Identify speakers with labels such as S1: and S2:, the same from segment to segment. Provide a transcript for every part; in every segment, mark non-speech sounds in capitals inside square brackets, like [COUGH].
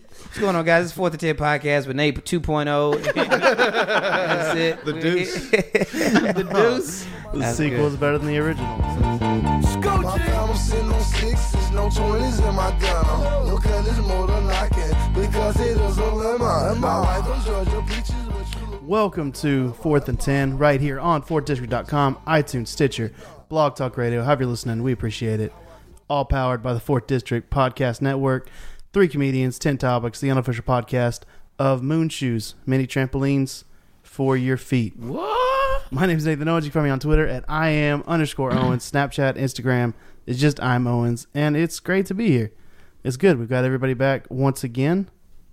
S1: What's going on, guys? It's Fourth and Ten Podcast with Nate 2.0. That's it.
S2: The
S1: We-
S3: [LAUGHS]
S2: deuce.
S1: the deuce.
S3: The
S1: That's
S3: sequel
S1: good.
S3: is better than the original.
S4: My problem sitting on sixes, no twenties in my gun. Your gun is more than knocking because it is a lemon. And my wife is Georgia peaches, but you look
S3: Welcome to Fourth and Ten, right here on fourthdistrict.com, iTunes, Stitcher, Blog Talk Radio. However you're listening, we appreciate it. All powered by the Fourth District Podcast Network. Three comedians, ten topics, the unofficial podcast of Moon Shoes, mini trampolines for your feet.
S1: What?
S3: My name is Nathan Owens. You can find me on Twitter at I am underscore Owens, Snapchat, Instagram. It's just I'm Owens, and it's great to be here. It's good. We've got everybody back once again.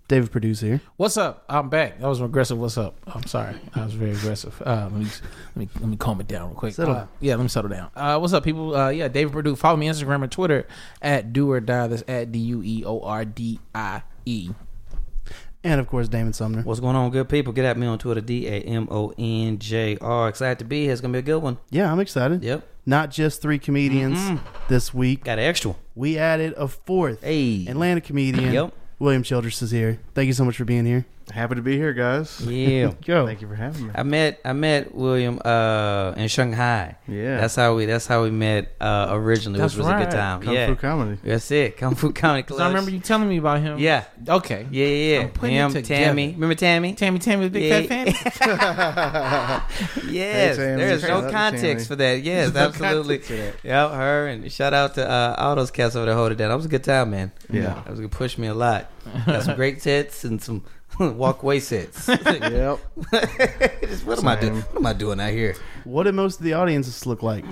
S3: David Purdue's here.
S5: What's up? I'm back. That was an aggressive. What's up? I'm sorry. I was very aggressive. Uh, let me let me let me calm it down real quick.
S3: Settle
S5: Uh,
S3: down.
S5: yeah, let me settle down. Uh, what's up, people? Uh, yeah, David Perdue. Follow me on Instagram and Twitter at do or die. That's at d u e o r d i e.
S3: And of course, Damon Sumner.
S1: [LAUGHS] What's going on, good people? Get at me on Twitter, D A M O N J R. Excited to be here. It's going to be a good one.
S3: Yeah, I'm excited.
S1: Yep. Mm-hmm.
S3: Not just three comedians this week.
S1: Got an extra one.
S3: We added a fourth.
S1: Hey.
S3: Atlanta comedian
S1: Yep.
S3: William Childress is here. Thank you so much for being here.
S2: Happy to be here, guys.
S1: Yeah.
S3: Go.
S2: Thank you for having me.
S1: I met I met William uh, in Shanghai.
S2: Yeah.
S1: that's how we that's how we met uh, originally,
S5: That's
S1: which was a
S5: right.
S1: good time.
S2: Kung
S1: yeah,
S2: Fu Comedy.
S1: that's it. Kung Fu
S5: [LAUGHS]
S1: Comedy
S5: So
S1: Club.
S5: I remember you telling me about him.
S1: Yeah,
S5: Okay.
S1: yeah, yeah.
S5: I'm
S1: yeah.
S5: putting
S1: Him,
S5: it together.
S1: Tammy. Remember Tammy?
S5: Tammy, Tammy, the big
S1: Yeah.
S5: fat fan.
S1: Yes,
S2: Hey, Tammy.
S1: there is
S2: Shout out
S1: no
S2: to
S1: context
S2: Tammy.
S1: for
S2: [LAUGHS]
S1: that. Yes,
S5: There's no
S1: absolutely.
S5: context to that.
S1: Yeah, her and shout out to uh, all those cats over there holding down. That was a good time, man.
S2: Yeah.
S1: that was gonna push me a lot. Got some great sets and some [LAUGHS] walkway
S2: [LAUGHS]
S1: sets. what
S2: Yep.
S1: am I doing?
S2: Same.
S1: [LAUGHS] What am I doing out here?
S3: What did most of the audiences look like?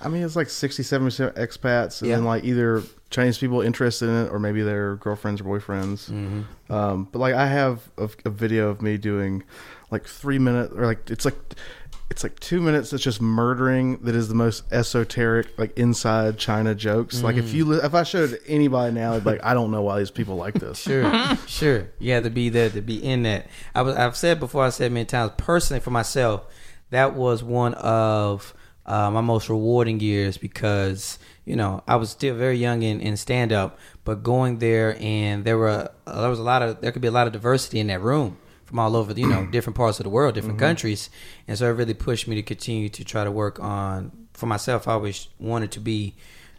S2: I mean, it's like 67 percent expats, and
S1: Yeah.
S2: then like either Chinese people interested in it, or maybe their girlfriends or boyfriends.
S1: Mm-hmm.
S2: Um, but like, I have a, a video of me doing like three minutes, or like it's like it's like two minutes. That's just murdering. That is the most esoteric, like inside China jokes. Like if
S1: Mm.
S2: you li- if I showed anybody now, they'd be like I don't know why these people like this.
S1: Sure, sure. You have to be there to be in that. I was. I've said before. I said many times. Personally, for myself, that was one of uh, my most rewarding years because you know I was still very young in, in stand up, but going there and there were uh, there was a lot of there could be a lot of diversity in that room from all over, you
S2: [CLEARS THROAT]
S1: know, different parts of the world, different
S2: Mm-hmm.
S1: countries. And so it really pushed me to continue to try to work on for myself. I always wanted to be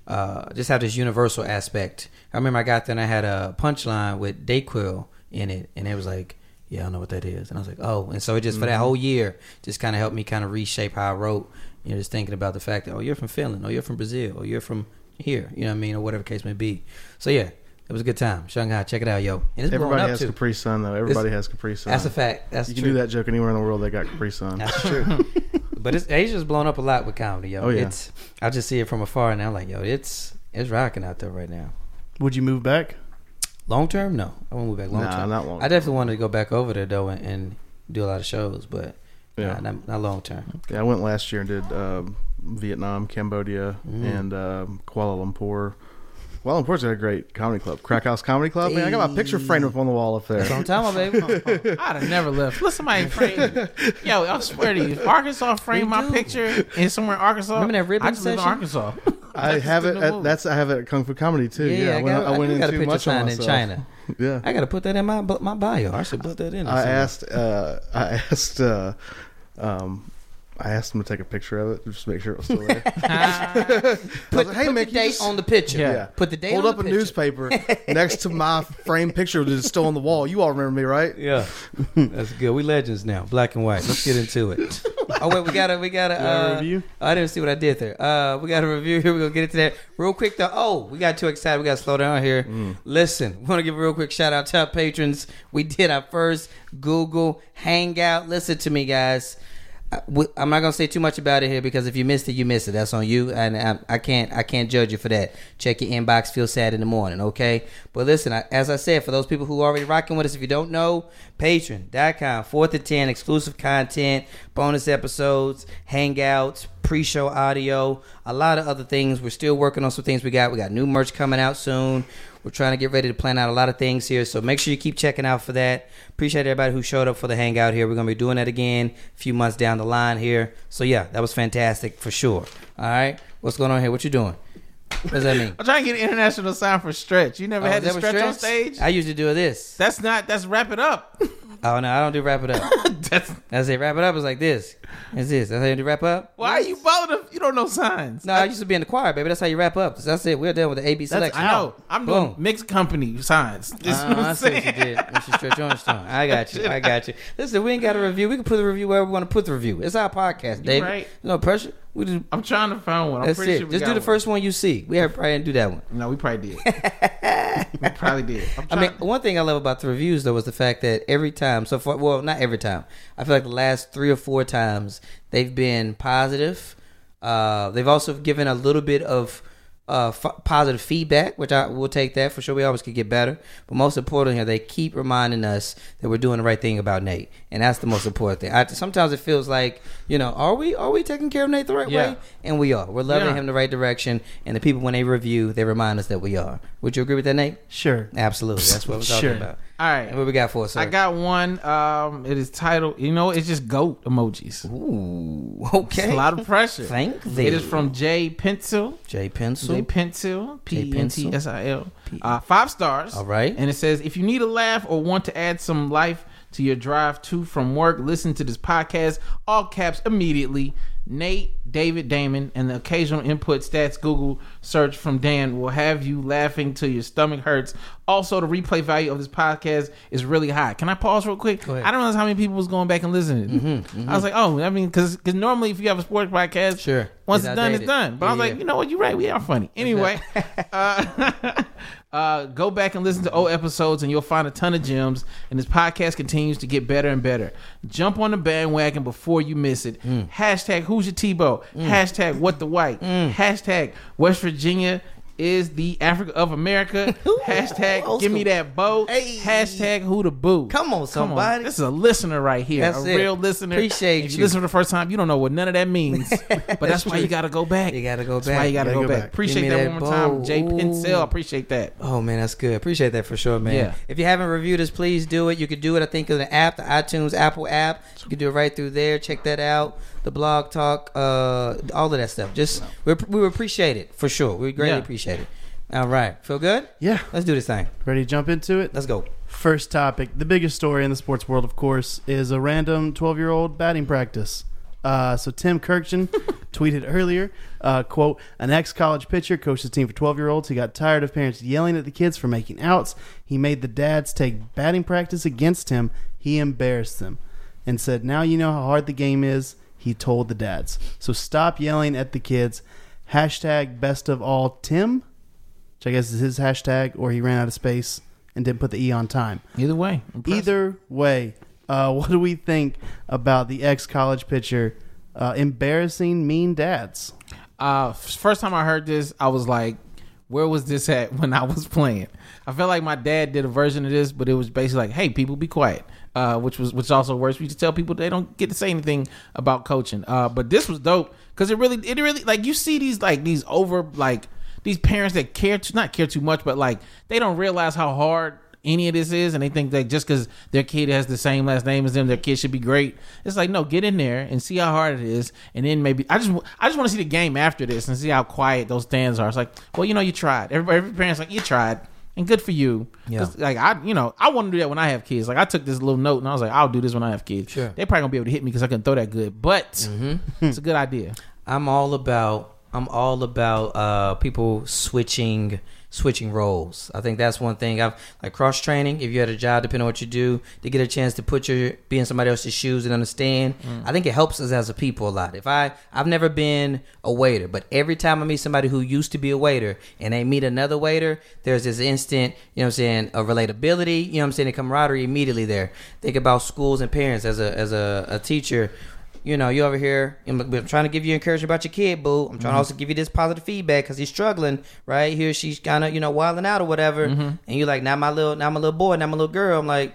S1: uh, just have this universal aspect. I remember I got there and I had a punchline with Dayquil in it, and it was like, yeah, I don't know what that is. And I was like, oh. And so it just for
S2: Mm-hmm.
S1: that whole year, just kind of helped me kind of reshape how I wrote. You know, just thinking about the fact that oh, you're from Finland, or you're from Brazil, or you're from here. You know what I mean, or whatever case may be. So yeah, it was a good time. Shanghai, check it out, yo. And it's blowing
S2: Everybody
S1: up,
S2: has
S1: too.
S2: Capri Sun though. Everybody has Capri Sun.
S1: That's a fact. That's
S2: You can
S1: true.
S2: do that joke anywhere in the world. They got Capri Sun.
S1: That's
S2: [LAUGHS]
S1: true. but it's Asia's blown up a lot with comedy, yo.
S2: Oh, yeah.
S1: It's I just see it from afar and I'm like, yo, it's it's rocking out there right now.
S3: Would you move back?
S1: Long term, no. I won't move back long
S2: Nah,
S1: term.
S2: not long
S1: I definitely wanted to go back over there though and, and do a lot of shows, but
S2: Yeah.
S1: nah, not, not long term.
S2: Yeah, I went last year and did um, Vietnam, Cambodia,
S1: Mm.
S2: and um, Kuala Lumpur. Kuala Lumpur's got a great comedy club, Crack House Comedy Club. Man, I got my picture framed up on the wall up
S1: That's what I'm
S2: there.
S1: talking about, baby. [LAUGHS]
S5: I'd have never left. Let somebody frame. you. Yo, I swear to you, if Arkansas framed my
S1: do.
S5: picture in somewhere in Arkansas.
S1: Remember that ribbon
S5: I just live in
S1: session?
S5: Arkansas.
S1: [LAUGHS]
S2: I have it.
S5: the
S2: At,
S5: move.
S2: that's I have it at Kung Fu Comedy too.
S1: Yeah,
S2: Yeah,
S1: yeah, I,
S2: went,
S1: got, I,
S2: went
S1: do
S2: in
S1: got
S2: too
S1: a picture
S2: much on
S1: signed in
S2: myself.
S1: China.
S2: Yeah,
S1: I gotta put that in my my bio. I should put that in.
S2: I
S1: somewhere.
S2: asked. Uh, I asked. Uh, um, I asked him to take a picture of it, just to make sure it was still
S1: [LAUGHS]
S2: there. I was
S1: Put,
S2: like, hey,
S1: put
S2: Mick,
S1: the
S2: you
S1: date
S2: just-
S1: on the picture.
S5: Yeah.
S2: Yeah.
S1: Put the date.
S2: Hold
S1: on
S2: up
S1: the
S2: a
S1: picture. [LAUGHS]
S2: newspaper next to my framed picture that's still on the wall. You all remember me, right?
S1: Yeah, that's good. We legends now, black and white. Let's get into it. oh wait, we gotta, we gotta.
S3: got a
S1: Uh,
S3: review?
S1: I didn't see what I did there. Uh, we got a review here. We're gonna get into that real quick. Though, oh, we got too excited. We got to slow down here. Listen, we want to give a real quick shout out to our patrons. We did our first Google Hangout. Listen to me, guys. I- we- I'm not gonna say too much about it here because if you missed it, you missed it. That's on you, and I, I can't I can't judge you for that. Check your inbox. Feel sad in the morning, okay? But listen, I, as I said, for those people who are already rocking with us, if you don't know, Patreon.com, fourth to ten, exclusive content, bonus episodes, hangouts, pre-show audio, a lot of other things. We're still working on some things we got. We got new merch coming out soon. We're trying to get ready to plan out a lot of things here, so make sure you keep checking out for that. Appreciate everybody who showed up for the hangout here. We're gonna be doing that again a few months down the line here. So yeah, that was fantastic for sure. All right, what's going on here? What you doing? What does that
S5: [LAUGHS]
S1: mean?
S5: I'm trying to get an international sign for stretch. You never
S1: Oh,
S5: had
S1: is
S5: to
S1: that what
S5: stretch, on stage.
S1: I usually do this.
S5: that's not. That's wrap
S1: [LAUGHS]
S5: it up.
S1: Oh no, I don't do wrap it up.
S5: that's
S1: That's it. Wrap it up is like this. That's this. That's how you do wrap up.
S5: why are you bothered if you don't know signs?
S1: No, I used to be in the choir, baby. That's how you wrap up. That's it. We're done with the A B selection.
S5: I know. I'm doing
S1: Boom.
S5: mixed company signs. [LAUGHS] This is
S1: Uh,
S5: what
S1: I
S5: I'm
S1: see what you
S5: saying.
S1: did. It's your stretch on stone. I got you. I got
S5: [LAUGHS]
S1: you. Listen, we ain't got a review. We can put the review wherever we want to put the review. It's our podcast, David.
S5: right.
S1: No pressure. We just
S5: [LAUGHS] I'm trying to find one. I'm
S1: that's
S5: pretty
S1: it.
S5: sure we
S1: just
S5: got
S1: do the
S5: one.
S1: first one you see. We have, probably didn't do that one.
S5: No, we probably
S1: [LAUGHS]
S5: did. we probably did. I'm
S1: I
S5: trying,
S1: mean, one thing I love about the reviews though was the fact that every time, so far, well, not every time. I feel like the last three or four times they've been positive. Uh, they've also given a little bit of uh, f- positive feedback, which I will take that for sure. We always could get better, but most importantly, they keep reminding us that we're doing the right thing about Nate, and that's the most important thing. I, sometimes it feels like you know, are we are we taking care of Nate the right
S5: Yeah.
S1: way? And we are. We're loving
S5: Yeah.
S1: him the right direction, and the people when they review, they remind us that we are. Would you agree with that, Nate?
S3: Sure.
S1: Absolutely. That's what we're talking
S3: Sure.
S1: about.
S5: all
S1: And what
S5: right.
S1: we got for us? sir?
S5: I got one. Um, it is titled. You know, it's just goat emojis.
S1: Ooh,
S5: It's
S1: okay.
S5: a lot of pressure.
S1: Thank thee.
S5: it is from Jay Pencil.
S1: J Pencil.
S5: Jay Pencil,
S1: Jay
S5: P E N
S1: Pencil.
S5: T S I L, uh, five stars.
S1: All right.
S5: and it says if you need a laugh or want to add some life to your drive to from work, listen to this podcast. All caps immediately. Nate, David, Damon, and the occasional input stats Google search from Dan will have you laughing till your stomach hurts. Also, the replay value of this podcast is really high. Can I pause real quick?
S1: ahead. Mm-hmm,
S5: I don't know how many people was going back and listening. I was like, oh, I mean, because normally if you have a sports podcast,
S1: Sure.
S5: once
S1: It's
S5: it's, done,
S1: outdated.
S5: it's done. But I was
S1: Yeah,
S5: like,
S1: yeah.
S5: you know what? You're right. We
S1: [LAUGHS]
S5: are funny. Anyway, uh, [LAUGHS] uh, go back and listen to old episodes, and you'll find a ton of gems. And this podcast continues to get better and better. Jump on the bandwagon before you miss it.
S1: Mm.
S5: Hashtag Who's Your Tebow? Hashtag What the White?
S1: Mm.
S5: Hashtag West Virginia. Is the Africa
S1: [LAUGHS]
S5: of America hashtag
S1: old
S5: give me
S1: school.
S5: that boat
S1: Hey.
S5: hashtag who the boo
S1: Come on, somebody.
S5: this is a listener right here
S1: That's
S5: a
S1: it.
S5: real listener
S1: Appreciate
S5: if
S1: you.
S5: you listen for the first time you don't know what none of
S1: [LAUGHS]
S5: that means but that's why
S1: true.
S5: you gotta go back
S1: You gotta go
S5: that's
S1: back.
S5: why you gotta,
S2: Gotta
S5: go,
S2: go
S5: back,
S2: back.
S5: appreciate
S1: Give me
S5: that,
S1: that
S5: one more time
S1: bow.
S5: Jay Pincel
S1: Ooh.
S5: appreciate that
S1: Oh man, that's good. Appreciate that for sure, man.
S5: Yeah.
S1: If you haven't reviewed us, please do it. You could do it. I think in the app, the iTunes Apple app. You can do it right through there. Check that out. The blog talk, uh, all of that stuff. Just we we appreciate it for sure. We greatly
S5: Yeah.
S1: appreciate it. All right, feel good?
S2: Yeah.
S1: Let's do this thing.
S3: Ready to jump into it?
S1: Let's go.
S3: First topic, the biggest story in the sports world, of course, is a random 12 year old batting practice. Uh, so Tim Kirkchen tweeted earlier, uh, quote, an ex-college pitcher coached his team for 12 year olds. He got tired of parents yelling at the kids for making outs. He made the dads take batting practice against him. He embarrassed them and said, now you know how hard the game is. He told the dads. So stop yelling at the kids. Hashtag best of all Tim which I guess is his hashtag, or he ran out of space and didn't put the E on time.
S5: either way impressive.
S3: Either way, uh, [LAUGHS] what do we think about the ex college pitcher uh, embarrassing mean dads?
S5: uh f- first time I heard this I was like where was this at [LAUGHS] when I was playing I felt like my dad did a version of this but it was basically like hey people be quiet uh which was which also works we used to tell people they don't get to say anything about coaching uh but this was dope because it really it really like you see these like these over like these parents that care too, not care too much but like they don't realize how hard any of this is and they think that just because their kid has the same last name as them their kid should be great it's like no get in there and see how hard it is and then maybe i just w- i just want to see the game after this and see how quiet those stands are it's like well you know you tried everybody every parent's like you tried and good for you
S1: Yeah.
S5: 'Cause, like i you know i want to do that when i have kids like i took this little note and i was like i'll do this when i have kids
S1: Sure.
S5: they're probably gonna be able to hit me because i can throw that good but [LAUGHS] it's a good idea
S1: I'm all about I'm all about uh, people switching switching roles. I think that's one thing. I've like cross training. If you had a job, depending on what you do, to get a chance to put your be in somebody else's shoes and understand. I think it helps us as a people a lot. If I I've never been a waiter, but every time I meet somebody who used to be a waiter and they meet another waiter, there's this instant you know what I'm saying a relatability. You know what I'm saying a camaraderie immediately there. Think about schools and parents as a as a, a teacher you know, you over here. I'm, I'm trying to give you encouragement about your kid, boo. I'm trying to also give you this positive feedback because he's struggling, right? Here she's kind of, you know, wilding out or whatever. And you're like, now my little, now my little boy, now my little girl. I'm like,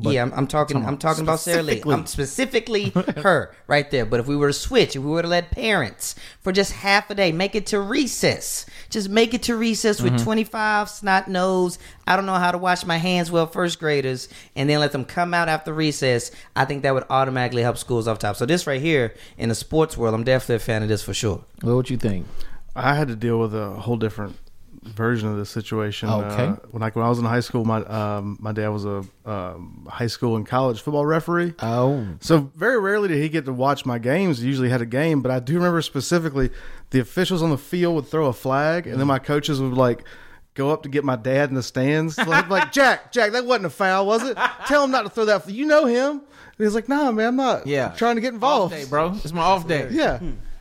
S1: yeah, I'm, I'm talking, I'm talking about Sarah Lee. I'm specifically her right there. But if we were to switch, if we were to let parents for just half a day make it to recess, just make it to recess with 25 snot nose, I don't know how to wash my hands well, first graders, and then let them come out after recess. I think that would automatically help schools off top. So this right here in the sports world, I'm definitely a fan of this for sure.
S5: what would you think
S2: I had to deal with a whole different version of this situation.
S5: Okay.
S2: Uh, when I when I was in high school, my um, my dad was a um, high school and college football referee.
S5: Oh,
S2: So very rarely did he get to watch my games. He usually had a game, but I do remember specifically the officials on the field would throw a flag, and then my coaches would like go up to get my dad in the stands, [LAUGHS] like, like Jack, Jack, that wasn't a foul, was it? Tell him not to throw that. You know him. And he's like, Nah, man, I'm not.
S5: yeah.
S2: trying to get involved,
S5: Off day, bro. It's my off day.
S2: Yeah,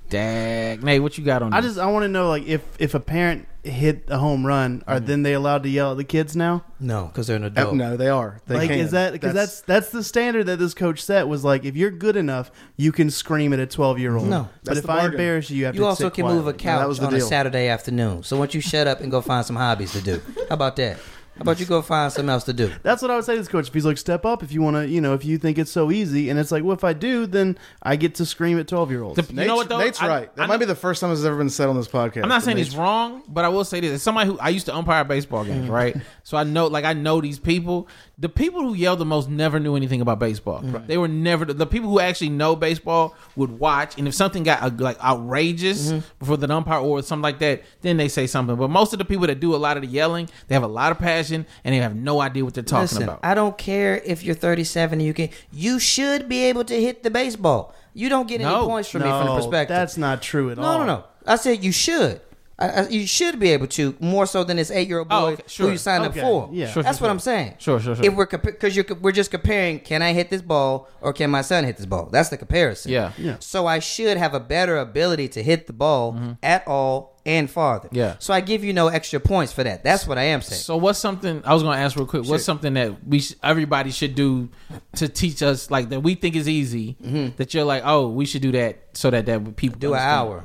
S5: Dag. Nate, what you got on?
S3: I
S5: this?
S3: just I want to know like if if a parent hit a home run, are then they allowed to yell at the kids now?
S1: No, because they're an
S2: Uh,
S1: adult.
S2: no, they are. They
S3: like
S2: can.
S3: is that because that's, that's the standard that this coach set was like if you're good enough, you can scream at a 12 year old.
S1: No.
S3: but
S2: That's
S3: if
S2: the
S3: I
S2: bargain.
S3: embarrass you, you have
S1: You
S3: to.
S1: also
S3: sit
S1: can
S3: quietly.
S1: move a
S2: Yeah, that
S1: couch
S2: was the
S1: on a
S2: deal.
S1: Saturday afternoon. So once you shut up and go find some hobbies to do, how about that? How about you go find something else to do?
S3: That's what I would say to this coach. If he's like, step up if you want to, you know, if you think it's so easy. And it's like, well, if I do, then I get to scream at 12 year olds.
S5: The-
S2: Nate's, Nate's
S5: I-
S2: right. That
S5: I
S2: might
S5: know-
S2: be the first time this has ever been said on this podcast.
S5: I'm not saying
S2: Nate's
S5: he's wrong, but I will say this: as somebody who I used to umpire baseball games, right? So I know, like, I know these people. The people who yell the most never knew anything about baseball. They were never the people who actually know baseball would watch, and if something got uh, like outrageous before the umpire or something like that, then they say something. But most of the people that do a lot of the yelling, they have a lot of passion, and they have no idea what they're talking
S1: Listen,
S5: about.
S1: I don't care if you're 37 and you can. You should be able to hit the baseball. You don't get any
S5: No.
S1: points from me
S3: no,
S1: from the perspective.
S3: that's not true at all.
S1: no, no, no. I said you should. I, I, you should be able to more so than this eight-year-old boy
S5: Oh, okay, sure.
S1: who you signed
S3: Okay,
S1: up for.
S3: yeah.
S5: Sure,
S1: that's
S5: sure,
S1: what
S5: sure.
S1: I'm saying.
S5: Sure, sure, sure.
S1: If we're because you're we're just comparing, can I hit this ball or can my son hit this ball? That's the comparison.
S5: Yeah.
S3: Yeah.
S1: So I should have a better ability to hit the ball at all and farther.
S5: Mm-hmm. Yeah.
S1: So I give you no extra points for that. That's what I am saying.
S5: So what's something I was going to ask real quick? What's something that we sh- everybody should do to teach us like that we think is easy that you're like oh we should do that so that that people
S1: Mm-hmm. do an
S5: understand.
S1: hour.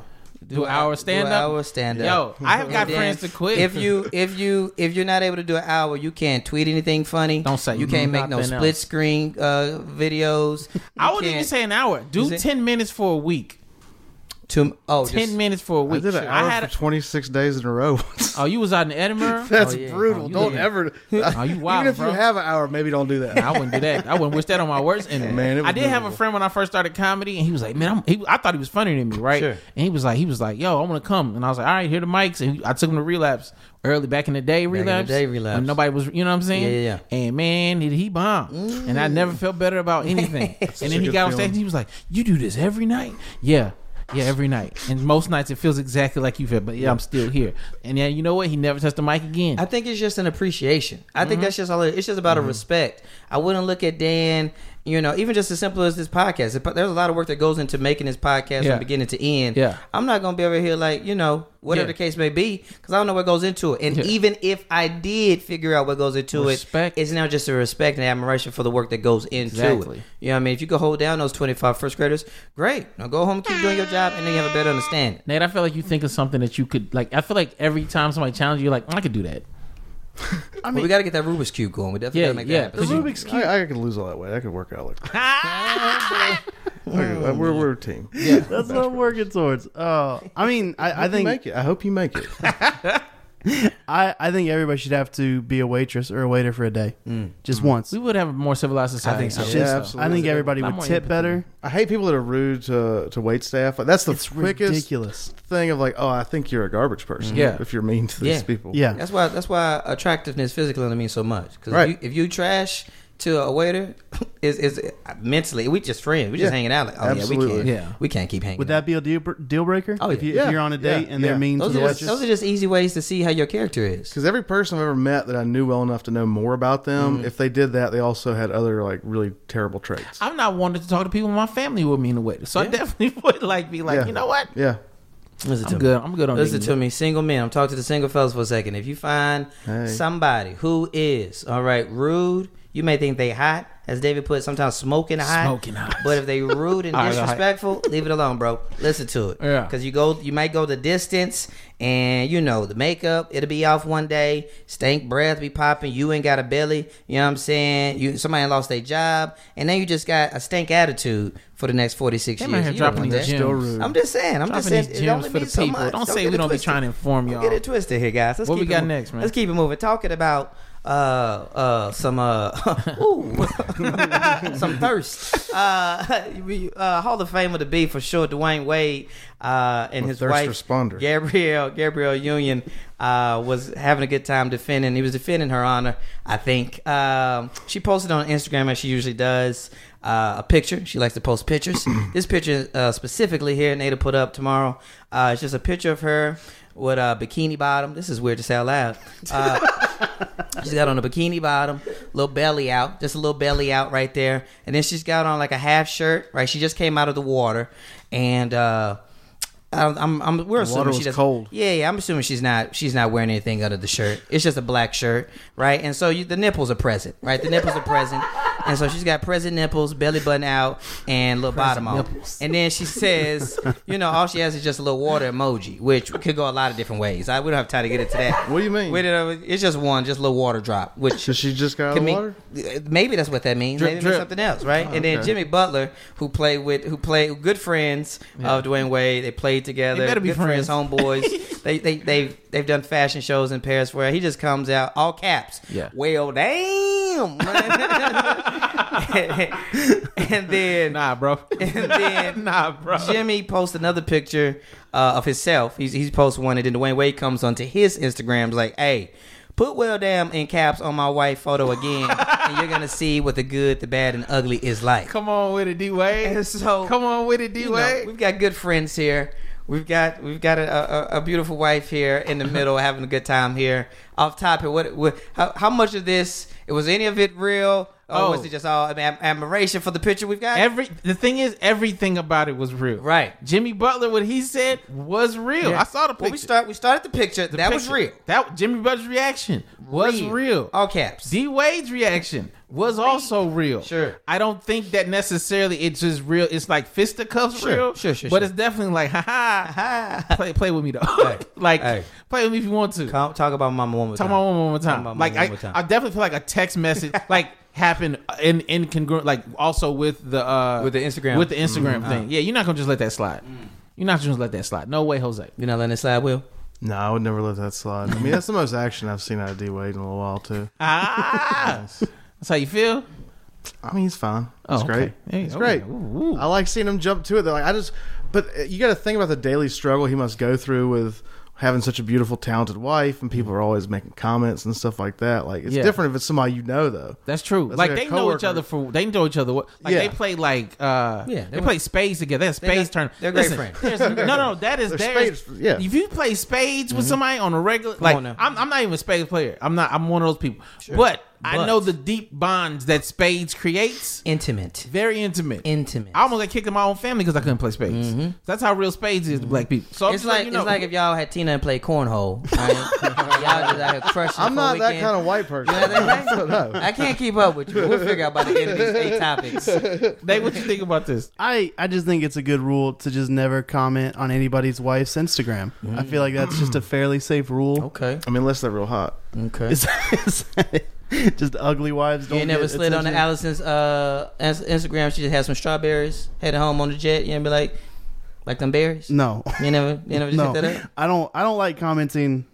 S5: do an hour stand
S1: do an
S5: up
S1: hour stand
S5: Yo,
S1: up.
S5: I have
S1: And
S5: got
S1: then
S5: friends to quit
S1: If you if you if you're not able to do an hour, you can't tweet anything funny.
S5: Don't say
S1: you can't make no
S5: nothing
S1: split
S5: else.
S1: screen uh, videos.
S5: I
S1: You
S5: wouldn't even
S1: can't-
S5: say an hour. Do
S1: Is it-
S5: ten minutes for a week.
S1: two, oh,
S5: Ten
S1: just-
S5: minutes for a
S2: I
S5: week.
S2: did an
S5: Sure.
S2: hour
S5: had.
S2: for 26 days in a row. [LAUGHS]
S5: oh, you was out in
S1: [LAUGHS]
S5: Edinburgh.
S2: That's
S1: Oh, yeah.
S2: brutal.
S5: Oh, you
S2: don't
S5: did.
S2: ever.
S5: Oh, you wild,
S2: Even if
S5: bro.
S2: you have an hour, maybe don't
S5: [LAUGHS]
S2: do that.
S5: I wouldn't do that. I wouldn't wish that on my worst enemy.
S2: Man, it was
S5: I did have a
S2: miserable.
S5: friend when I first started comedy, and he was like, "Man, I'm, he, I thought he was funnier than me, right?"
S1: Sure.
S5: And he was like, "He was like, yo, I want to come," and I was like, "All right, here the mics." And he- I took him to relapse early back in the day,
S1: in the
S5: relapse,
S1: day, Relapse.
S5: When nobody was, you know what I'm saying?
S1: Yeah, yeah, Mm.
S5: And man, did he bomb? And I never felt better
S1: [LAUGHS]
S5: about anything. and
S2: such a
S5: then he
S2: good
S5: got on
S2: feeling.
S5: stage, and he was like, "You do this every night?" Yeah. Yeah, every night, and most nights it feels exactly like you feel, but yeah, I'm still here. And yeah, you know what? He never touched the mic again.
S1: I think it's just an appreciation. I
S5: Mm-hmm.
S1: think that's just all. It, it's just about a respect. I wouldn't look at Dan. You know, even just as simple as this podcast. If- There's a lot of work that goes into making this podcast
S5: Yeah.
S1: from beginning to end.
S5: Yeah.
S1: I'm not gonna be over here like you know whatever
S5: Yeah.
S1: the case may be because I don't know what goes into it. And
S5: Yeah.
S1: even if I did figure out what goes into
S5: Respect.
S1: it, it's now just a respect and admiration for the work that goes into
S5: Exactly.
S1: it. You know what I mean? If you could hold down those 25 first graders, great. Now go home, keep doing your job, and then you have a better understanding.
S5: Nate, I feel like you think of something that you could like. I feel like every time somebody challenges you, you're like "Mm, I could do that.
S1: I mean, we got to get that Rubik's cube going. We definitely
S5: Yeah,
S1: got to make
S5: yeah,
S1: that happen.
S3: The
S5: 'cause you-
S3: Rubik's Cube.
S2: I, I could lose all that weight. I could work out.
S5: [LAUGHS]
S2: Like, Okay, uh, we're, we're a team.
S3: That's what I'm working towards. Oh, I mean, I, I
S2: You
S3: think
S2: make it. I hope you make it. [LAUGHS]
S3: I, I think everybody should have to be a waitress or a waiter for a day,
S1: Mm.
S2: Mm.
S3: just once.
S5: We would have a more civilized society.
S1: think so.
S5: I
S1: Yeah,
S5: think
S3: I think everybody
S5: I'm
S3: would
S5: on
S3: tip
S5: empathy.
S3: better.
S2: I hate people that are rude to to wait staff. Like, that's the
S3: It's
S2: quickest
S3: ridiculous.
S2: thing of like, oh, I think you're a garbage person.
S5: Yeah.
S2: if you're mean to these
S1: Yeah.
S2: people.
S3: Yeah.
S1: That's why. That's why attractiveness physically doesn't mean so much. Because
S2: Right.
S1: if, you, if you trash to a waiter, [LAUGHS] is is mentally we just friends. We just
S2: Yeah.
S1: hanging out. Like, oh yeah,
S2: Absolutely.
S1: we can't.
S5: Yeah.
S1: we can't keep hanging.
S3: Would
S1: out.
S3: that be a deal, deal breaker?
S1: Oh, yeah.
S3: If, you,
S2: Yeah,
S3: if you're on a date
S2: yeah,
S3: and they're
S2: yeah.
S3: mean
S1: Those
S3: to
S1: are
S3: the
S1: just,
S3: waitress,
S1: those are just easy ways to see how your character is.
S2: Because every person I've ever met that I knew well enough to know more about them, if they did that, they also had other like really terrible traits.
S5: I've not wanted to talk to people in my family with me in a way, so I definitely [LAUGHS] would like be like,
S2: Yeah.
S5: you know what?
S2: Yeah,
S1: Listen
S5: I'm good. I'm good on
S1: Listen
S5: dating.
S1: to me, single men. I'm talking to the single fellas for a second. If you find
S2: Hey.
S1: somebody who is all right rude, you may think they hot, as David put. Sometimes smoking hot,
S5: Smoking hot.
S1: But if
S5: [LAUGHS]
S1: they rude and
S5: All right, all right.
S1: disrespectful, leave it alone, bro. Listen to it,
S5: Yeah.
S1: Because you go, you might go the distance, and you know the makeup. It'll be off one day. Stank breath be popping. You ain't got a belly. You know what I'm saying? You somebody lost their job, and then you just got a stank attitude for the next 46
S5: They might
S1: years.
S5: have
S1: You don't
S5: dropping
S1: want
S5: these
S1: that.
S5: gems. Still rude.
S1: I'm just saying. I'm just
S5: Dropping
S1: saying.
S5: these
S1: it only
S5: gems for the
S1: means so
S5: people.
S1: much.
S5: Don't say
S1: get
S5: we
S1: it
S5: don't be
S1: twisted.
S5: trying to inform
S1: Don't
S5: y'all.
S1: Get it twisted here, guys. Let's
S5: What
S1: keep
S5: we
S1: it
S5: got
S1: mo-
S5: next, man?
S1: Let's keep it moving. Talking about uh, uh, some uh, [LAUGHS] ooh, some thirst. Uh, [LAUGHS] we- uh, Hall of Famer to be for sure. Dwayne Wade uh, and
S2: A
S1: his
S2: thirst
S1: wife
S2: responder.
S1: Gabrielle Gabrielle Union uh, was having a good time defending. He was defending her honor, I think. Um, she posted on Instagram as she usually does uh, a picture. She likes to post pictures. this picture uh, specifically here, Nada put up tomorrow. Uh, it's just a picture of her with a bikini bottom. This is weird to say out loud. Uh, She's got on a bikini bottom, little belly out, just a little belly out right there, and then she's got on like a half shirt. Right, she just came out of the water, and uh, I don't, I'm, I'm we're assuming
S2: water
S1: she
S2: was
S1: doesn't-
S2: cold.
S1: Yeah, yeah, I'm assuming she's not she's not wearing anything under the shirt. It's just a black shirt, right? And so you, the nipples are present, right? The nipples are present, and so she's got present nipples, belly button out, and little bottom on. And then she says, you know, all she has is just a little water emoji, which could go a lot of different ways. I we don't have time to get into that.
S2: What do you mean?
S1: We didn't- it's just one, just a little water drop, which
S2: So she just got out of
S1: could
S2: the
S1: mean-
S2: water.
S1: uh, Maybe that's what that means.
S5: Drip,
S1: maybe it
S5: drip. Oh,
S1: means something else, right? and then
S2: okay.
S1: Jimmy Butler, who played with, who played good friends of Dwayne Wade, they played together.
S5: They better be
S1: good friends,
S5: friends. [LAUGHS]
S1: homeboys. they they they they've done fashion shows in Paris where he just comes out all caps.
S5: Yeah.
S1: Well,
S5: [LAUGHS]
S1: damn. [LAUGHS] and then
S5: [LAUGHS] Nah,
S1: [LAUGHS]
S5: bro.
S1: and then
S5: nah, bro.
S1: Jimmy posts another picture uh, of himself. He's he's posts one, and then Dwayne Wade comes onto his Instagram's like, "Hey, put well damn in caps on my wife photo again, and you're gonna see what the good, the bad, and ugly is like."
S5: Come on with it, D Wade.
S1: And so
S5: Come on with it, D
S1: you know,
S5: Wade.
S1: we've got good friends here. We've got we've got a, a, a beautiful wife here in
S5: [LAUGHS]
S1: the middle, having a good time here. Off topic, what, what how, how much of this was any of it real, or
S5: Oh.
S1: was it just all am- admiration for the picture we've got?
S5: Every the thing is, everything about it was real.
S1: Right.
S5: Jimmy Butler, what he said was real. I saw the picture.
S1: Well, we start we started the picture.
S5: The
S1: that was
S5: picture.
S1: real.
S5: That Jimmy Butler's reaction was real.
S1: All caps.
S5: D Wade's reaction was also real.
S1: Sure.
S5: I don't think that necessarily it's just real. It's like fisticuffs
S1: Sure,
S5: real.
S1: sure, sure,
S5: But
S1: sure.
S5: it's definitely like, ha ha. Play, play with me though. [LAUGHS] like,
S1: hey.
S5: play with me if you want to.
S1: Come, talk about Mama one more
S5: Talk
S1: time.
S5: about one more
S1: Talk
S5: time.
S1: about
S5: like
S1: Mama
S5: I,
S1: one more time.
S5: I definitely feel like a
S1: [LAUGHS]
S5: text message like happened in incongruent like also with the uh
S1: With the Instagram. Mm-hmm. Uh-huh. Mm.
S5: with the Instagram thing. Yeah, you're not gonna just let that slide. You're not just gonna let that slide. No way, Jose.
S1: You're not letting it slide, Will.
S2: No, I would never let that slide. I mean, that's the most action I've seen out of D Wade in a little while too.
S5: Ah,
S2: Yes.
S5: [LAUGHS] that's how you feel.
S2: I mean, he's fine. It's
S5: okay.
S2: great.
S5: Hey,
S2: It's
S5: oh,
S2: great.
S5: ooh, ooh.
S2: I like seeing him jump to it. They're like, I just, but uh, you got to think about the daily struggle he must go through with having such a beautiful, talented wife, and people are always making comments and stuff like that. Like, it's
S5: Yeah.
S2: different if it's somebody you know, though.
S5: That's true.
S2: That's
S5: like
S2: like a
S5: they know each
S2: coworker.
S5: other for they know each other. Like
S2: Yeah.
S5: they play like uh
S1: Yeah,
S5: they,
S1: they
S5: play spades together. They have
S1: got-
S5: spades turn.
S1: they're great
S5: Listen,
S1: friends. [LAUGHS]
S5: there's- No, no, that is
S2: They're
S5: theirs.
S2: spades- yeah.
S5: If you play spades with somebody on a regular,
S1: Mm-hmm.
S5: like
S1: on now.
S5: I'm, I'm not even a spades player. I'm not. I'm one of those people. But, I
S1: But-
S5: know the deep bonds that spades creates.
S1: Intimate.
S5: Very intimate.
S1: Intimate.
S5: I almost got kicked in my own family because I couldn't play spades. That's how real spades is to black people. So I'm
S1: Mm-hmm. it's
S5: just
S1: like
S5: letting you know,
S1: it's like if y'all had Tina and played cornhole. Right? y'all just out here crushing.
S2: I'm
S1: for
S2: not
S1: a
S2: that
S1: weekend.
S2: kind of white person.
S1: You know what I'm saying?
S2: No.
S1: I can't keep up with you. We'll figure out by the end of these eight topics.
S5: Dave, what you think about this?
S3: I, I just think it's a good rule to just never comment on anybody's wife's Instagram. I feel like that's just a fairly safe rule.
S1: Okay.
S2: I mean, unless they're real hot.
S1: Okay.
S3: Is, is that it? just ugly wives
S1: You
S3: don't
S1: ain't never
S3: get
S1: slid on to
S3: attention?
S1: Allison's uh, Ins- Instagram. She just had some strawberries, headed home on the jet. You ain't be like, like them berries.
S3: No.
S1: You never, you never just hit that
S3: No. [LAUGHS]
S1: up.
S3: I don't I don't
S1: [LAUGHS]
S3: like commenting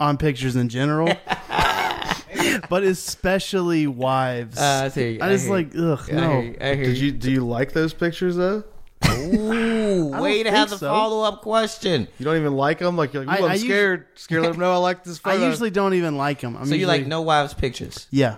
S3: on pictures in general. but especially wives.
S1: Uh, I hear you.
S3: I just
S1: hear you.
S3: like ugh
S1: I
S3: no.
S1: hear you. I hear
S2: Did you do you like those pictures though?
S1: Ooh,
S3: don't
S1: way to
S3: think
S1: have the
S3: so.
S1: follow up question.
S2: You don't even like them. Like you're like,
S3: I-
S2: "Ooh, I'm
S3: I usu-
S2: scared. scared. Let them know I like this
S3: I
S2: photo.
S3: usually don't even like them. I'm
S1: uh, So you
S3: usually-
S1: like no Mm-hmm. wives pictures?
S3: Yeah.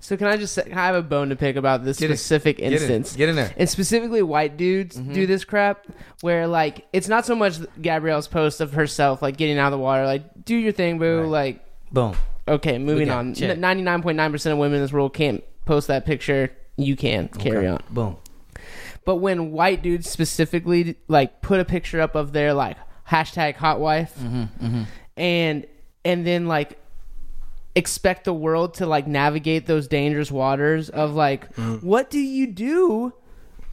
S6: So can I just say, I have a bone to pick about this
S1: Get it.
S6: specific instance.
S1: Get Mm-hmm. in there.
S6: And specifically white dudes do this crap where like it's not so much Gabrielle's post of herself like getting out of the water like do your thing boo like
S1: Boom.
S6: okay, moving
S1: got
S6: on.
S1: check.
S6: 99.9% of women in this world can't post that picture. You can carry on.
S1: Boom.
S6: But when white dudes specifically like put a picture up of their like hashtag hot wife,
S1: Mm-hmm,
S6: and and then like expect the world to like navigate those dangerous waters of like
S1: Mm-hmm.
S6: what do you do?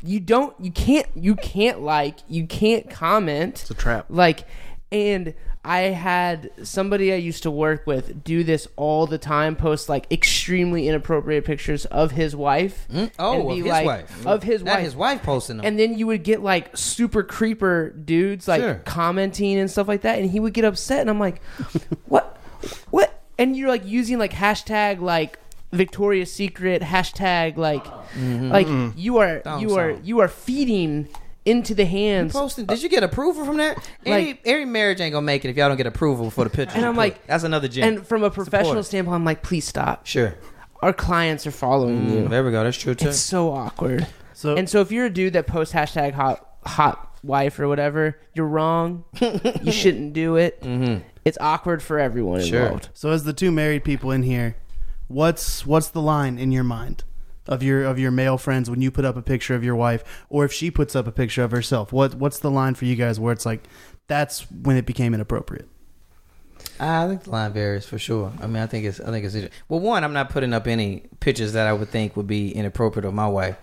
S6: You don't. You can't. You can't like. You can't comment. It's
S2: a trap.
S6: Like, and I had somebody I used to work with do this all the time. Post like extremely inappropriate pictures of his wife.
S1: Oh,
S6: and
S1: of
S6: be
S1: his
S6: like-
S1: wife.
S6: Of his
S1: Not
S6: wife.
S1: his wife posting them.
S6: And then you would get like super creeper dudes like
S1: Sure.
S6: commenting and stuff like that, and he would get upset, and I'm like, [LAUGHS] what, what? and you're like using like hashtag like Victoria's Secret hashtag like
S1: Mm-hmm.
S6: like you are
S1: Down
S6: you are
S1: south.
S6: you are feeding into the hands.
S1: Posting. Did you get approval from that? any,
S6: Like-
S1: every marriage ain't gonna make it if y'all don't get approval for the picture.
S6: And I'm like-
S1: that's another gym.
S6: And from a professional
S1: Support.
S6: standpoint, I'm like, please stop.
S1: sure.
S6: Our clients are following you.
S1: There we go. That's true too.
S6: It's so awkward.
S3: So-
S6: and so if you're a dude that posts hashtag hot hot wife or whatever, you're wrong.
S1: [LAUGHS]
S6: you shouldn't do it. It's awkward for everyone
S1: Mm-hmm. Sure.
S6: involved.
S3: So as the two married people in here, what's what's the line in your mind of your of your male friends when you put up a picture of your wife or if she puts up a picture of herself? What what's the line for you guys where it's like that's when it became inappropriate?
S1: I think the line varies for sure. I mean, I think it's I think it's well. One, I'm not putting up any pictures that I would think would be inappropriate of my wife.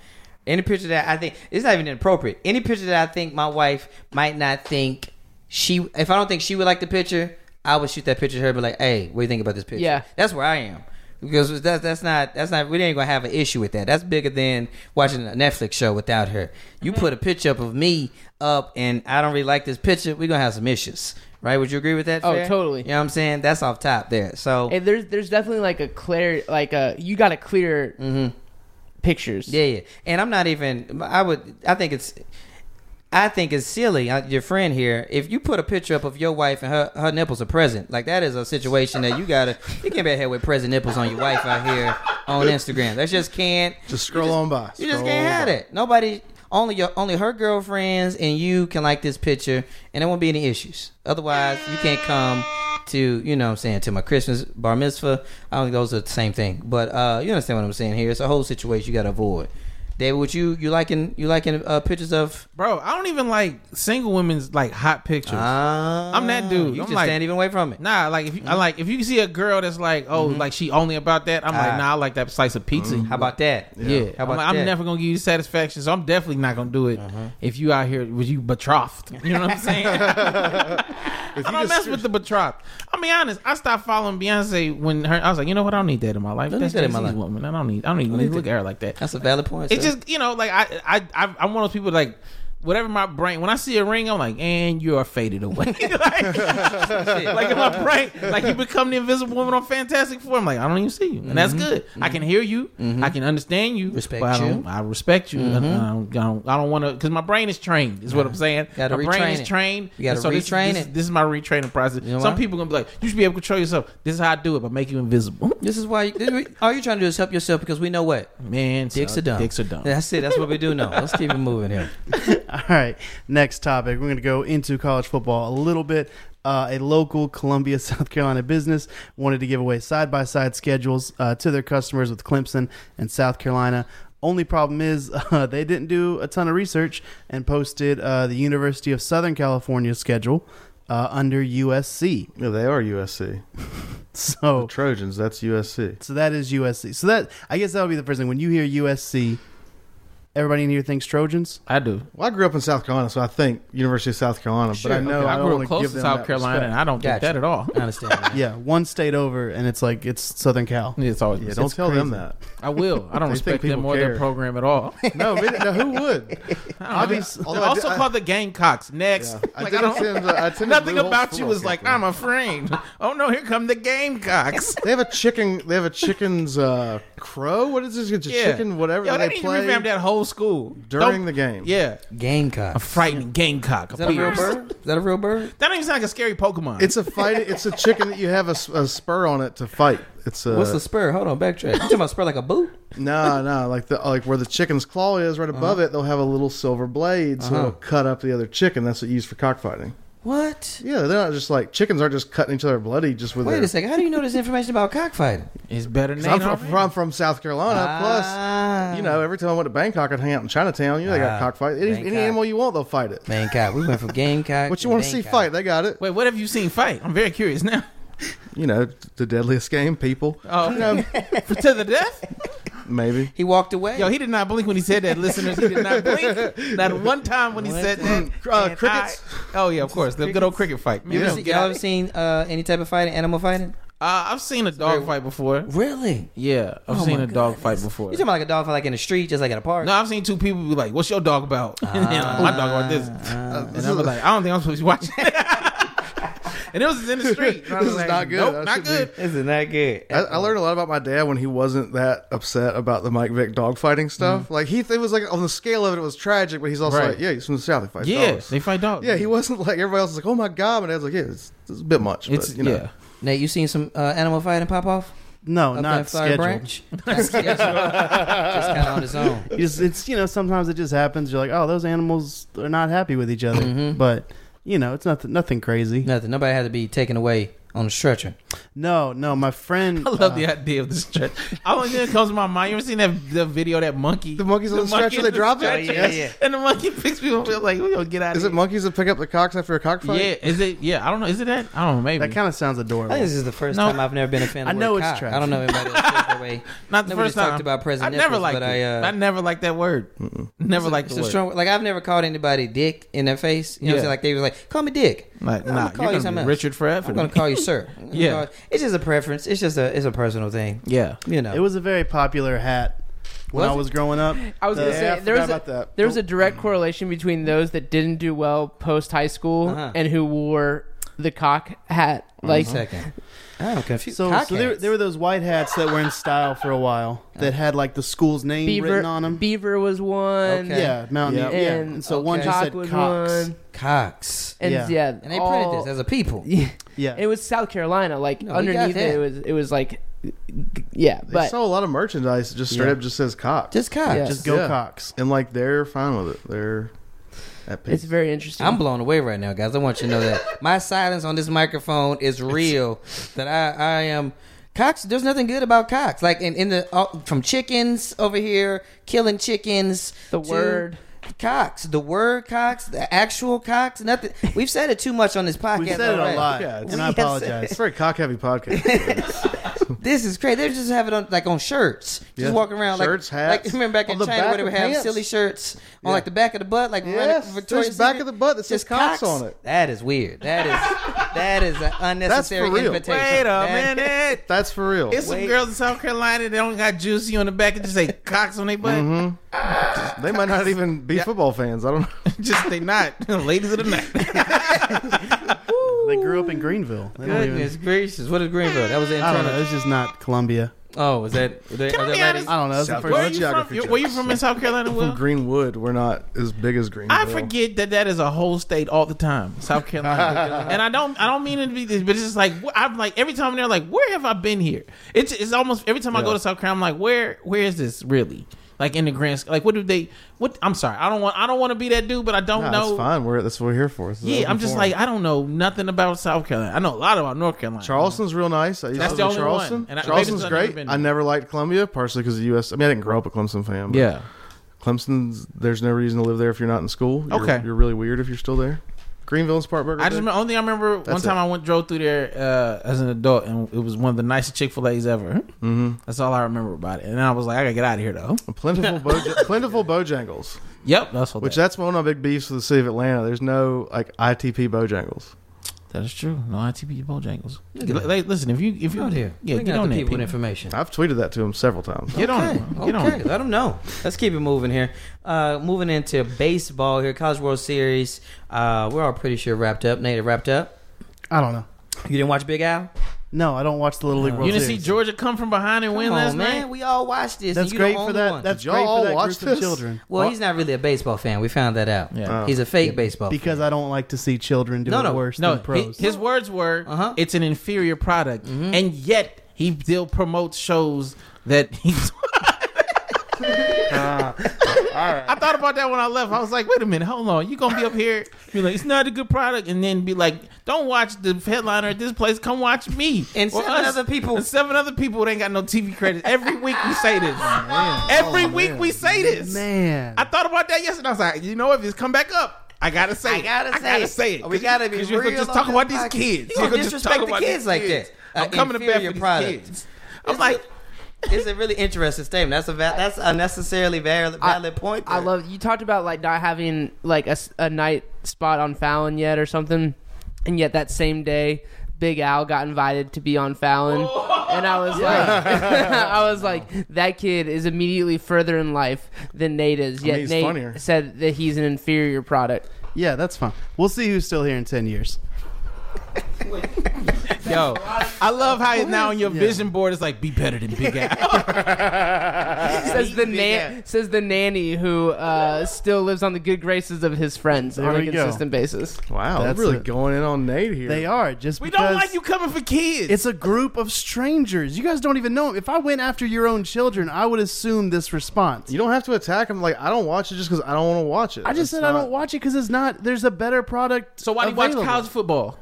S1: Any picture that I think it's not even inappropriate. Any picture that I think my wife might not think she, if I don't think she would like the picture, I would shoot that picture to her. And be like, hey, what do you think about this picture?
S6: Yeah.
S1: that's where I am because that's that's not that's not we ain't gonna have an issue with that. That's bigger than watching a Netflix show without her.
S6: Mm-hmm.
S1: You put a picture up of me up, and I don't really like this picture. We're gonna have some issues, right? Would you agree with that?
S6: Oh,
S1: fair?
S6: totally.
S1: You know what I'm saying? That's off top there. So
S6: Hey, there's there's definitely like a clear like a you got to clear pictures.
S1: Mm-hmm. yeah, yeah. And I'm not even. I would. I think it's. I think it's silly. uh, Your friend here, if you put a picture up of your wife and her, her nipples are present, like that is a situation that you gotta. You can't be out here with present nipples on your wife out here on Instagram. That just can't.
S2: Just scroll on by.
S1: You just
S2: Scroll
S1: can't have
S2: by.
S1: it. Nobody, only your, only her girlfriends and you can like this picture, and there won't be any issues. Otherwise, you can't come to, you know, what I'm saying to my Christmas bar mitzvah. I don't think those are the same thing, but uh, you understand what I'm saying here. It's a whole situation you got to avoid. David, would you you liking you liking uh, pictures of?
S5: Bro, I don't even like single women's like hot pictures.
S1: Ah. I'm
S5: that dude.
S1: You
S5: I'm
S1: just
S5: like-
S1: stand even away from it.
S5: Nah, like if you,
S1: Mm-hmm.
S5: I like if you see a girl that's like, oh, like she only about that. I'm
S1: Ah.
S5: like, nah, I like that slice of pizza.
S1: How about that?
S5: Yeah,
S1: How about
S5: I'm, I'm
S1: that? Mm-hmm.
S5: never gonna give you satisfaction, so I'm definitely not gonna do it. If you out here with you betrothed, you know what I'm
S1: [LAUGHS]
S5: saying? I don't mess with the betrothed. I'm be honest. I stopped following Beyonce when her. I was like, you know what? I don't need that in my life.
S1: Don't need
S5: That's
S1: that in my
S5: Jay-Z's
S1: life.
S5: woman. I don't need. I don't even need to look at her like that.
S1: That's a valid point.
S5: It's
S1: sir.
S5: just you know, like I, I, I, I'm one of those people like. Whatever my brain, when I see a ring, I'm like, and you are faded away. [LAUGHS]
S1: [LAUGHS]
S5: like, like in my brain, like you become the invisible woman on Fantastic Four. I'm like, I don't even see you, and that's good. I can hear you, I can understand you,
S1: Mm-hmm. Respect
S5: but I
S1: you. Mm-hmm.
S5: don't- I respect you. I- I don't, I don't, I don't want to because my brain is trained. Is what I'm saying.
S1: Gotta
S5: my brain
S1: retrain
S5: is
S1: it.
S5: trained.
S1: You gotta
S5: and this-
S1: retrain
S5: this-
S1: it.
S5: This is my retraining process.
S1: know
S5: Some
S1: why?
S5: people gonna be like, you should be able to control yourself. This is how I do it, but make you
S1: [LAUGHS]
S5: invisible.
S1: This is why. This, is- all you're trying to do is help yourself because we know
S5: [LAUGHS]
S1: what
S5: Man,
S1: dicks
S5: so-
S1: are dumb.
S5: Dicks are dumb.
S1: That's it. That's what we do know. Let's keep it moving here.
S3: [LAUGHS] All right, next topic. We're going to go into college football a little bit. Uh, a local Columbia, [LAUGHS] South Carolina business wanted to give away side by side schedules uh, to their customers with Clemson and South Carolina. Only problem is [LAUGHS] uh, they didn't do a ton of research and posted uh, the University of Southern California schedule uh, under USC.
S2: Yeah, they are USC.
S3: [LAUGHS] So,
S2: Trojans, that's USC.
S3: so that is USC. So that I guess that would be the first thing when you hear USC. Everybody in here thinks Trojans.
S5: I do.
S2: Well, I grew up in South Carolina, so I think University of South Carolina,
S5: Sure,
S2: but I know
S5: okay.
S2: I,
S5: I,
S2: don't
S5: grew
S2: wanna
S5: up close
S2: give
S5: to
S2: them
S5: South
S2: that
S5: Carolina,
S2: respect.
S5: and I don't
S1: Gotcha.
S5: get that at
S2: [LAUGHS]
S5: all.
S1: I understand. [LAUGHS]
S3: Yeah, one state over, and it's like it's Southern Cal.
S5: It's always
S2: Yeah, don't
S3: It's
S2: tell them
S3: crazy.
S2: that.
S5: I will. I don't
S2: [LAUGHS] They
S5: respect
S2: think
S5: them
S2: people
S5: or their
S2: care.
S5: program at
S2: [LAUGHS]
S5: all.
S2: No, but- no, who
S5: [LAUGHS]
S2: would?
S5: I mean,
S2: Obviously-
S5: they're also called the Gamecocks. Next,
S2: Yeah. I
S5: like, I
S2: did
S5: don't, [LAUGHS]
S2: attend, uh, I attended
S5: nothing
S2: Blue Hole
S5: about you
S2: football
S5: was like
S2: camp.
S5: I'm a friend. [LAUGHS] Oh no, here come the
S2: [LAUGHS]
S5: Gamecocks. [LAUGHS]
S2: They have a chicken. They have a chicken's uh, crow. What is this? It's a chicken, whatever
S5: Yo, they,
S2: they,
S5: need to
S2: play
S5: revamp that whole school
S2: during
S5: Don't-
S2: the game.
S5: Yeah,
S1: Gamecock.
S5: a frightening Gamecock.
S1: Is that a real
S5: appears.
S1: bird? Is that a real
S3: Uh,
S1: bird?
S5: That don't even sound like a scary Pokemon.
S2: It's a fight. It's a chicken that you have a, s- a spur on it to fight. It's a
S1: What's the spur? Hold on, backtrack. You talking about spur like a boot?
S2: no, no, like the like where the chicken's claw is right above
S5: Uh-huh.
S2: it. They'll have a little silver blade, so it'll cut up the other chicken. That's what you use for cockfighting.
S1: What?
S2: Yeah, they're not just like chickens aren't just cutting each other bloody just with.
S1: Wait
S2: their,
S1: a second. How do you know this information about cockfighting?
S5: it's better than
S2: I'm
S5: Nate
S2: from,
S5: Arvin.
S2: from, from South Carolina.
S1: Ah.
S2: Plus, you know, every time I went to Bangkok, I'd hang out in Chinatown. You know, they got
S1: Ah,
S2: cockfight. Any, any
S1: Bangkok.
S2: animal you want, they'll fight it.
S1: Gamecock. We went from gamecock.
S2: What you want to see
S1: Bangkok.
S2: fight, they got it.
S5: Wait, what have you seen fight? I'm very curious now. [LAUGHS]
S2: You know, the deadliest game, people. [LAUGHS]
S5: Oh,
S2: You know,
S5: For- to the death.
S2: maybe. [LAUGHS]
S1: He walked away.
S5: Yo, he did not blink when he said that, listeners. He did [LAUGHS] not blink. Not one time when he said that.
S2: Uh,
S5: And
S2: crickets.
S5: I- oh yeah, of course, the good old cricket fight. Man,
S1: you ever
S5: don't
S1: see,
S5: get
S1: y'all
S5: out.
S1: ever seen uh, any type of fighting? Animal fighting?
S5: Uh, I've seen a dog fight before.
S1: Really?
S5: Yeah, I've
S2: Oh
S5: seen a dog fight before.
S1: You talking about like a dog fight, like in the street, just like in a park?
S5: No, I've seen two people be like, "What's your dog
S2: Ah.
S5: [LAUGHS]
S2: Uh,
S5: Uh, about?" and they're like, my dog about this, and I'm like, "I don't think I'm supposed to be watching." [LAUGHS] and it was in the street. And I
S2: [LAUGHS]
S5: was
S2: This is
S5: like,
S2: not good.
S5: Nope,
S2: That
S5: not
S2: should be-
S5: good.
S1: Isn't that good?
S2: I, I learned a lot about my dad when he wasn't that upset about the Mike Vick dogfighting stuff. Like he, it was like on the scale of it, it was tragic, but he's also
S5: Right.
S2: like, yeah, he's from the south. He fights
S5: Yeah,
S2: dogs.
S5: they fight dogs.
S2: yeah, he wasn't like everybody else was like, oh my god, and dad's like, yeah, it's, it's a bit much.
S5: It's
S2: but, you know.
S5: yeah. [LAUGHS]
S1: Nate, you seen some uh, animal fighting pop off?
S3: No,
S1: Up in
S3: not
S1: Flower
S3: scheduled.
S1: Branch?
S3: [LAUGHS]
S1: Not scheduled. Just kind of on its own.
S3: You just- it's you know sometimes it just happens. You're like, oh, those animals are not happy with each other,
S6: Mm-hmm.
S3: but you know it's nothing nothing crazy.
S1: Nothing. Nobody had to be taken away on a stretcher.
S3: No, no, my friend.
S6: [LAUGHS]
S3: uh,
S5: I love
S2: Uh.
S5: the idea of the stretch. I was it comes to my mind. You ever seen that the video of that monkey?
S2: The monkeys on the
S5: monkey
S2: stretcher, they
S5: on
S2: drop it?
S5: stretcher.
S2: Oh, yeah, yeah.
S5: And the monkey picks people up. they're Like we gonna get out.
S2: Is
S5: of
S2: it monkeys that pick up the cocks after a cockfight?
S5: here. Yeah, is it? Yeah, I don't know. Is it that? I don't know. Maybe
S3: that kind of sounds adorable.
S1: I think this is the first
S5: No.
S1: time I've never been a fan. Of
S3: I
S1: the
S3: know
S1: word
S3: it's
S1: cock.
S3: trash.
S1: I don't know if anybody else feels that way.
S5: [LAUGHS] not the
S1: Nobody
S5: first time.
S1: talked about president.
S5: I never
S1: nipples,
S5: liked
S1: but
S5: it.
S1: I,
S5: I,
S1: uh,
S5: never liked that word. Never liked
S1: It's
S5: the
S1: a
S5: word.
S1: strong, like I've never called anybody dick in their face. You know what I'm
S5: Yeah.
S1: saying? Like they was like, call me dick.
S5: like,
S1: I'm gonna
S5: nah,
S1: call
S5: you're
S1: you
S5: gonna
S1: something
S5: be
S1: else.
S5: Richard Fred.
S1: I'm gonna call you sir. I'm gonna
S5: Yeah.
S1: call- it's just a preference. It's just a it's a personal thing.
S5: Yeah.
S1: You know,
S3: it was a very popular hat when
S1: Was
S3: I
S1: it?
S3: was growing up.
S6: I was gonna
S3: The-
S6: say
S2: I
S6: there
S2: forgot
S6: was a,
S2: about that.
S6: there was a direct correlation between those that didn't do well post high school
S1: Uh-huh. Mm-hmm.
S6: and who wore the cock hat. Like
S1: second. I'm confused.
S3: So,
S1: Cock
S3: so there,
S1: hats.
S3: there were those white hats that were in style for a while that had like the school's name
S6: Beaver
S3: written on them.
S6: Beaver was one.
S1: Okay.
S3: Yeah, Mountain
S1: Yep.
S3: Dew. Yeah,
S6: And-
S3: and so
S1: okay.
S3: one just
S6: Cock
S3: said
S6: was
S3: Cox.
S6: one.
S1: cocks,
S6: And
S3: Yeah.
S6: yeah,
S1: and they printed
S6: all-
S1: this as a people.
S6: Yeah.
S3: Yeah,
S6: It was South Carolina. Like
S1: No, we got
S6: underneath it,
S1: that.
S6: it was it was like yeah,
S2: They
S6: but
S2: sell a lot of merchandise that just straight
S3: Yeah.
S2: up just says cock.
S1: Just cocks.
S6: Yeah.
S3: just go
S2: yeah.
S3: Cox.
S2: and like they're fine with it. They're at peace.
S6: it's very interesting.
S1: I'm blown away right now, guys. I want you to know
S6: [LAUGHS]
S1: that my silence on this microphone is real. that I, I am. Cox, there's nothing good about Cox. Like in, in the all, from chickens over here, killing chickens.
S6: The
S1: to
S6: word.
S1: Cox, the word Cox, the actual Cox. Nothing. We've said it too much on this podcast.
S3: We said it a
S1: already.
S3: lot,
S2: Yeah, it's-
S3: and
S6: [LAUGHS]
S3: I
S1: Yes, it
S2: It's a
S3: apologize.
S2: very cock heavy podcast.
S1: This is crazy. They just have it on like on shirts, just
S2: Yeah.
S1: walking around like-
S2: Shirts,
S1: like
S2: hats.
S1: remember back
S2: On
S1: in
S2: the
S1: China
S2: back
S1: where they
S2: of
S1: would have
S2: pants.
S1: silly shirts on
S2: Yeah.
S1: like the back of the butt, like
S2: Yes,
S1: yes, Victoria's
S2: there's back
S1: Secret.
S2: of the butt that says
S1: Just
S2: Cox on it.
S1: That is weird. That
S2: [LAUGHS]
S1: is that is an unnecessary
S2: for real.
S1: invitation.
S5: Wait a
S1: That-
S5: minute.
S2: That's for real.
S5: It's some
S1: Wait.
S5: girls in South Carolina. They don't got juicy on the back and
S1: [LAUGHS]
S5: just say cocks on their butt.
S2: Mm-hmm. they might not even be football fans. I don't know.
S5: [LAUGHS]
S2: [LAUGHS]
S5: Just they not [LAUGHS] ladies of the night.
S3: They grew up in Greenville. They don't even-
S1: Goodness gracious! What is Greenville? That was the
S3: I don't know.
S1: internal.
S3: It's just not Columbia.
S1: Oh, is that? Are they,
S5: Can I
S1: are
S5: be
S1: they ladies?
S5: honest?
S3: I don't know. That's the
S2: South
S3: first
S5: Where are
S2: Carolina.
S5: you
S2: Geography
S5: from? You- Where you
S2: jokes.
S5: from in South Carolina? Will?
S2: From Greenwood, we're not as big as Greenville.
S5: I forget that that is a whole state all the time,
S2: [LAUGHS]
S5: South Carolina, and I don't I don't mean it to be this, but it's just like wh- I'm like every time I'm there, like where have I been here? It's it's almost every time I go to South Carolina, I'm like where where is this really? Like in the grand sc- like what do they? What I'm sorry, I don't want I don't want to be that dude, but I don't
S2: Nah,
S5: know.
S2: That's fine. We're that's what we're here for. This is
S5: Yeah,
S2: open
S5: I'm just
S2: forum.
S5: like I don't know nothing about South Carolina. I know a lot about North Carolina.
S2: Charleston's real nice. I used
S5: That's
S2: to
S5: the
S2: live in
S5: only one.
S2: Charleston.
S5: And I-
S2: Charleston's
S5: maybe it's
S2: great.
S5: never been-
S2: I never liked Columbia, partially because of the U.S. I mean, I didn't grow up a Clemson fan. But
S5: yeah,
S2: Clemson's. There's no reason to live there if you're not in school. You're,
S5: Okay.
S2: you're really weird if you're still there. Greenville and Spartanburg.
S5: I just remember, only thing I remember one
S2: That's
S5: time
S2: it.
S5: I went drove through there uh, as an adult, and it was one of the nicest Chick Fil A's ever. Mm-hmm. That's all I remember about it. And I was like, I gotta get out of here though. [LAUGHS]
S2: plentiful, Boj- plentiful Bojangles.
S5: Yep, that's what.
S2: Which
S5: that,
S2: that's one of my big beefs with the city of Atlanta. There's no like ITP Bojangles.
S5: that is true. No ITP Bojangles. L- like, listen, if you if you
S1: Out here.
S5: yeah,
S1: Bring
S5: get
S1: out
S5: on
S1: the
S5: that.
S1: people with
S5: people.
S1: information.
S2: I've tweeted that to him
S5: [LAUGHS]
S2: several times.
S5: Get on,
S1: okay.
S5: it, bro. get on.
S1: okay.
S5: it.
S1: Let them know. Let's keep it moving here. Uh, moving into baseball here, College World Series. Uh, we're all pretty sure wrapped up. Nate, it wrapped up.
S3: I don't know.
S1: You didn't watch Big Al?
S3: No, I don't watch the Little League World
S5: You didn't see
S3: Series.
S5: Georgia come from behind and win
S1: Come on,
S5: last
S1: man.
S5: night.
S1: We all watched this.
S3: That's
S1: and you're the
S3: great for
S1: only
S3: that.
S1: One.
S3: That's
S2: Did y'all
S3: great
S2: all
S3: for that
S2: watch
S3: group
S2: this?
S3: of children.
S1: well, he's not really a baseball fan. We found that out.
S5: Yeah.
S1: He's a fake baseball. fan.
S3: Because I don't like to see children doing
S1: No, no.
S3: worse
S5: No,
S3: than pros.
S5: hi- his words were,
S1: Uh-huh. Mm-hmm.
S5: "It's an inferior product," and yet he still promotes shows that [LAUGHS] he's.
S1: Ah,
S5: I thought about that when I left. I was like, "Wait a minute, hold on. You gonna be up here, be like, it's not a good product, and then be like, don't watch the headliner at this place. Come watch me
S1: And
S5: Or
S1: seven other people.
S5: and seven other people that ain't got no TV credits. Every week we say this.
S1: Oh,
S5: Every week we say this.
S3: Man,
S5: I thought about that yesterday. I was like, you know, if it's come back up, I gotta say,
S1: I
S5: it.
S1: gotta
S5: I
S1: say
S5: gotta
S1: it.
S5: say it.
S1: We gotta be
S5: Because you
S1: real
S5: could just
S1: on
S5: talk
S1: this
S5: about these
S1: podcast.
S5: kids.
S1: You gonna
S5: could just
S1: disrespect
S5: talk
S1: the
S5: about
S1: kids
S5: these
S1: like
S5: kids.
S1: that.
S5: I'm
S1: Uh,
S5: coming to bed
S1: inferior
S5: for these
S1: product.
S5: kids. I'm like,
S1: it's a really interesting statement. That's a va- that's a necessarily valid, valid point.
S6: I
S1: there.
S6: love you talked about like not having like a, s- a night spot on Fallon yet or something, and yet that same day, Big Al got invited to be on Fallon, and I was like, [LAUGHS] I
S1: [LAUGHS]
S6: was like, that kid is immediately further in life than Nate is. Yet
S2: he's
S6: Nate
S2: funnier.
S6: said that he's an inferior product.
S3: yeah, that's fine. We'll see who's still here in ten years.
S5: Yo, I love how it's now on your vision board it's like be better than Big Al.
S6: says the
S5: Yeah.
S6: nan- says the nanny who uh, still lives on the good graces of his friends
S3: There
S6: on a
S3: we go.
S6: consistent basis.
S2: Wow,
S3: That's
S2: really
S3: it.
S2: going in on Nate here.
S3: They are just
S5: we
S3: because
S5: don't like you coming for kids.
S3: It's a group of strangers. You guys don't even know. 'em. If I went after your own children, I would assume this response.
S2: You don't have to attack them. Like I don't watch it just because I don't want to watch it.
S3: I just
S2: It's
S3: said I
S2: not-
S3: don't watch it because it's not. There's a better product.
S5: so why do you watch
S3: available.
S5: college football?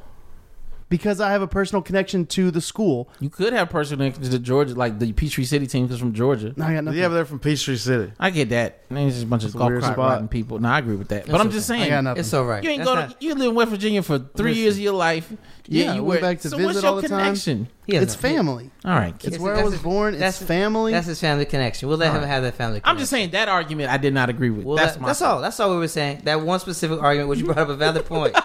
S3: Because I have a personal connection to the school.
S5: You could have personal connections to Georgia, like the Peachtree City team is from Georgia.
S3: I got nothing.
S2: Yeah, but they're from Peachtree City.
S5: I get that. There's just a bunch of golf
S2: weird
S5: cart
S2: spot.
S5: riding people. No, I agree with that. but I'm just
S3: I
S5: saying,
S3: got nothing.
S1: It's all right.
S5: you ain't
S1: That's
S5: going.
S1: not-
S5: you live in West Virginia for three years of your life.
S3: Yeah,
S5: you
S3: went back to
S5: so
S3: visit
S5: what's your
S3: all the time.
S5: connection?
S1: he has
S3: it's
S1: no-
S3: family.
S5: All right, kids.
S3: It's
S1: Yes,
S3: where I
S1: that's
S3: was
S1: his-
S3: born. It's
S1: that's-
S3: family.
S1: That's his family connection. We'll let him
S5: Alright.
S1: have that family. Connection.
S5: I'm just saying that argument I did not agree with.
S1: Well,
S5: that's
S1: that's
S5: my
S1: that's all. That's all we were saying. That one specific argument, which you brought up a valid [LAUGHS] point.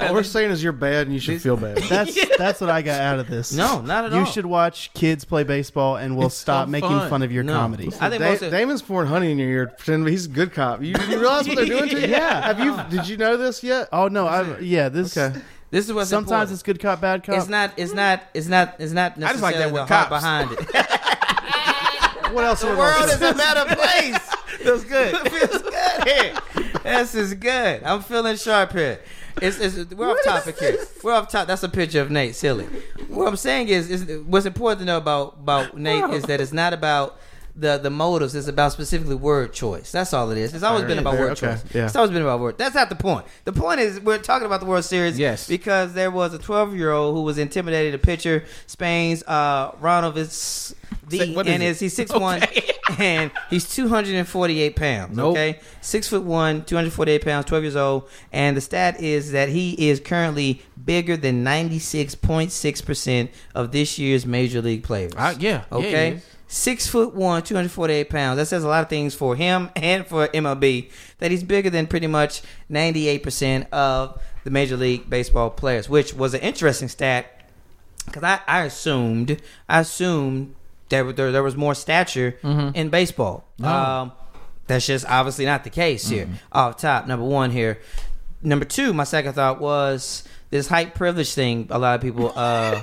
S2: All we're saying is you're bad and you should feel
S1: [LAUGHS]
S2: bad.
S3: That's that's what I got out of this.
S1: No, not at
S3: you
S1: all.
S3: should watch kids play baseball, and we'll
S5: It's so
S3: stop making
S5: fun.
S3: fun of your
S1: No.
S3: comedy.
S1: I think
S2: Da-
S1: most of-
S2: Damon's pouring honey in your ear. Pretending he's a good cop. You, you realize what they're doing to you?
S3: Yeah.
S2: Have you? Did you know this yet?
S3: Oh no! I yeah. This
S2: Okay.
S1: This is what's
S3: sometimes
S1: important.
S3: it's good cop, bad cop.
S1: It's not. It's not. It's not. It's not
S5: I just like
S1: necessarily
S5: that
S1: the
S5: with
S1: heart
S5: cops.
S1: behind it.
S2: What else?
S1: the world is a better place. Feels good. [LAUGHS] Feels good here. This is good. I'm feeling sharp here. It's, it's, we're off topic here. We're off top. That's a picture of Nate. Silly. What I'm saying is, is what's important to know about about Nate is that it's not about the the motives. It's about specifically word choice. That's all it is. It's always been about
S2: Fair,
S1: word
S2: okay,
S1: choice.
S2: yeah.
S1: It's always been about word. That's not the point. The point is we're talking about the World Series.
S5: Yes.
S1: Because there was a 12 year old who was intimidated to pitcher Spain's uh, Ronald Viz-
S5: Say,
S1: the
S5: what is
S1: and
S5: it?
S1: is he's six one [LAUGHS] and he's two hundred and forty eight pounds.
S5: Nope.
S1: Okay, six foot one, two hundred forty eight pounds, twelve years old, and the stat is that he is currently bigger than ninety six point six percent of this year's major league players.
S5: Uh, yeah, yeah,
S1: Okay.
S5: he is.
S1: Six foot one, two hundred forty eight pounds. That says a lot of things for him [LAUGHS] and for MLB. That he's bigger than pretty much ninety eight percent of the major league baseball players, which was an interesting stat because I, I assumed I assumed there there, there was more stature
S5: Mm-hmm.
S1: in baseball. Um, that's just obviously not the case here. Off top, number one here. Number two, my second thought was this height privilege thing. A lot of people
S5: [LAUGHS]
S1: uh,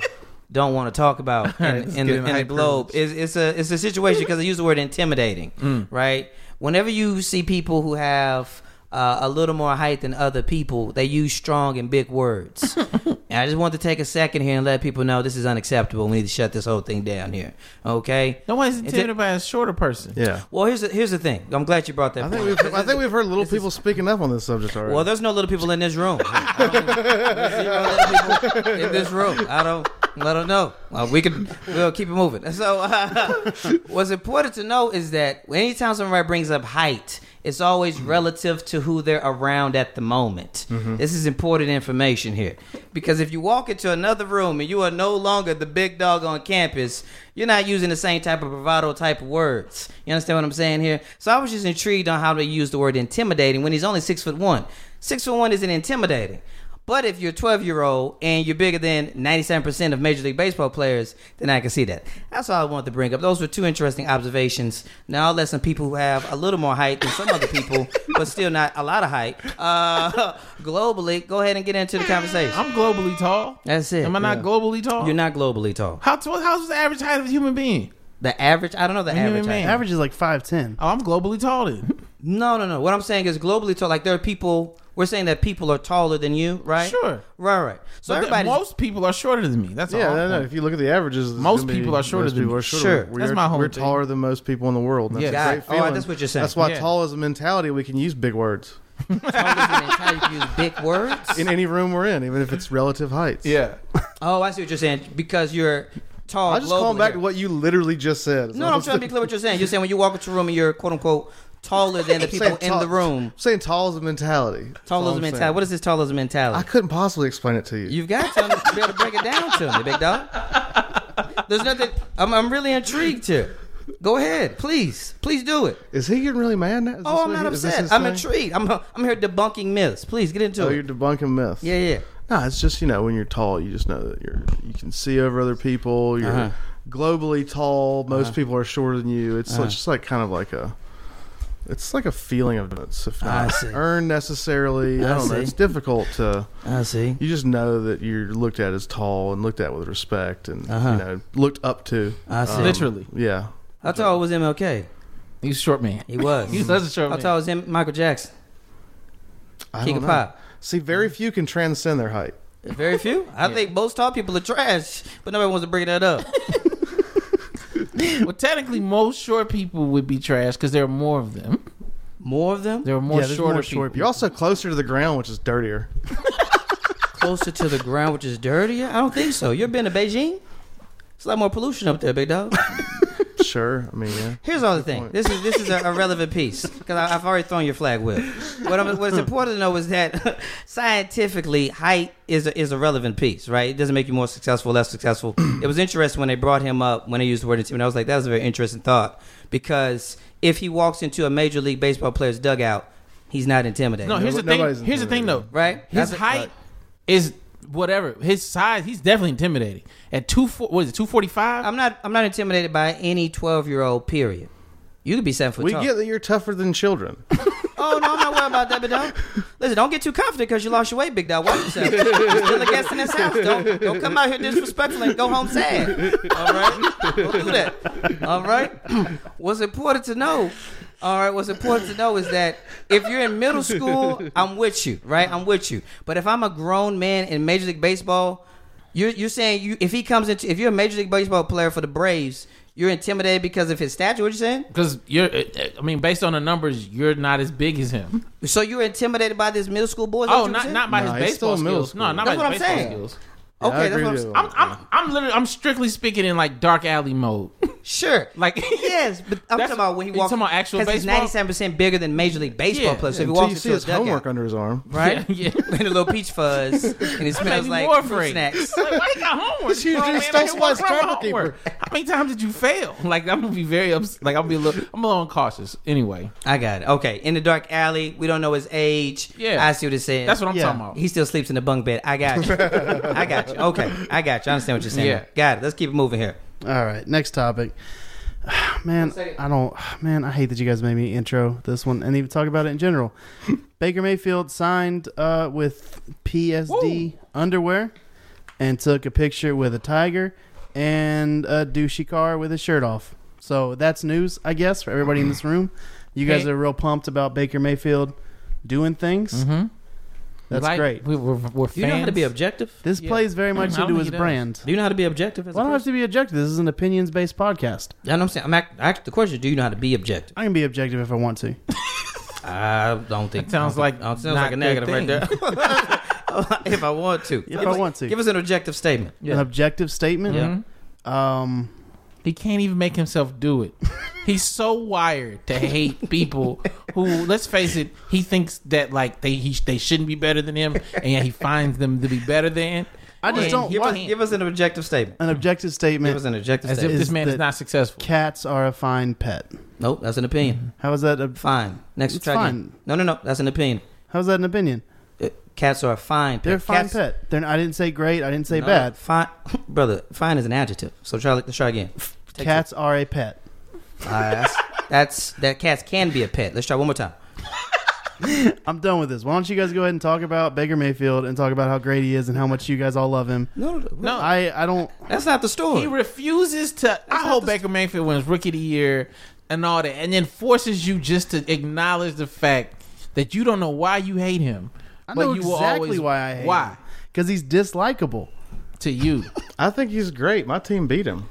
S1: don't want to talk about in, in,
S5: let's get
S1: the,
S5: into
S1: in the
S5: height
S1: globe. It's, it's a it's a situation because I use the word intimidating,
S2: Mm.
S1: right? Whenever you see people who have uh, a little more height than other people. They use strong and big words. and I just want to take a second here and let people know this is unacceptable. We need to shut this whole thing down here. Okay.
S5: No one's
S1: It's
S5: intimidated by a shorter person.
S2: Yeah.
S1: Well, here's the, here's the thing. I'm glad you brought that.
S2: I
S1: point
S2: think
S1: up.
S2: we've I think we've heard little people speaking up on this subject already.
S1: Well, there's no little people in this
S2: [LAUGHS]
S1: room. I don't- There's zero little people [LAUGHS] in this room. I don't. I don't know. Well, we can. We'll keep it moving. [LAUGHS] So, uh, what's important to know is that anytime somebody brings up height, it's always relative to who they're around at the moment. This is important information here because if you walk into another room and you are no longer the big dog on campus, you're not using the same type of bravado type of words. You understand what I'm saying here? So I was just intrigued on how they use the word intimidating when he's only six foot one. Six foot one isn't intimidating. But if you're a 12 year old and you're bigger than 97% of Major League Baseball players, then I can see that. That's all I wanted to bring up. Those were two interesting observations. Now I'll let some people who have a little more height than some other
S5: [LAUGHS]
S1: people, but still not a lot of height, uh, [LAUGHS] globally, go ahead and get into the conversation.
S5: I'm globally tall.
S1: That's it.
S5: Am I not globally tall?
S1: You're not globally tall.
S5: How tall? How's the average height of a human being?
S1: The average, I don't know the
S5: you
S1: average.
S5: mean?
S1: height.
S3: Average is like five ten.
S5: Oh, I'm globally tall then.
S1: No, no, no. What I'm saying is globally tall. Like there are people. We're saying that people are taller than you, right?
S5: Sure.
S1: Right, right. So
S5: But the-
S1: everybody,
S5: most people are shorter than me. That's
S2: yeah,
S5: all.
S2: no, no. If you look at the averages, it's
S5: Most
S2: gonna be-
S5: people are shorter
S2: most
S5: than
S2: people
S5: me.
S2: are shorter.
S1: Sure.
S2: we're,
S5: That's my whole
S2: We're
S5: thing.
S2: taller than most people in the world. and That's
S5: Yeah.
S2: a
S1: Got
S2: great
S1: it. Oh,
S2: feeling.
S1: that's what you're saying.
S2: That's why
S5: Yeah.
S2: tall is a mentality. We can use big words
S1: taller than the entire- you use big
S5: [LAUGHS]
S1: words.
S2: in any room we're in, even if it's relative heights.
S5: Yeah.
S1: Oh, I see what you're saying. Because you're tall.
S2: I just call
S1: globally.
S2: back to what you literally just said.
S1: No, no, I'm trying to be clear. What you're saying. You're saying when you walk into a room and you're quote unquote taller
S2: [LAUGHS]
S1: than the people in the room.
S2: I'm saying tall is a mentality. That's all
S1: Taller
S2: I'm
S1: mentality.
S2: saying.
S1: What is this taller mentality?
S2: I couldn't possibly explain it to you.
S1: You've got to be able to break it down to me, big dog. There's nothing. I'm, I'm really intrigued here. Go ahead, please, please do it.
S2: Is he getting really mad now? Is
S1: Oh, I'm
S2: this
S1: not
S2: what he- is this
S1: upset.
S2: his
S1: I'm
S2: thing?
S1: intrigued. I'm I'm here debunking myths. Please get into
S2: Oh, you're
S1: it.
S2: debunking myths.
S1: Yeah, yeah.
S2: No, it's just you know when you're tall, you just know that you're you can see over other people. You're
S1: Uh-huh. Uh-huh.
S2: globally tall. Most people are shorter than you. It's just like kind of like a It's like a feeling of it's if
S1: I
S2: not
S1: see.
S2: earned necessarily. I,
S1: I
S2: don't know.
S1: see.
S2: It's difficult to.
S1: I see.
S2: You just know that you're looked at as tall and looked at with respect and
S1: Uh-huh.
S2: you know looked up to.
S1: I see.
S5: Literally,
S2: Yeah,
S1: How tall was MLK?
S5: he's a short man.
S1: He was.
S5: He's such a short
S1: How
S5: man.
S1: tall was him? Michael Jackson?
S2: I
S1: King
S2: don't
S1: of
S2: know.
S1: Pop.
S2: See, very few can transcend their height.
S1: Very few. I think most tall people are trash, but nobody wants to bring that up.
S5: well, technically, most short people would be trash because there are more of them.
S1: More of them
S5: There are more
S3: Yeah, there's
S5: shorter
S3: more
S5: people.
S3: short
S2: You're also closer to the ground, which is dirtier.
S1: closer to the ground, which is dirtier. I don't think so. You've been to Beijing. It's a lot more pollution up there, big dog.
S2: sure, I mean, yeah.
S1: Here's all the thing. This is this is a, a relevant piece because I've already thrown your flag with. What I'm, what's important to know is that [LAUGHS] scientifically, height is a, is a relevant piece, right? It doesn't make you more successful, less successful. it was interesting when they brought him up when they used the word intimidating. I was like, that was a very interesting thought because if he walks into a major league baseball player's dugout, he's not intimidated.
S5: No, here's the thing.
S2: nobody's
S5: Here's the thing, though.
S2: intimidated.
S1: Right?
S5: His
S1: That's a-
S5: height
S1: right.
S5: is whatever. His size, he's definitely intimidating. At two, four, what is it? Two forty five.
S1: I'm not I'm not intimidated by any 12 year old. Period. You could be seven foot
S2: We
S1: tall.
S2: get that you're tougher than children.
S1: Oh no, I'm not worried about that, but don't listen. Don't get too confident because you lost your weight, big dog. Watch yourself. You're still a guest in this house. Don't don't come out here disrespectful and go home sad. All right, don't do that. All right. [CLEARS THROAT] What's important to know? All right. What's important to know is that if you're in middle school, I'm with you. Right, I'm with you. But if I'm a grown man in Major League Baseball, you're you're saying you if he comes into if you're a Major League Baseball player for the Braves, you're intimidated because of his stature. What you saying?
S5: Because you're, uh, I mean, based on the numbers, you're not as big as him.
S1: So you're intimidated by this middle school boy? Is that
S5: Oh,
S1: what you're
S5: not
S1: saying?
S5: not by
S2: Nah,
S5: his
S2: he's still
S5: baseball
S2: in middle
S5: skills. No,
S2: school.
S5: not
S1: That's
S5: by
S1: what
S5: his
S1: I'm
S5: baseball
S1: saying.
S5: skills.
S2: Yeah, I
S1: Okay, that's
S2: agree
S1: what I'm
S2: with you
S1: saying.
S2: on
S5: I'm,
S2: that.
S5: I'm, I'm literally, I'm strictly speaking in like dark alley mode.
S1: Sure. [LAUGHS]
S5: Like,
S1: yes, but I'm
S5: That's-
S1: talking about when he
S5: you
S1: walks.
S5: talking about actual
S1: 'cause
S5: baseball?
S1: He's 97% bigger than Major League Baseball
S5: Yeah,
S1: players. So if he
S2: Until
S1: walks
S2: you
S1: into
S2: see his
S1: a dugout,
S2: homework under his arm.
S1: [LAUGHS] right? [LAUGHS]
S5: [LAUGHS] Yeah, yeah.
S1: and a little peach [LAUGHS] fuzz, and it smells
S5: me
S1: like
S5: more
S1: fruit
S5: afraid.
S1: snacks.
S5: like, why you got
S1: [LAUGHS]
S5: homework?
S2: You
S5: Come on,
S2: just
S5: man,
S2: don't
S5: I can't
S2: want
S5: walk around
S2: Struggle
S5: with homework. How many times did you fail? [LAUGHS] Like, I'm gonna be very upset. Like, I'm be a little, I'm a little cautious. Anyway,
S1: I got it. Okay, in the dark alley. We don't know his age.
S5: Yeah.
S1: I see what it's saying.
S5: that's what I'm
S3: Yeah.
S5: talking about.
S1: He still sleeps in the bunk bed. I
S2: [LAUGHS]
S1: got you. I got you. Okay, I got you. I understand what you're saying.
S5: Yeah.
S1: Got it. Let's keep it moving here.
S3: All right, next topic. [SIGHS] Man, I don't. [SIGHS] Man, I hate that you guys made me intro this one and even talk about it in
S5: [LAUGHS]
S3: general. Baker Mayfield signed uh, with PSD underwear and took a picture with a tiger and a douchey car with his shirt off. So that's news, I guess, for everybody
S5: [CLEARS THROAT]
S3: in this room. You guys
S5: Hey.
S3: are real pumped about Baker Mayfield doing things.
S5: Mm-hmm.
S3: That's
S5: like,
S3: great.
S5: We, we're, we're fans.
S1: Do you know how to be objective?
S3: This
S5: Yeah.
S3: plays very
S5: I
S3: much
S5: don't
S3: into
S5: think
S3: his
S5: he does.
S3: brand.
S1: Do you know how to be objective? As
S3: Why
S1: a
S3: don't I have
S1: person?
S3: to be objective? This is an opinions based podcast.
S1: You know what I'm saying. I'm act- act- the question: Do you know how to be objective?
S3: I can be objective if I want to.
S1: I don't think
S5: That sounds like
S1: Oh, it sounds
S5: not
S1: like a
S5: good
S1: negative right
S5: thing.
S1: there. [LAUGHS] if I want to,
S3: If
S1: Give
S3: I
S1: us-
S3: want to.
S1: give us an objective statement.
S3: An objective statement.
S1: Yeah.
S5: Mhm.
S3: Um,
S5: He can't even make himself do
S3: [LAUGHS]
S5: it. He's so wired to hate people who, let's face it, he thinks that like they he, they shouldn't be better than him, and yet he finds them to be better than.
S3: I just
S5: And
S3: don't
S5: he
S1: Give us,
S5: can't.
S1: give us an objective statement.
S3: an objective
S1: Give
S3: statement.
S1: us an objective
S5: as if
S1: statement.
S5: this
S3: is
S5: man is
S3: that-
S5: not successful.
S3: Cats are a fine pet.
S1: nope, that's an opinion.
S3: How is that? A,
S1: Fine. Next
S3: Mm-hmm. It's
S1: track.
S3: fine.
S1: No, no, no. That's an opinion.
S3: how is that an opinion?
S1: Uh, Cats are a fine. Pet.
S3: They're a fine
S1: Cats-
S3: pet. They're. I didn't say great. I didn't say
S1: No,
S3: bad.
S1: Fine, [LAUGHS] brother. Fine is an adjective. So try. Let's try again. Take
S3: Cats are a pet. Ah,
S1: two. Uh, that's, [LAUGHS] that's that. Cats can be a pet. Let's try one more time.
S3: I'm done with this. Why don't you guys go ahead and talk about Baker Mayfield and talk about how great he is and how much you guys all love him?
S1: No, no,
S5: No,
S3: I. I don't.
S1: that's not the story.
S5: he refuses to. I hope Baker Mayfield wins Rookie of the Year and all that, and then forces you just to acknowledge the fact that you don't know why you hate him.
S3: I know
S5: you will
S3: exactly
S5: always-
S3: why I hate
S5: why
S3: Because he's dislikable.
S5: to you.
S3: [LAUGHS]
S2: I think he's great. My team beat him.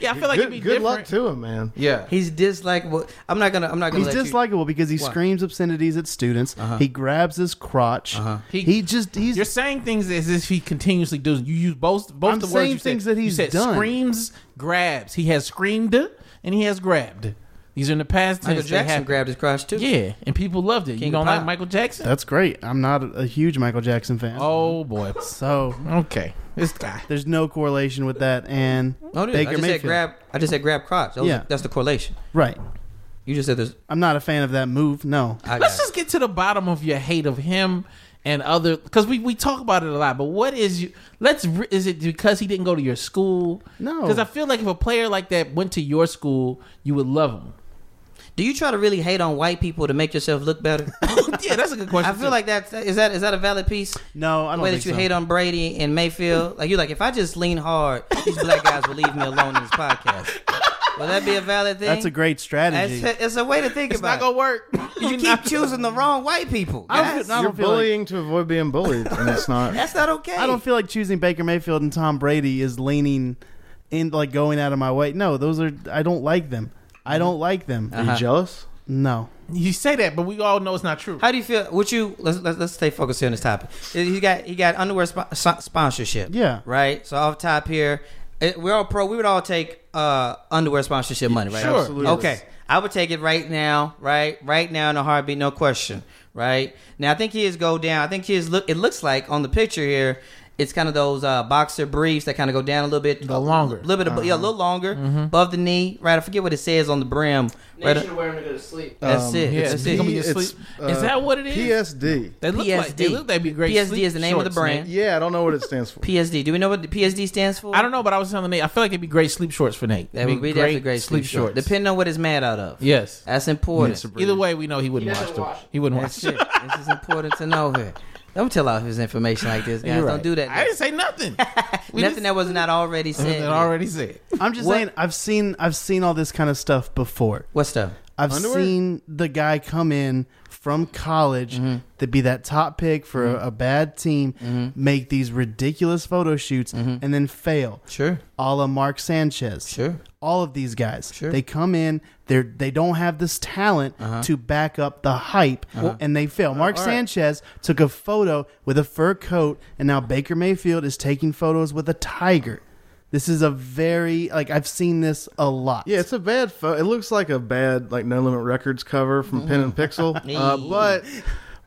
S5: Yeah, I feel like
S2: good
S5: it'd be
S2: good
S5: different.
S2: luck to him, man.
S5: Yeah,
S1: He's dislikable. I'm not gonna. I'm not gonna.
S3: He's
S1: let you- Uh-huh.
S3: dislikable because he screams obscenities at students. He grabs his crotch. He, he just. He's.
S5: You're saying things as if he continuously does. You use both both
S3: I'm
S5: the words.
S3: saying
S5: you said.
S3: things that he's
S5: you said
S3: done.
S5: Screams, grabs. He has screamed and he has grabbed. These are in the past
S1: Michael
S5: tense. They
S1: Jackson
S5: have
S1: grabbed his crotch too.
S5: Yeah, and people loved it.
S1: King
S5: you
S1: of
S5: don't
S1: pop. Uh,
S5: like Michael Jackson?
S3: that's great. I'm not a, a huge Michael Jackson fan.
S5: oh boy.
S3: So
S5: Okay, this guy.
S3: There's no correlation with that and
S1: No, Oh, dude, I
S3: Baker
S1: just
S3: Mayfield.
S1: said grab. I just said grab crotch. That was-
S3: Yeah.
S1: that's the correlation.
S3: right.
S1: You just said there's.
S3: I'm not a fan of that move. No.
S1: I
S5: Let's
S1: got
S5: just get to the bottom of your hate of him and other because we, we talk about it a lot. But what is you? Let's re- is it because he didn't go to your school?
S3: No.
S5: because I feel like if a player like that went to your school, you would love him.
S1: Do you try to really hate on white people to make yourself look
S3: [LAUGHS]
S1: better?
S5: yeah, that's a good
S1: I
S5: question.
S1: feel like that's is that is that a valid piece?
S3: No, I
S1: The
S3: don't
S1: way
S3: think
S1: that you
S3: so.
S1: hate on Brady and Mayfield, like you're like, if I just lean hard, these black guys will leave me alone in this podcast. Will that be a valid thing?
S3: That's a great strategy.
S1: It's, it's a way to think
S5: it's
S1: about.
S5: not gonna work.
S1: it. You keep choosing the wrong white people.
S3: I
S1: guys.
S3: don't, feel- I
S2: You're
S3: don't feel like,
S2: bullying to avoid being bullied, and it's not.
S1: That's not okay.
S3: I don't feel like choosing Baker Mayfield and Tom Brady is leaning in like going out of my way. No, those are I don't like them.
S1: Mm-hmm.
S3: I don't like them.
S1: Uh-huh.
S2: Are you jealous?
S3: No.
S5: You say that, but we all know it's not true.
S1: How do you feel? Would you let's let's, let's stay focused here on this topic? He got he got underwear sp- so- sponsorship.
S3: Yeah.
S1: Right. So off top here, it, we're all pro. We would all take uh, underwear sponsorship money, right?
S5: Sure.
S2: Absolutely.
S1: Okay. I would take it right now. Right. Right now in a heartbeat, no question. Right. Now I think his go down. I think his look. It looks like on the picture here. It's kind of those uh, boxer briefs that kind of go down a little bit,
S5: The Uh-huh. Mm-hmm. longer.
S1: a little bit, ab- yeah, a little longer, above the knee, right? I forget what it says on the brim. Right,
S6: should wear him to go to sleep.
S1: that's
S2: Um,
S1: it.
S5: yeah,
S1: that's
S5: it's
S1: it.
S5: gonna be asleep.
S1: uh,
S5: Is that what it is?
S2: PSD.
S5: They look like they
S1: PSD.
S5: look. They'd be great.
S1: PSD
S5: sleep
S1: is the name of the
S5: shorts,
S1: brand.
S5: Nate.
S2: Yeah, I don't know what it stands for.
S1: PSD. Do we know what the PSD stands for?
S5: I don't know, but I was telling Nate. I feel like it'd be great sleep shorts for Nate.
S1: That would be definitely great sleep, shorts. Depending on what it's mad out of.
S5: Yes.
S1: That's important.
S5: Either way, we know he wouldn't
S6: doesn't
S5: watch them.
S6: watch.
S5: He wouldn't
S1: That's
S5: watch
S1: shit. This is important to know here. Don't tell out his information like this, guys.
S5: You're
S1: Don't
S5: right.
S1: do that.
S5: I didn't
S1: [LAUGHS]
S5: say nothing. We
S1: Nothing
S5: just-
S1: that was not already said.
S5: That already said.
S3: I'm just
S1: What-
S3: saying I've seen I've seen all this kind of stuff before.
S1: What stuff?
S3: I've
S2: Underwear?
S3: seen the guy come in from college to be that top pick for a, a bad team, make these ridiculous photo shoots, and then fail.
S1: Sure.
S3: A la Mark Sanchez.
S1: Sure.
S3: All of these guys.
S1: Sure.
S3: They come in, they're they don't have this talent to back up the hype and they fail. Mark Sanchez took a photo with a fur coat and now Baker Mayfield is taking photos with a tiger. This is a very like I've seen this a lot.
S2: Yeah, it's a bad photo. It looks like a bad like No Limit Records cover from Pen and Pixel. Uh, but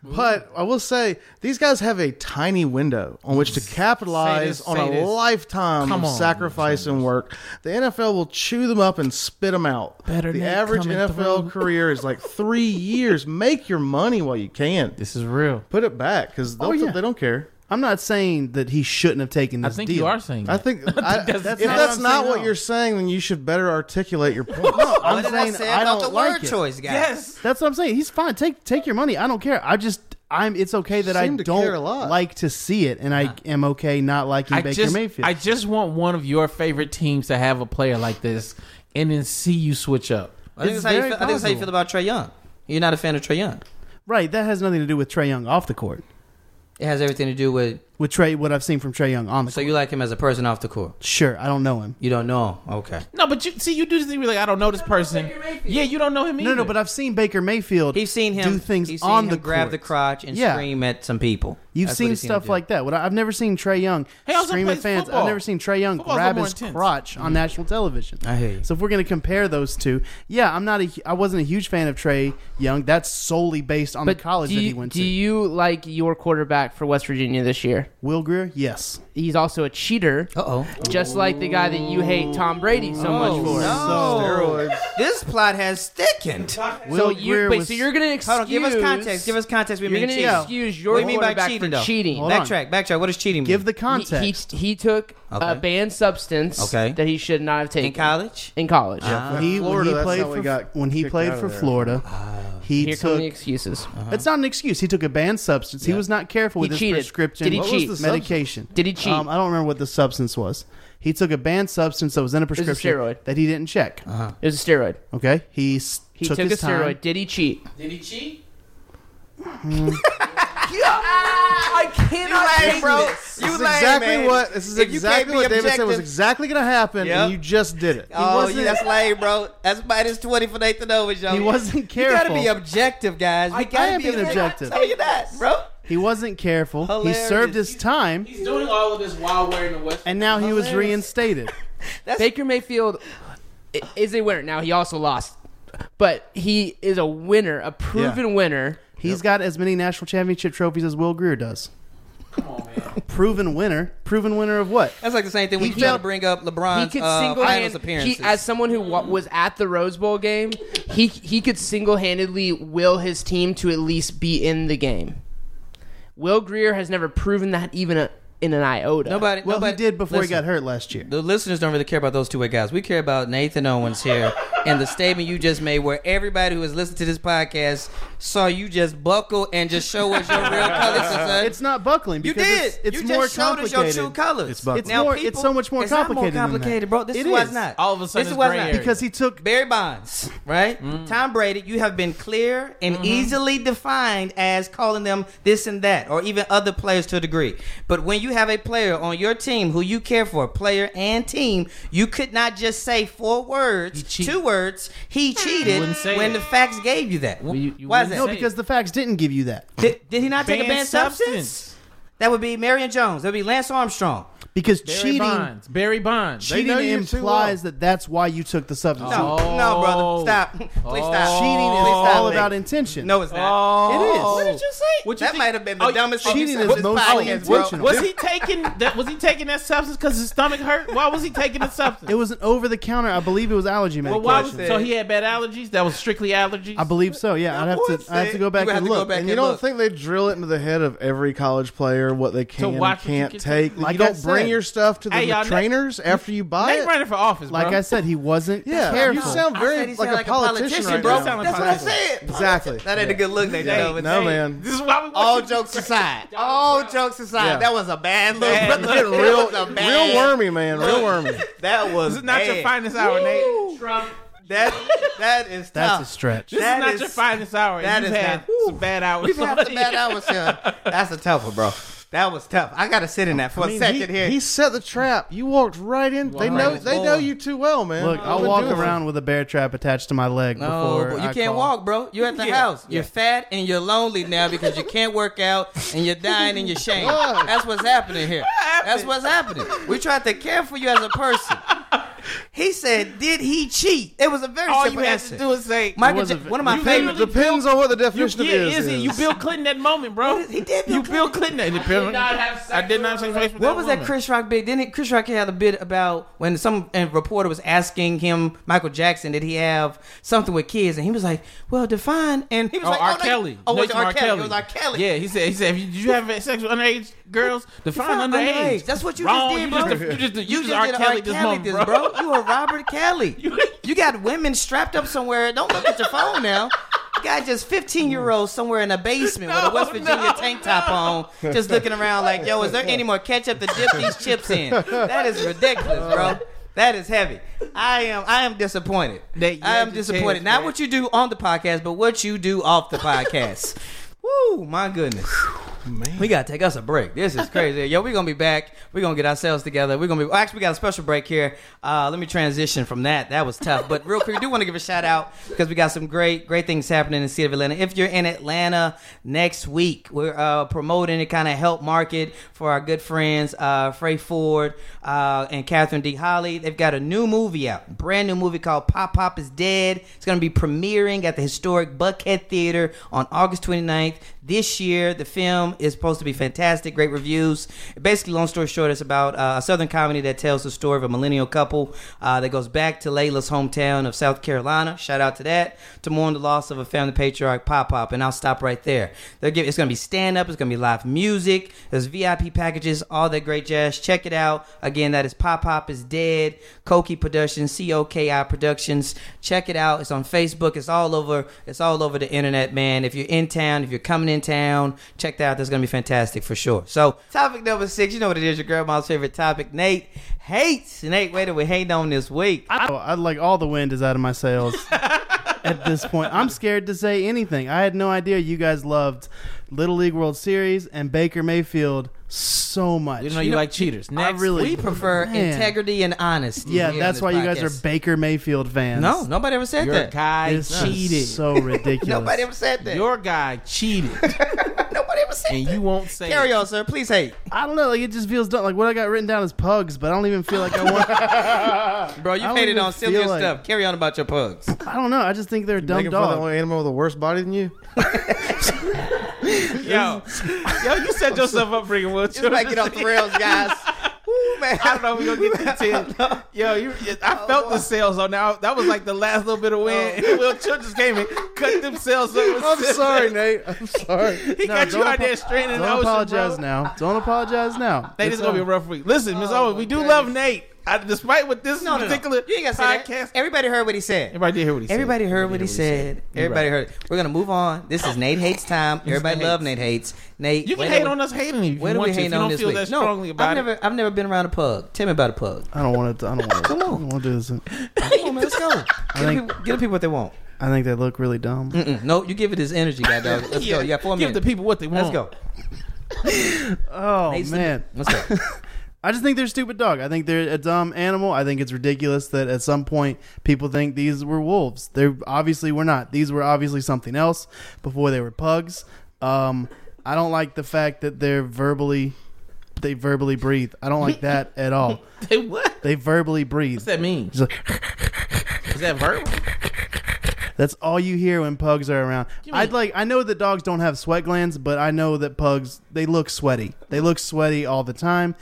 S2: but I will say these guys have a tiny window on which to capitalize
S5: Say this,
S2: on
S5: say
S2: a
S5: this.
S2: lifetime
S5: Come
S2: of
S5: on,
S2: sacrifice and work. The NFL will chew them up and spit them out.
S5: Better
S2: the
S5: Nate
S2: average
S5: coming
S2: NFL
S5: through.
S2: career is like three years. Make your money while you can.
S5: This is real.
S2: Put it back because
S3: Oh, yeah.
S2: they don't care.
S3: I'm not saying that he shouldn't have taken
S5: I
S3: this
S5: think
S3: deal.
S5: you are saying.
S2: I
S5: That.
S2: think I,
S5: That's not
S2: if
S5: what
S2: that's
S3: I'm
S2: not
S3: saying,
S2: what
S3: no.
S2: you're saying, then you should better articulate your point.
S1: What
S3: I'm
S1: did
S3: saying
S1: I say
S3: I
S1: about
S3: don't
S1: the
S3: like
S1: word
S3: it.
S1: choice, guys?
S5: yes.
S3: That's what I'm saying. He's fine. Take take your money. I don't care. I just I'm. It's okay that I
S2: seem to care a
S3: don't
S2: lot.
S3: like to see it, and I am okay not liking
S5: I
S3: Baker
S5: just,
S3: Mayfield.
S5: I just want one of your favorite teams to have a player like this, and then see you switch up.
S1: I think,
S3: It's
S1: that's how you
S3: very
S1: feel, I think that's how you
S3: possible.
S1: feel about Trey Young. You're not a fan of Trey Young.
S3: right. That has nothing to do with Trey Young off the court.
S1: It has everything to do with
S3: With Trey, what I've seen from Trey Young on the
S1: so
S3: court.
S1: you like him as a person off the court.
S3: sure, I don't know him.
S1: You don't know him. Okay.
S5: No, but you see, you do this thing. You're like, I don't know this person. Yeah, you don't know him either.
S3: No, no, but I've seen Baker Mayfield.
S1: He's seen him
S3: do things
S1: he's seen
S3: on
S1: him
S3: the
S1: grab
S3: court.
S1: the crotch and
S3: Yeah.
S1: scream at some people.
S3: You've
S1: That's what
S3: seen
S1: he's him
S3: stuff
S1: do.
S3: like that. What I, I've never seen Trey Young
S5: He also
S3: scream at
S5: plays
S3: fans.
S5: football.
S3: I've never seen Trey Young
S5: Football's a
S3: grab
S5: little
S3: his
S5: more intense.
S3: crotch
S6: Mm-hmm.
S3: on national television.
S1: I hear you.
S3: So if we're going to compare those two, yeah, I'm not. A, I wasn't a huge fan of Trey Young. That's solely based on
S6: But
S3: the college
S6: do you,
S3: that he went
S6: do
S3: to.
S6: you like your quarterback for West Virginia this year?
S3: Will Greer, yes.
S6: He's also a cheater,
S1: Uh-oh.
S6: just like the guy that you hate, Tom Brady, so much for.
S1: No. This plot has thickened.
S6: So
S3: Will
S6: you,
S3: Greer
S6: wait,
S3: was-
S6: so you're gonna excuse?
S1: Hold on, give us context. Give us context. We
S6: You're
S1: mean
S6: gonna
S1: cheating.
S6: excuse your
S1: What do you mean by
S6: quarterback
S1: cheating,
S6: for
S1: though?
S6: cheating.
S3: Hold on.
S1: Backtrack, backtrack. What does cheating mean?
S3: Give the
S6: He, he,
S3: context.
S6: he took a
S1: Okay.
S6: banned substance
S1: Okay.
S6: that he should not have taken
S1: in Ah. college.
S6: In college,
S3: when he, when
S2: Florida,
S3: he
S2: that's
S3: played
S2: how we
S3: for
S2: got
S3: when he
S2: kicked
S3: played
S2: out of
S3: for
S2: there.
S3: Florida,
S6: Ah.
S3: he
S6: here come the
S3: took.
S6: excuses.
S1: Uh-huh.
S3: It's not an excuse. He took a banned substance. He was not careful with
S6: He
S3: his
S6: cheated.
S3: prescription
S6: Did he What was cheat? the
S2: substance?
S3: medication.
S6: Did he cheat?
S3: Um, I don't remember what the substance was. He took a banned substance that was in a
S6: a
S3: prescription
S6: steroid.
S3: that he didn't check.
S6: It was a steroid.
S3: Okay, he, s-
S6: He
S3: took,
S6: took, a
S3: his time.
S6: steroid. Did he cheat?
S5: Did he cheat?
S1: Hey, bro, you
S2: This is
S1: lame,
S2: exactly
S1: man.
S2: what this is
S1: If you can't
S2: exactly
S1: be
S2: what David said was
S1: objective-
S2: exactly going to happen,
S1: Yep.
S2: and you just did it.
S1: Oh,
S3: wasn't-
S1: yeah, that's lame, bro. That's minus twenty for Nathan Owens, yo.
S3: He wasn't
S1: You gotta
S3: careful.
S1: be objective, guys. We
S3: I
S1: gotta
S3: am
S1: be
S3: being objective.
S1: No, you're not, bro.
S3: He wasn't careful.
S1: Hilarious.
S3: He served his time,
S5: He's doing all of this while wearing the West.
S3: and now he
S1: [LAUGHS]
S3: was reinstated.
S6: Baker Mayfield i- is a winner. Now he also lost, but he is a winner, a proven winner.
S3: He's got as many national championship trophies as Will Greer does.
S5: Come on, man.
S3: Proven winner. Proven winner of what?
S1: That's like the same thing when
S3: He
S1: you try to
S3: felt-
S1: bring up
S6: He
S1: LeBron's
S6: could
S1: uh,
S6: single
S1: finals
S6: hand
S1: appearances.
S6: he, as someone who wa- was at the Rose Bowl game, he he could single handedly will his team to at least be in the game. Will Greer has never proven that even a, in an iota.
S1: nobody,
S3: Well,
S1: nobody
S3: he did before
S1: listen,
S3: he got hurt last year.
S1: The listeners don't really care about those two way guys. We care about Nathan Owens here and the statement you just made, where everybody who has listened to this podcast saw you just buckle and just show us your real
S3: [LAUGHS]
S1: colors. son.
S3: It's not buckling.
S1: you
S3: Because
S1: did.
S3: It's, it's
S1: you
S3: more
S1: just showed us
S3: complicated.
S1: your true colors.
S2: It's buckling.
S3: It's more- it's so much more
S1: it's not
S3: complicated than that.
S1: more complicated, bro. This
S3: It
S1: is why
S3: is.
S1: it's not.
S5: All of a sudden
S1: this
S5: it's
S1: is why
S5: gray
S1: not.
S5: area.
S3: because he took
S1: Barry Bonds, right?
S5: Mm.
S1: Tom Brady, you have been clear and
S5: Mm-hmm.
S1: easily defined as calling them this and that, or even other players to a degree. But when you have a player on your team who you care for, player and team, you could not just say four words,
S5: He cheated.
S1: two words. He cheated
S5: wouldn't say
S1: when
S5: it.
S1: the facts gave you that.
S5: Well, you- you
S1: why is that?
S5: wouldn't
S3: no
S5: say it.
S3: because the facts didn't give you that
S1: Did, did he not take a
S5: Banned
S1: banned substance?
S5: substance.
S1: That would be Marion Jones. That would be Lance Armstrong.
S3: because
S5: Barry
S3: cheating
S5: Bonds. Barry Bonds.
S2: They know
S3: cheating
S2: you too
S3: implies that that's why you took the substance.
S1: No, no,
S5: Oh.
S1: brother, stop. [LAUGHS] Please stop.
S3: Cheating is
S1: Please stop,
S3: all
S1: baby.
S3: about intention.
S1: No, it's not.
S5: Oh.
S3: It is.
S1: What did you say?
S5: What'd you
S1: that
S5: think-
S1: might have been the
S5: Oh,
S1: dumbest thing you
S3: cheating
S1: said
S3: is
S1: in this
S3: mostly
S1: podcast, bro.
S3: intentional.
S5: Was he taking that? Was he taking that substance because his stomach hurt? Why was he taking the substance?
S3: it was an over the counter. I believe it was allergy
S5: well,
S3: medication.
S5: why was,
S1: said-
S5: so he had bad allergies. That was strictly allergies.
S3: I believe so. Yeah, I'd
S1: boy
S3: have to. I have
S1: said-
S3: to go back
S1: you have
S3: and
S1: to go
S3: look.
S1: back
S2: And
S1: and
S2: you don't
S1: look.
S2: think they drill it into the head of every college player what they can and
S5: watch what you
S2: can't
S5: can take.
S2: take?
S3: Like
S2: you
S3: I
S2: don't bring
S3: said.
S2: your stuff to the
S5: Hey, y'all, Nate-
S2: trainers after you buy
S5: Nate
S2: it.
S5: running for office,
S3: Like
S5: bro.
S3: I said, he wasn't
S2: Yeah,
S3: careful.
S2: you sound very
S1: said he
S2: like,
S1: sounded
S2: a
S1: like a
S2: politician,
S1: politician,
S2: right
S1: bro.
S2: now.
S5: That's what I said.
S2: Exactly.
S1: That ain't a good look, Nate.
S5: Hey,
S1: Dog.
S2: No
S5: hey,
S2: man.
S5: This is why we want
S1: All
S5: you-
S1: jokes aside, all jokes aside,
S2: Yeah.
S1: that was a bad look.
S5: Bad
S1: brother. [LAUGHS]
S2: Getting
S1: That
S2: real,
S1: was a bad
S2: real wormy, man. Real
S1: look.
S2: wormy.
S1: That was
S5: [LAUGHS] This is not your
S1: bad.
S5: finest hour, Nate.
S1: That that is
S3: That's
S1: tough.
S3: a stretch.
S5: This
S1: That
S5: is not
S1: is-
S5: your finest hour.
S1: that
S5: and You've
S1: is
S5: had
S1: not- woo.
S5: some bad hours.
S1: We've had some bad
S5: [LAUGHS]
S1: hours here. That's a tough one, bro. That was tough. I gotta sit in that for
S2: I mean,
S1: a second
S2: he,
S1: here.
S2: he set the trap. You walked right in. They
S5: right
S2: know.
S1: in.
S2: They
S1: Oh.
S2: know you too well, man.
S3: Look, I'll
S2: What
S3: walk
S2: do you-
S3: around with a bear trap attached to my leg
S1: No,
S3: before
S1: Oh, but you
S3: I
S1: can't
S3: call.
S1: walk, bro. You're at the
S5: Yeah.
S1: house. You're fat and you're lonely now because you can't work out and you're dying
S5: [LAUGHS]
S1: in your shame. That's what's happening here. That's what's happening. We tried to care for you as a
S5: [LAUGHS]
S1: person. He said, "Did he cheat?" It was a very
S5: All you
S1: simple
S5: had
S1: answer.
S5: to do is say,
S1: Michael,
S3: was
S1: Ja-
S3: a ve-
S1: one of my
S5: You
S1: favorite.
S5: literally-
S2: Depends on what the
S5: You,
S2: definition
S5: yeah,
S2: of is.
S5: is it? You Bill Clinton that moment, bro.
S1: He did.
S5: You
S1: Bill
S5: Bill Clinton that
S6: did not have sex
S5: I did not have sex with
S1: What was that
S5: woman.
S1: Chris Rock bit? Didn't Chris Rock had a bit about when some and reporter was asking him Michael Jackson did he have something with kids and he was like, "Well, define." And he was
S5: Oh,
S1: like,
S5: R.
S1: no-
S5: Kelly.
S1: Oh, was it
S5: Nathan
S1: R. Kelly? It was R. Kelly.
S5: Yeah, he said. He said, "If you- "Did you have sex with underage girls?
S1: Define
S5: Define underage.
S1: underage. That's what you
S5: Wrong.
S1: just did,
S5: You
S1: bro.
S5: just, you just, you
S1: You
S5: just
S1: just
S5: R.
S1: did
S5: Kelly
S1: R.
S5: this
S1: Kelly
S5: moment,
S1: this,
S5: bro.
S1: bro. You a Robert Kelly. you got women strapped up somewhere. Don't look at your phone now. You got just 15 year olds somewhere in a basement
S5: [LAUGHS]
S1: with a West Virginia tank top on, just looking around like, yo, is there any more ketchup to dip these chips in? That is ridiculous, bro. That is heavy. I am I am disappointed.
S5: That you
S1: I am
S5: had your
S1: disappointed.
S5: chance,
S1: Not
S5: man.
S1: what you do on the podcast, but what you do off the
S5: [LAUGHS]
S1: podcast. Woo, my goodness. [LAUGHS] We gotta take us a break. This is crazy. Yo, we're gonna be back. We're gonna get ourselves together. We're gonna be well, actually we got a special break here. Uh, let me transition from that. That was tough. But real quick, we do want to give a shout out because we got some great, great things happening in the city of Atlanta. If you're in Atlanta next week, we're uh, promoting to kind of help market for our good friends, uh, Frey Ford uh, and Catherine D. Holly. They've got a new movie out, brand new movie called Pop Pop is Dead. It's gonna be premiering at the historic Buckhead Theater on August 29th this year. The film is supposed to be fantastic, great reviews. Basically, long story short, it's about uh, a Southern comedy that tells the story of a millennial couple uh, that goes back to Layla's hometown of South Carolina. Shout out to that to mourn the loss of a family patriarch, Pop Pop. And I'll stop right there. They're giving, it's going to be stand up. It's going to be live music. There's VIP packages, all that great jazz. Check it out. Again, that is Pop Pop is Dead, Koki Productions, C O K I Productions. Check it out. It's on Facebook. It's all over. It's all over the internet, man. If you're in town, if you're coming in town, check that out. That's gonna be fantastic for sure. So, topic number six. You know what it is? Your grandma's favorite topic. Nate hates. Nate, wait we hate on this week.
S3: I, I'd like all the wind is out of my sails at this point. I'm scared to say anything. I had no idea you guys loved Little League World Series and Baker Mayfield so much.
S5: [LAUGHS] You know you like cheaters.
S3: I
S5: Next,
S3: really,
S1: We prefer
S3: Man.
S1: integrity and honesty.
S3: Yeah,
S1: here on
S3: that's
S1: this
S3: why you guys
S1: podcast.
S3: are Baker Mayfield fans.
S1: No, nobody ever said
S5: your
S1: that.
S5: guy
S3: This
S5: cheated.
S3: is so ridiculous.
S1: Nobody ever said that.
S5: Your guy cheated,
S1: [LAUGHS] nobody ever said
S5: and
S1: that.
S5: you won't say.
S1: Carry
S5: it.
S1: on, sir. Please hate.
S3: I don't know. Like it just feels dumb. Like what I got written down is pugs, but I don't even feel like I want.
S1: Bro, you
S3: I don't
S1: made it
S3: even
S1: on sillier
S3: feel like-
S1: stuff. Carry on about your
S5: [LAUGHS]
S1: pugs.
S3: I don't know. I just think they're dumb
S2: Making fun of the
S3: dogs.
S2: only animal with a worse body than you.
S5: Yo, yo, you set yourself up freaking well.
S1: Just make it off the rails, guys. [LAUGHS] Woo, man.
S5: [LAUGHS] I don't know. if We gonna get to ten. Yo, you, I
S1: Oh.
S5: felt the sales on now. That was like the last little bit of wind. And [LAUGHS] Will Church just came in, cut themselves up. with
S2: [LAUGHS] I'm
S5: scissors.
S2: sorry, Nate. [LAUGHS] I'm sorry.
S5: [LAUGHS] He got you
S3: don't
S5: out there
S3: apo-
S5: straining the
S3: Don't
S5: ocean,
S3: apologize
S5: bro.
S3: now. Don't apologize now.
S5: Nate,
S3: It's
S5: this is gonna be a
S3: all-
S5: rough week. Listen, Miss Owens, we do love Nate. I, despite what this
S1: Oh, No, no, no.
S5: particular
S1: You ain't gotta say
S5: podcast.
S1: that. Everybody heard what he said.
S5: Everybody did hear what he said.
S1: Everybody heard what he said. Everybody heard. it. We're gonna move on. This is Nate hates time. Everybody
S5: Nate
S1: love Nate hates. Nate,
S5: You can
S1: where
S5: hate
S1: do we-
S5: on us hating if you
S1: Where do we
S5: want to. If you
S1: hate on
S5: don't
S1: this
S5: feel
S1: week?
S5: that
S1: No,
S5: strongly
S1: I've
S5: about it. Uh-huh.
S1: never, I've never been around a pug. Tell me about a pug.
S3: I don't want to. I don't want to.
S1: Come on.
S3: I don't want to do this.
S1: [LAUGHS] Come on, man, let's go. Get, the
S3: think-
S1: people, get the people what they want.
S3: I think they look really dumb.
S1: Mm-mm. No, you give it his energy, guy dog. Let's go. You got four
S5: [LAUGHS] Give the
S1: minutes.
S5: people what they
S1: Let's
S5: want.
S1: go. [LAUGHS]
S3: Oh
S1: Nate's the-
S3: man,
S1: let's go.
S3: [LAUGHS] I just think they're a stupid dog. I think they're a dumb animal. I think it's ridiculous that at some point people think these were wolves. They obviously were not. These were obviously something else before they were pugs. Um, I don't like the fact that they're verbally, they verbally breathe. I don't like that
S1: [LAUGHS]
S3: at all.
S5: Hey, what? What's
S3: They verbally breathe.
S5: that mean?
S3: It's like,
S5: Is that verbal?
S3: that's all you hear when pugs are around. I'd like. I know that dogs don't have sweat glands, but I know that pugs they look sweaty. They look sweaty all the time.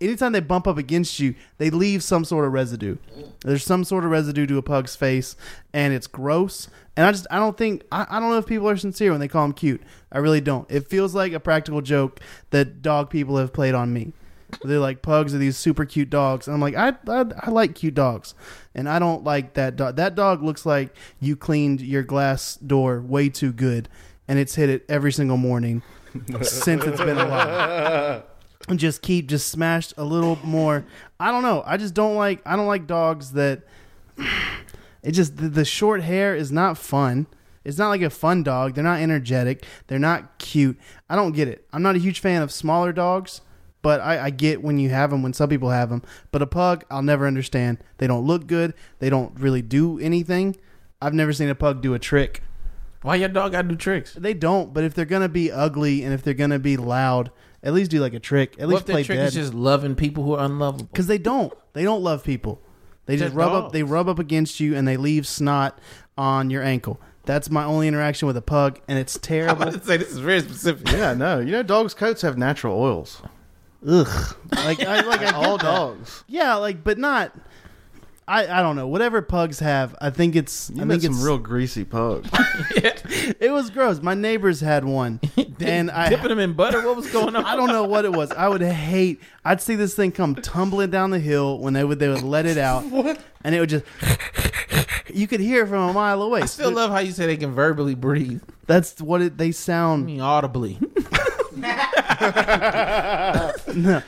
S3: Anytime they bump up against you, they leave some sort of residue. There's some sort of residue to a pug's face, and it's gross. And I just I don't think I, I don't know if people are sincere when they call them cute. I really don't. It feels like a practical joke that dog people have played on me. They're like pugs are these super cute dogs, and I'm like, I, I I like cute dogs, and I don't like that dog. That dog looks like you cleaned your glass door way too good, and it's hit it every single morning since it's been alive. And just keep just smashed a little more. I don't know. I just don't like. I don't like dogs that. [SIGHS] It just the, the short hair is not fun. It's not like a fun dog. They're not energetic. They're not cute. I don't get it. I'm not a huge fan of smaller dogs, but I, I get when you have them. When some people have them, but a pug, I'll never understand. They don't look good. They don't really do anything. I've never seen a pug do a trick.
S5: Why your dog gotta do tricks?
S3: They don't. But if they're gonna be ugly and if they're gonna be loud, at least do like a trick. At
S5: What if
S3: least
S5: their
S3: play
S5: trick
S3: dead
S5: is just loving people who are unlovable?
S3: because they don't they don't love people they just
S5: They're
S3: rub up
S5: dogs.
S3: they rub up against you and they leave snot on your ankle that's my only interaction with a pug and it's
S5: I'm about [LAUGHS]
S3: terrible
S5: to say this is very specific.
S2: [LAUGHS] Yeah, no. You know, dogs' coats have natural oils.
S3: ugh like i like I get
S2: [LAUGHS] All
S3: that.
S2: dogs.
S3: yeah like but not I, I don't know whatever pugs have I think it's
S2: You
S3: I
S2: make
S3: think
S2: some
S3: it's
S2: real greasy pug.
S3: [LAUGHS] it was gross my neighbors had
S5: [LAUGHS]
S3: one and I
S5: Dipping them in butter. What was going
S3: [LAUGHS]
S5: on?
S3: I don't know what it was. I would hate. I'd see this thing come tumbling down the hill when they would they would let it
S5: [LAUGHS]
S3: out, and it would just. You could hear it from a mile away.
S5: I still love how you say they can verbally breathe.
S3: That's what it, they
S5: I
S3: sound.
S5: mean, audibly.
S2: [LAUGHS]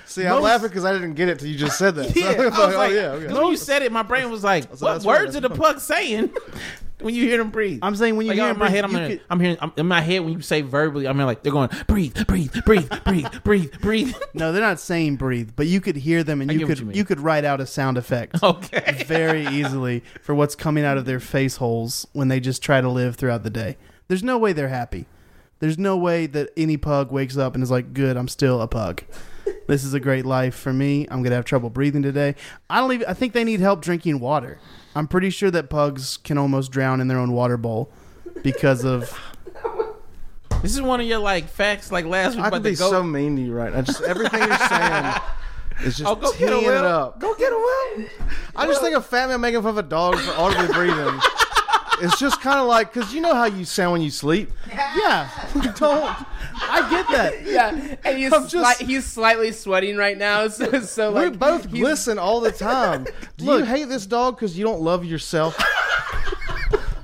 S2: See, I'm laughing because I didn't get it till you just said
S3: [LAUGHS]
S2: that. So
S5: Yeah,
S2: I'm
S5: I was
S2: like,
S5: like,
S2: [LAUGHS] oh, yeah, okay.
S5: 'cause when you said it, my brain was like,
S2: So
S5: "What
S2: that's where
S5: words are
S2: that-
S5: the pug saying?" when you hear them breathe,
S3: I'm saying when you
S5: like,
S3: hear
S5: in my
S3: breathe,
S5: head, I'm
S3: you
S5: hearing,
S3: could-
S5: I'm hearing, I'm in my head when you say verbally, I'm hearing like they're going breathe, breathe, breathe, breathe, breathe, breathe.
S3: No, they're not saying breathe, but you could hear them, and
S5: I
S3: you
S5: get
S3: could
S5: what you
S3: you,
S5: mean.
S3: could write out a sound effect
S5: Okay, [LAUGHS]
S3: very easily for what's coming out of their face holes when they just try to live throughout the day. There's no way they're happy. There's no way that any pug wakes up and is like, "Good, I'm still a pug. This is a great life for me. I'm gonna have trouble breathing today. I don't even. I think they need help drinking water. I'm pretty sure that pugs can almost drown in their own water bowl because of
S5: this is one of your like facts, like last week
S2: I
S5: about
S2: could
S5: the
S2: be
S5: goat.
S2: so mean to you right now. Just everything
S5: [LAUGHS]
S2: you're saying is just
S5: Oh, go get a
S2: teeing it
S5: Will.
S2: up. Go get a will. I just think a fat man making fun of a dog for audibly breathing. It's just kind of like because you know how you sound when you sleep.
S3: yeah.
S2: Don't
S3: I get
S5: [LAUGHS]
S3: that.
S6: Yeah, and he's
S2: I'm just-
S6: slight- he's slightly sweating right now. [LAUGHS] So so
S2: we
S6: like
S2: both
S6: he's-
S2: listen all the time. Do
S3: Look.
S2: you hate this dog because you don't love yourself?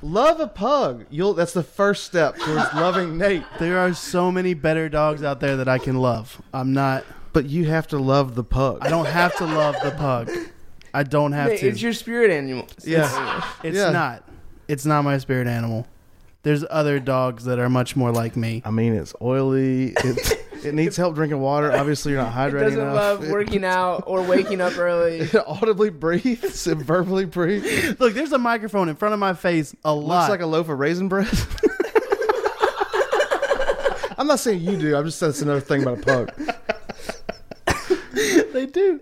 S2: love a pug. You'll. That's the first step towards loving Nate.
S3: There are so many better dogs out there that I can love. I'm not.
S2: But you have to love the pug.
S3: I don't have to love the pug. I don't have to.
S6: It's your spirit animal.
S2: Yeah.
S3: It's
S2: Yeah.
S3: not. It's not my spirit animal. There's other dogs that are much more like me.
S2: I mean, it's oily. It,
S3: [LAUGHS]
S2: it needs help drinking water. Obviously, you're not
S6: It
S2: hydrating
S6: doesn't
S2: enough.
S6: love
S2: It-
S6: working out or waking up early.
S2: It [LAUGHS] audibly breathes and
S3: [LAUGHS]
S2: verbally breathes.
S3: Look, there's a microphone in front of my face a lot.
S2: Looks like a loaf of raisin bread. [LAUGHS] I'm not saying you do. I'm just that's another thing about a pug.
S3: they do.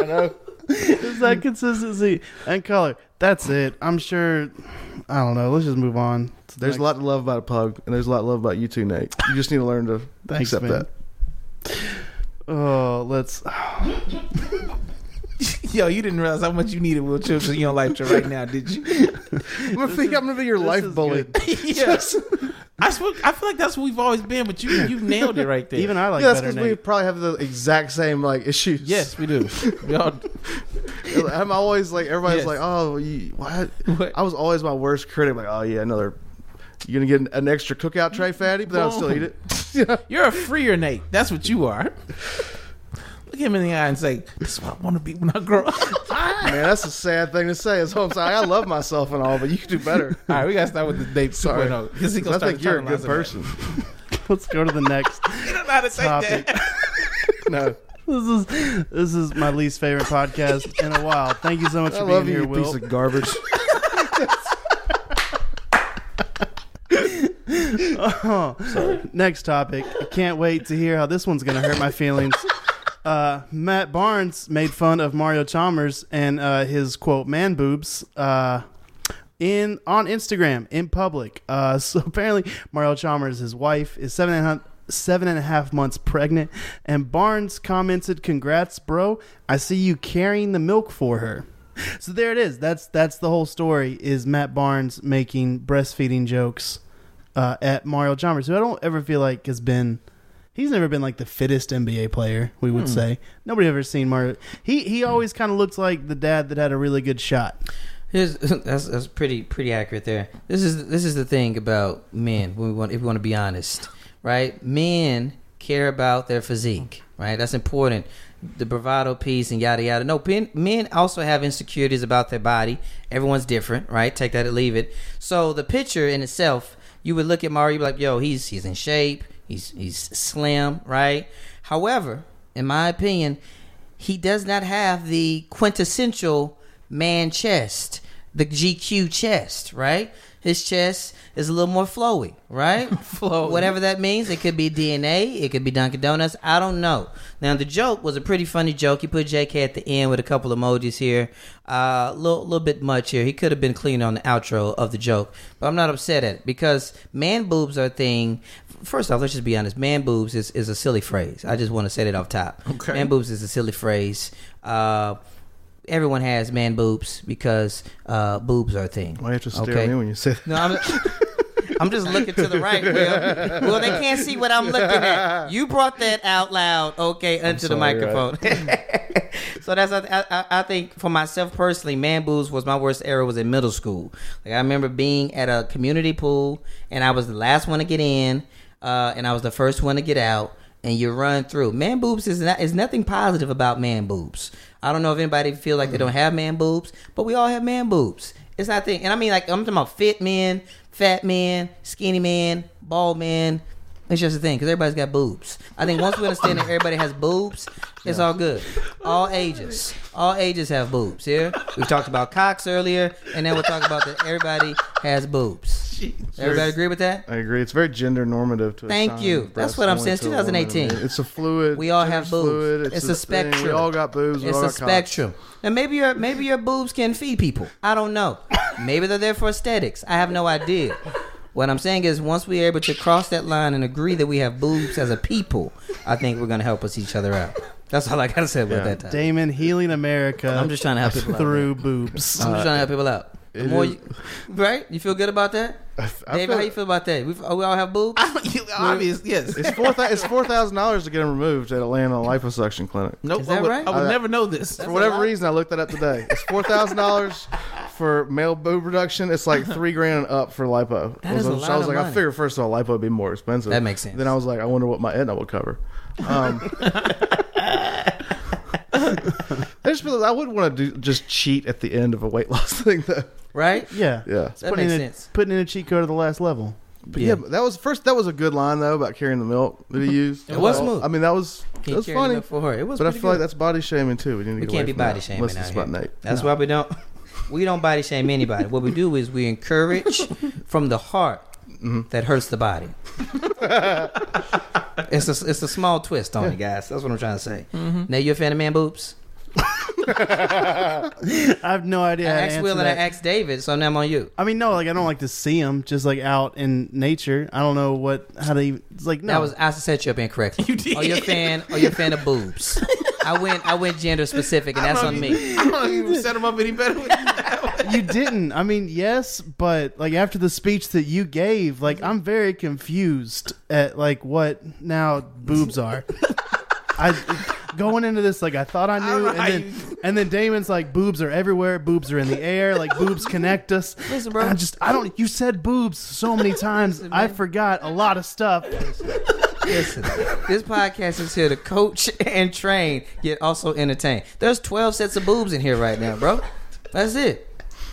S2: I know.
S3: It's
S2: [LAUGHS]
S3: that consistency and color. That's it. I'm sure. I don't know. Let's just move on. to the
S2: There's
S3: next-
S2: a lot to love about a pug, and there's a lot to love about you too, Nate. You just need to learn to
S3: Thanks,
S2: accept
S3: man.
S2: that.
S3: Oh, let's.
S5: Yo, you didn't realize how much you needed Will Childress in your life till right now, did you?
S2: I'm gonna think I'm gonna be your life
S3: is
S2: bully.
S3: good.
S5: yes. I, swear- I feel like that's what we've always been, but you you nailed it right there.
S3: Even I like
S2: yeah, that's
S3: better
S2: because
S3: name.
S2: we probably have the exact same like issues.
S5: yes, we do. We all-
S2: I'm always like everybody's
S5: Yes.
S2: like, oh, you, what?
S5: What?
S2: I was always my worst critic. Like, oh yeah, another. You're gonna get an extra cookout tray, fatty, but then I'll still eat it.
S5: you're a freer Nate. That's what you are. Look him in the eye and say, "This is what I want to be when I grow up." all
S2: [LAUGHS] Man, that's a sad thing to say. So I'm sorry. I love myself and all, but you can do better.
S5: right, we gotta start with the Nate 2.0.
S2: Sorry,
S5: because he oh. gonna
S2: I
S5: start
S2: think you're a good
S5: internalizing
S2: person.
S3: Let's go to the
S2: [LAUGHS]
S3: next.
S5: that. You don't know [LAUGHS] how to take
S3: Topic.
S5: that.
S2: no,
S3: This is this is my least favorite podcast in a while. Thank you so much
S2: I
S3: for
S2: love
S3: being here,
S2: you, you
S3: Will.
S2: piece of [LAUGHS] garbage.
S3: Next topic. I can't wait to hear how this one's going to hurt my feelings. Uh, Matt Barnes made fun of Mario Chalmers and uh, his quote man boobs uh, in on Instagram in public. Uh, [LAUGHS] so apparently, Mario Chalmers, his wife, is seven and a half, seven and a half months pregnant, and Barnes commented, "Congrats, bro! I see you carrying the milk for her." So there it is. That's that's the whole story. Is Matt Barnes making breastfeeding jokes? uh, at Mario Chalmers, who I don't ever feel like has been. He's never been like the fittest NBA player, we would
S1: Hmm.
S3: say. Nobody ever seen Mario. He he always kind of looked like the dad that had a really good shot.
S1: Here's, [LAUGHS] that's that's pretty pretty accurate there. This is this is the thing about men. When we want, if we want to be honest, right? Men care about their physique, right? That's important. The bravado piece and yada yada. No, men, men also have insecurities about their body. Everyone's different, right? Take that or leave it. So the picture in itself, you would look at Mario, you'd be like, "Yo, he's he's in shape. He's he's slim, right?" However, in my opinion, he does not have the quintessential man chest, the GQ chest, right? His chest is a little more flowy, right? flowy. Whatever that means. It could be DNA. It could be Dunkin' Donuts. I don't know. Now, the joke was a pretty funny joke. He put JK at the end with a couple emojis here. A little, little bit much here. He could have been clean on the outro of the joke, but I'm not upset at it because man boobs are a thing. First off, let's just be honest. Man boobs is, is a silly phrase. I just want to say that off top.
S5: Okay.
S1: Man boobs is a silly phrase. Uh, everyone has man boobs because uh, boobs are a thing.
S2: Why you have to stare at me when you say that?
S1: No, I'm. [LAUGHS] I'm just looking to the right, Will.
S2: [LAUGHS]
S1: Well, they can't see what I'm looking at. You brought that out loud, okay, into the
S2: sorry,
S1: microphone. [LAUGHS] so that's I, I, I think for myself personally, man boobs was my worst era was in middle school. Like I remember being at a community pool, and I was the last one to get in, uh, and I was the first one to get out. And you run through man boobs is not is nothing positive about man boobs. I don't know if anybody feel like they don't have man boobs, but we all have man boobs. It's not a thing, and I mean like I'm talking about fit men, fat men, skinny men, bald men. It's just a thing because everybody's got boobs. I think once we understand that everybody has boobs, it's all good. All ages, all ages have boobs. Here we talked about cocks earlier, and then we'll talk about that everybody has boobs. Everybody agree with that?
S2: I agree. It's very gender normative. To
S1: Thank
S2: assign
S1: you.
S2: breasts
S1: That's what I'm
S2: only
S1: saying.
S2: to a woman.
S1: 2018.
S2: It's a fluid.
S1: We all have
S2: gender's
S1: boobs.
S2: fluid.
S1: It's, a
S2: this thing.
S1: spectrum.
S2: We all got boobs. We
S1: It's
S2: all
S1: a
S2: got cocks.
S1: spectrum. And maybe your maybe your boobs can feed people. I don't know. maybe they're there for aesthetics. I have no idea. What I'm saying is, once we're able to cross that line and agree that we have boobs as a people, I think we're going to help us each other out. That's all I got to say about
S2: Yeah.
S1: that. Time.
S3: Damon healing America.
S1: I'm just trying to help people out. [LAUGHS]
S3: through boobs.
S1: I'm just trying to help people out. The
S2: it
S1: more
S2: is-
S1: you, right? You feel good about that,
S2: I, I
S1: David?
S2: feel-
S1: how you feel about that? We, we all have boobs.
S5: I don't- [LAUGHS] you- obvious, yes.
S2: It's four. thou- it's four thousand dollars to get them removed at Atlanta liposuction clinic.
S5: Nope,
S1: Is that
S5: I would,
S1: right?
S5: I would
S2: Uh,
S5: never know this.
S2: for whatever reason, I looked that up today. It's four thousand dollars for male boob reduction. It's like three grand and up for lipo.
S1: That is
S2: so
S1: a lot
S2: I was
S1: of
S2: like, I
S1: money.
S2: figure first of all, lipo would be more expensive.
S1: That makes sense.
S2: Then I was like, I wonder what my Aetna would cover. Um, [LAUGHS] I just feel like I would want to do just cheat at the end of a weight loss [LAUGHS] thing though.
S1: Right?
S3: yeah.
S2: Yeah.
S1: That
S3: putting
S1: makes
S3: in a,
S1: sense.
S3: Putting in a cheat code at the last level.
S2: But yeah. that was first. That was a good line though about carrying the milk that he used. Uh,
S1: It was smooth.
S2: I mean, that was that
S1: He
S2: was
S1: carried
S2: funny.
S1: enough for her. It was.
S2: But I
S1: pretty
S2: feel like
S1: good.
S2: that's body shaming too. We, need to
S1: we
S2: get
S1: can't
S2: away
S1: be
S2: from that,
S1: body shaming.
S2: Unless it's
S1: out
S2: about
S1: here.
S2: Nate.
S1: That's why we don't. We don't body shame anybody. What we do is we
S2: [LAUGHS]
S1: encourage from the heart
S2: Mm-hmm.
S1: that hurts the body. it's a it's a small twist on it, guys. That's what I'm trying to say.
S3: Mm-hmm.
S1: Now you a fan of man boobs?
S3: I have no idea.
S1: I
S3: how to
S1: asked
S3: answer
S1: Will and
S3: that.
S1: I asked David, so now I'm on you.
S3: I mean, no, like I don't like to see them just like out in nature. I don't know what how to. even- It's like no.
S1: That was I set you up incorrectly. You
S5: did.
S1: Are you Oh, a fan? Are you a fan of boobs? I went I went gender specific, and
S5: I
S1: that's
S5: don't
S1: on
S5: know
S1: me.
S5: [LAUGHS] if you- I don't know if you set him up any better. With that.
S3: you didn't. I mean, yes, but like after the speech that you gave, like I'm very confused at like what now boobs are. I going into this like I thought I knew,
S5: All right.
S3: and then and then Damon's like boobs are everywhere, boobs are in the air, like boobs connect us.
S1: Listen, bro.
S3: I just I don't. You said boobs so many times, I forgot a lot of stuff.
S1: Listen, this podcast is here to coach and train, yet also entertain. There's 12 sets of boobs in here right now, bro. That's it.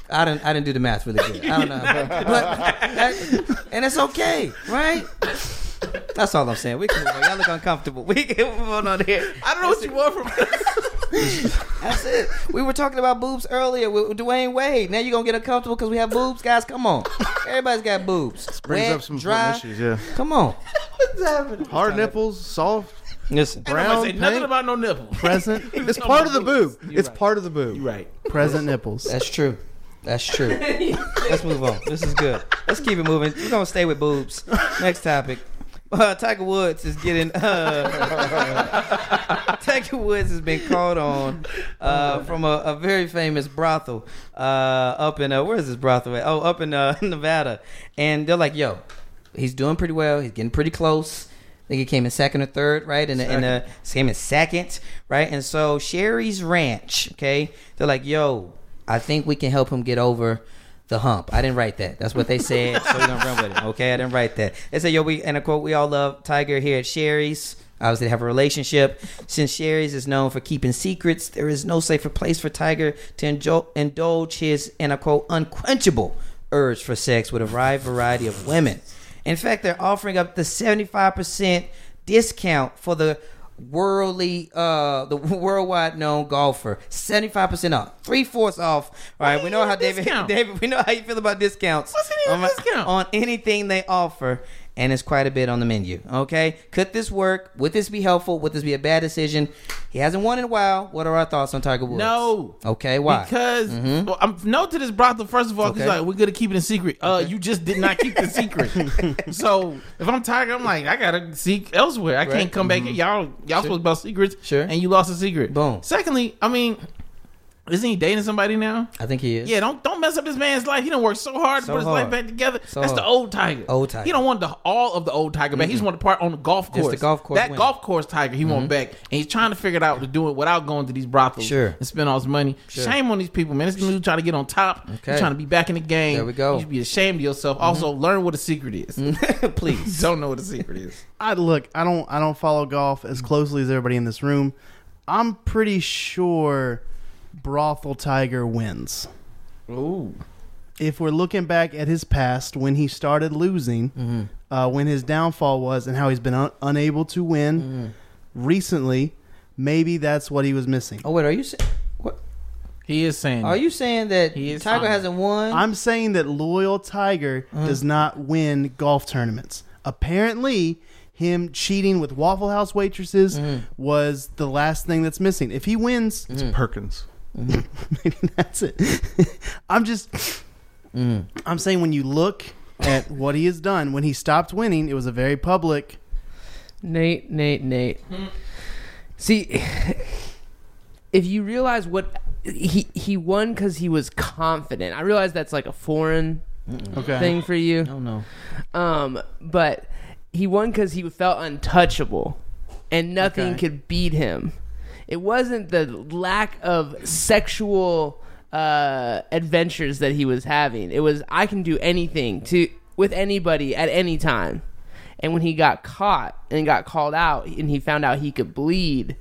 S1: I didn't. I didn't do the math really good. I don't know, but, but that- and it's okay, right? That's all I'm saying. We can. Y'all look uncomfortable. We can move on on here.
S5: I don't know what you want from us.
S1: That's it. We were talking about boobs earlier with Dwayne Wade. Now you're gonna get uncomfortable because we have boobs, guys. Come on, everybody's got boobs.
S2: Brings
S1: Wet,
S2: up some
S1: dry.
S2: dry issues. Yeah,
S1: Come on,
S2: hard nipples, soft,
S1: listen.
S2: brown,
S5: say nothing
S2: pink.
S5: about no nipple.
S2: [LAUGHS]
S3: Present,
S2: It's part of the boob. It's part of the
S5: You're
S2: boob.
S5: right.
S3: present nipples.
S1: That's true. That's true. Let's move on. This is good. Let's keep it moving. We're gonna stay with boobs. Next topic. Uh, Tiger Woods is getting. Uh, [LAUGHS] Tiger Woods has been called on uh, from a, a very famous brothel uh, up in uh, where is this brothel at? Oh, up in uh, [LAUGHS] Nevada, and they're like, "Yo, he's doing pretty well. He's getting pretty close." I think he came in second or third, right? And in a came in second, right? And so Sherry's Ranch, okay? They're like, "Yo, I think we can help him get over the hump." I didn't write that. That's what they said. so we're gonna run with it, okay? I didn't write that. They said, "Yo, we and a quote, we all love Tiger here at Sherry's." Obviously, they have a relationship. Since Sherry's is known for keeping secrets, there is no safer place for Tiger to enjo- indulge his, and I quote, unquenchable urge for sex with a wide variety of women. In fact, they're offering up the 75% discount for the worldly uh the [LAUGHS] worldwide known golfer 75% off three fourths off all right
S5: do
S1: we
S5: you
S1: know
S5: need
S1: how
S5: a
S1: david
S5: discount?
S1: david we know how you feel about discounts
S5: What's the name of
S1: on,
S5: discount?
S1: on anything they offer and it's quite a bit on the menu okay could this work would this be helpful would this be a bad decision he hasn't won in a while what are our thoughts on tiger woods
S5: No.
S1: okay why Mm-hmm.
S5: Because well, I'm no to this brothel. First of all, because
S1: Okay.
S5: like we're gonna keep it a secret. Uh, you just did not keep
S1: [LAUGHS]
S5: the secret. so if I'm Tiger, I'm like I gotta seek elsewhere. I can't
S1: Right. Mm-hmm.
S5: come back. Y'all, y'all supposed about secrets.
S1: Sure.
S5: And you lost a secret.
S1: Boom.
S5: Secondly, I mean, isn't he dating somebody now?
S1: i think he is
S5: Yeah, don't don't mess up this man's life. He don't work so hard
S1: So
S5: to put his
S1: hard.
S5: life back together.
S1: So
S5: That's the
S1: hard.
S5: old Tiger.
S1: Old Tiger.
S5: He don't want the all of the old Tiger back. He just want the part on the golf course.
S1: the golf course
S5: That
S1: win.
S5: golf course Tiger he want back, and he's trying to figure it out to do it without going to these brothels
S1: Sure.
S5: and spend all his money. Shame on these people, man. This dude trying to get on top.
S1: Okay.
S5: He's trying to be back in the game.
S1: There we go. Mm-hmm.
S5: You should be ashamed of yourself. Also, learn what a secret is. [LAUGHS]
S1: please
S5: don't know what a secret is.
S3: I look, I don't I don't follow golf as closely as everybody in this room. I'm pretty sure Brothel Tiger wins.
S5: Ooh,
S3: If we're looking back at his past when he started losing, uh, when his downfall was, and how he's been un- unable to win recently, maybe that's what he was missing.
S1: oh wait are you saying what
S5: he is saying.
S1: are you saying that
S5: He is
S1: tiger
S5: fine.
S1: hasn't won
S3: I'm saying that loyal Tiger does not win golf tournaments. Apparently, him cheating with Waffle House waitresses was the last thing that's missing. If he wins,
S2: Perkins.
S3: [LAUGHS] maybe that's it. [LAUGHS] I'm just, I'm saying when you look at what he has done, when he stopped winning, it was a very public.
S6: [LAUGHS] Nate, Nate, Nate. See, if you realize what he he won because he was confident. I realize that's like a foreign
S3: Okay.
S6: thing for you.
S1: oh no
S6: Um, but he won because he felt untouchable, and nothing
S3: Okay.
S6: could beat him. It wasn't the lack of sexual uh, adventures that he was having. It was I can do anything to with anybody at any time. And when he got caught and got called out, and he found out he could bleed,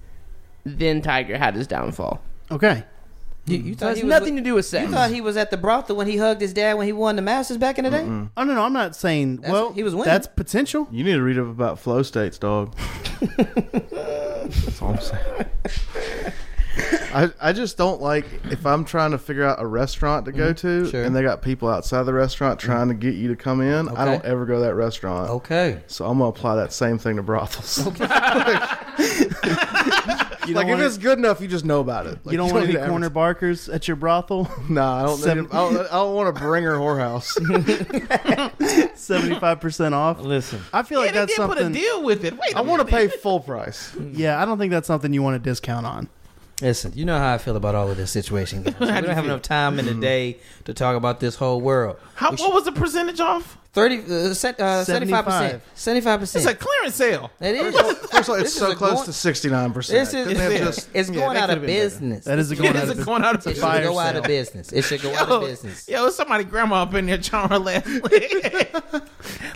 S6: then Tiger had his downfall.
S3: Okay.
S1: you, you
S6: So
S1: thought
S6: it's
S1: he was
S6: nothing
S1: with-
S6: to do with sex.
S1: You thought he was at the brothel when he hugged his dad when he won the Masters back in the day?
S3: Oh no, no, I'm not saying. well,
S1: he was winning.
S3: That's potential.
S2: You need to read up about flow states, dog. That's all I'm saying. I, I just don't like if I'm trying to figure out a restaurant to go to
S1: sure.
S2: and they got people outside the restaurant trying to get you to come in. I don't
S1: Okay.
S2: ever go to that restaurant.
S1: Okay.
S2: So I'm gonna apply that same thing to brothels. [LAUGHS]
S3: You
S2: like
S3: don't
S2: if
S3: wanna-
S2: it's good enough, you just know about it. Like,
S3: you don't want to
S2: need
S3: be
S2: to
S3: corner
S2: advertise-
S3: barkers at your brothel. [LAUGHS]
S2: Nah, I don't.
S3: Seven-
S2: need to- I don't, I don't want to bring her whorehouse.
S3: Seventy five percent off.
S1: Listen.
S3: I feel like
S5: and they
S3: that's
S5: did put a
S3: something.
S5: deal with it. Wait,
S2: I want to pay full price.
S3: Mm. Yeah, I don't think that's something you want to discount on.
S1: Listen, you know how I feel about all of this situation.
S5: [LAUGHS]
S1: Guys. We don't have enough time in the
S5: Mm-hmm.
S1: day to talk about this whole world.
S5: How,
S1: We
S5: what was the percentage off?
S1: Thirty, uh, set, uh, seventy-five percent, seventy-five
S5: It's a
S1: percent.
S5: clearance sale.
S1: It
S3: [LAUGHS]
S1: is.
S2: First of all, it's
S1: This
S2: so
S1: is a
S2: close
S1: going-
S2: to sixty nine percent.
S1: This is it's, going out of business.
S3: That is a going
S5: [LAUGHS] It
S3: out
S5: is
S3: of
S5: a
S3: business.
S5: going out of
S1: It should
S5: business.
S3: fire
S1: go out of
S3: sale.
S1: business. It should go out of
S5: Yo,
S1: business.
S5: yo, it's somebody grandma up in there trying her last leg.
S1: [LAUGHS]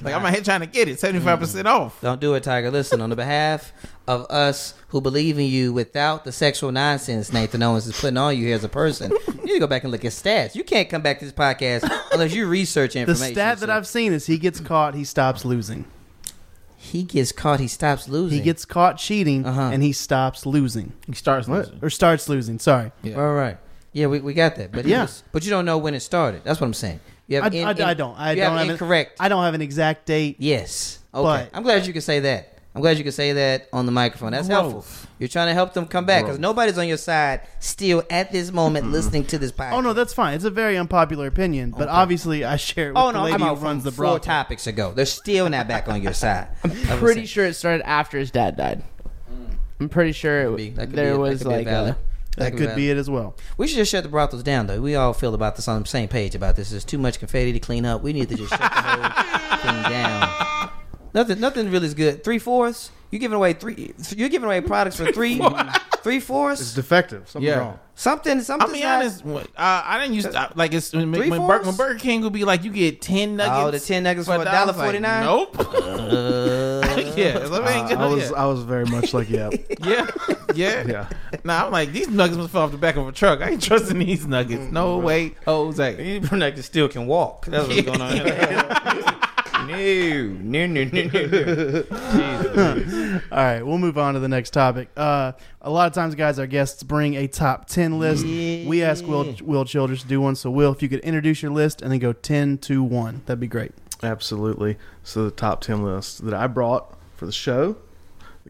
S5: like I'm out here trying to get it, seventy five percent off.
S1: Don't do it, Tiger. Listen, on the behalf of us who believe in you without the sexual nonsense Nathan Owens is putting on you here as a person, you need to go back and look at stats. You can't come back to this podcast unless you research
S3: The
S1: information.
S3: stat that
S1: So,
S3: I've seen is he gets caught, he stops losing.
S1: he gets caught, he stops losing.
S3: He gets caught cheating
S1: Uh-huh.
S3: and he stops losing
S5: He starts
S2: What?
S5: losing.
S3: or starts losing. Sorry,
S5: Yeah.
S1: all right. Yeah, we, we got that. But
S3: Yeah.
S1: yeah. but you don't know when it started. That's what I'm saying. You
S3: I,
S1: have in-
S3: I- I
S1: in-
S3: don't. I
S1: you
S3: don't
S1: have
S3: have
S1: incorrect.
S3: An, I don't have an exact date.
S1: Yes. Okay.
S3: But-
S1: I'm glad you could say that. I'm glad you could say that on the microphone. That's helpful. You're trying to help them come back because nobody's on your side still at this moment listening to this podcast.
S3: Oh no, that's fine. It's a very unpopular opinion, but obviously I share it with
S1: Oh
S3: the
S1: no,
S3: lady
S1: I'm
S3: who
S1: out from
S3: runs the
S1: four
S3: brothel.
S1: topics ago. They're still not back on your
S3: [LAUGHS]
S1: side. I'm
S6: Pretty sure it started after his dad died.
S1: Hmm.
S6: I'm pretty sure it, there was like a,
S3: That could be it as well.
S1: We should just shut the brothels down, though. We all feel about this on the same page about this. There's too much confetti to clean up. We need to just shut the whole thing down. Nothing, nothing really is good. Three fourths. You giving away three. You're giving away products for
S2: [LAUGHS]
S1: three, three
S2: It's
S1: fourths.
S2: defective. Something's
S5: Yeah.
S2: wrong.
S1: Something, something.
S5: I'll be honest. when- Uh, I didn't use to, I- like it's when, when,
S1: Three-fourths?
S5: Bur- when Burger King would be like you get ten nuggets.
S1: Oh, the 10 nuggets for
S5: I was
S1: $1.49?
S5: Like, nope.
S1: [LAUGHS]
S5: yeah, let me ain't
S2: Uh, I was
S5: yeah.
S2: I was very much like yeah,
S5: yeah,
S1: [LAUGHS]
S5: yeah,
S2: yeah.
S5: Nah, I'm like these nuggets must fall off the back of a truck. I ain't trusting these nuggets. No
S1: Mm-hmm.
S5: way, Jose.
S1: You like still can walk. That's what's going on.
S7: No, no, no, no, no, no.
S3: All right, we'll move on to the next topic. Uh, a lot of times, guys, our guests bring a top ten list. We ask Will Will Childers to do one. So, Will, if you could introduce your list and then go ten to one, that'd be great.
S2: Absolutely. So the top ten list that I brought for the show,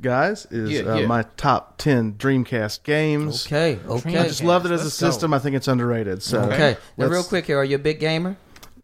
S2: guys, is
S5: Yeah,
S2: uh,
S5: yeah.
S2: my top ten Dreamcast games.
S1: Okay, okay.
S2: I just loved it as a
S5: Let's go.
S2: system. I think it's underrated. So
S1: Okay. Now,
S2: Let's-
S1: real quick here, are you a big gamer?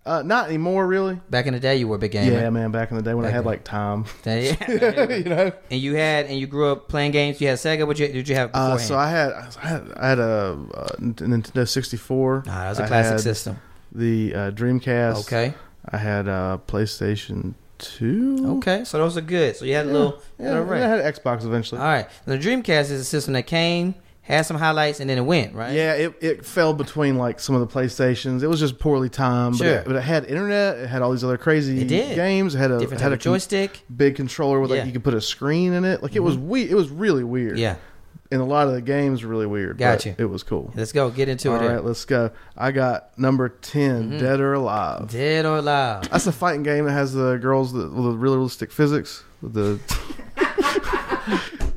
S2: uh, not anymore, really.
S1: Back in the day, you were a big gamer. [LAUGHS]
S2: Yeah, man. Back in the day when I
S1: Back
S2: had
S1: then.
S2: like time. [LAUGHS]
S1: you know. And you had and you grew up playing games. You had Sega. What you, did you have
S2: Uh,
S1: beforehand?
S2: so I had I had, I had a, uh Nintendo 64.
S1: Ah, that was a
S2: I
S1: classic
S2: had
S1: system.
S2: The uh, Dreamcast.
S1: Okay,
S2: I had uh, PlayStation 2.
S1: okay. So those are good. So you had a little.
S2: Yeah,
S1: all right.
S2: I had Xbox eventually.
S1: All right. The Dreamcast is a system that came, had some highlights, and then it went right.
S2: Yeah, it, it fell between like some of the PlayStations. It was just poorly timed. But,
S1: Sure.
S2: it, but it had internet. It had all these other crazy
S1: It did.
S2: games. It had a
S1: Different
S2: had
S1: type
S2: a
S1: of
S2: con-
S1: joystick.
S2: big controller with
S1: Yeah. Mm-hmm.
S2: like you could put a screen in it. Like it was we It was really weird.
S1: Yeah.
S2: and a lot of the games were really weird. but
S1: Gotcha.
S2: It was cool.
S1: Let's go. Get into
S2: All
S1: it. Mm-hmm.
S2: right, let's go. I got number 10 Dead or Alive.
S1: Dead or alive.
S2: That's a fighting game that has the girls that, with the realistic physics. With
S1: [LAUGHS]
S2: the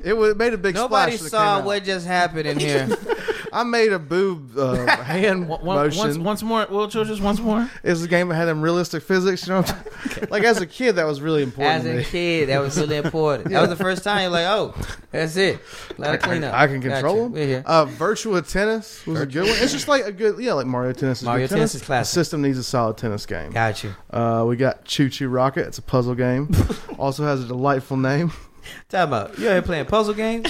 S2: it, was, it made a big
S1: Nobody
S2: splash. when it
S1: saw
S2: came out.
S1: what just happened
S2: [LAUGHS]
S1: in here.
S2: I made a
S1: [LAUGHS]
S2: boob uh, hand
S5: One- one-
S2: motion.
S5: Once, once more, Will Childress. Once more.
S2: It's a game that had them realistic physics. You know, what
S1: [LAUGHS]
S2: I'm saying? like as a kid, that was really important.
S1: As
S2: to
S1: a
S2: me.
S1: kid, that was really important. That was the first time you're like, oh, that's it. A lot of cleanup.
S2: I can control
S1: Gotcha.
S2: them.
S1: We're here.
S2: Uh, Virtua Tennis was a good one. It's just like a good, yeah, like Mario Tennis. Is
S1: Mario
S2: good
S1: Tennis is classic.
S2: The system needs a solid tennis game.
S1: Got you.
S2: Uh, we got Choo Choo Rocket. It's a
S1: [LAUGHS]
S2: puzzle game. also has a delightful name.
S1: Talking about you out here playing puzzle games.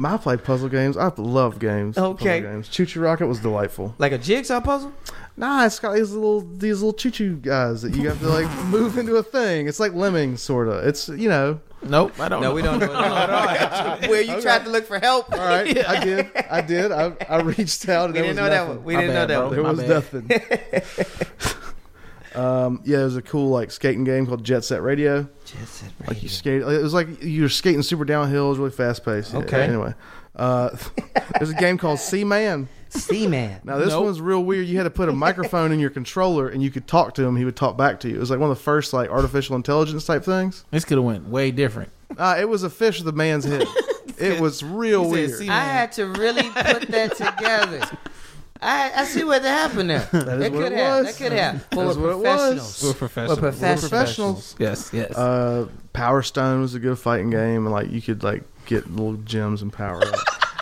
S2: I play puzzle games. I love games.
S1: Okay.
S2: Puzzle games. Choo Choo Rocket was delightful.
S1: Like a jigsaw puzzle?
S2: Nah, it's got these little these little choo choo guys that you have to [LAUGHS] like move into a thing. It's like lemmings, sorta. It's you know.
S5: Nope,
S2: Oh,
S5: I don't.
S1: No,
S5: know.
S1: we don't know
S2: [LAUGHS]
S1: that. Where you tried to look for help.
S2: All right, I did. I did. I, I reached out. And
S1: We
S2: there
S1: didn't know
S2: was
S1: that
S2: nothing.
S1: one. We
S5: My
S1: didn't know
S5: bad,
S1: that
S5: bro.
S1: one.
S2: There
S5: My
S2: was
S5: bad.
S2: nothing. [LAUGHS] um, yeah, there's a cool like skating game called Jet Set Radio.
S1: Jet Set
S2: Like you
S1: Radio.
S2: skate, it was like you're skating super downhill. It was really fast paced. Yeah,
S1: Okay.
S2: Anyway, uh, [LAUGHS] there's a game called Sea Man.
S1: Seaman.
S2: Now this
S5: Nope.
S2: one's real weird. You had to put a microphone in your controller, and you could talk to him. He would talk back to you. It was like one of the first like artificial intelligence type things.
S5: This could have went way different.
S2: Uh, it was a fish with a man's head.
S5: [LAUGHS]
S2: It was real
S5: He said,
S2: weird.
S5: "See,
S1: I had to really put that together. I, I see what happened
S2: [LAUGHS]
S1: there. That,
S2: is
S1: could
S2: what it
S1: happen.
S2: was.
S1: That could happen. But
S2: That's
S1: we're
S2: what it was.
S1: professionals.
S5: We're professionals.
S1: We're
S2: We're
S1: professionals.
S2: professionals.
S5: Yes, yes.
S2: Uh, Power Stone was a good fighting game, and like
S5: [LAUGHS]
S2: you could like get little gems and power up.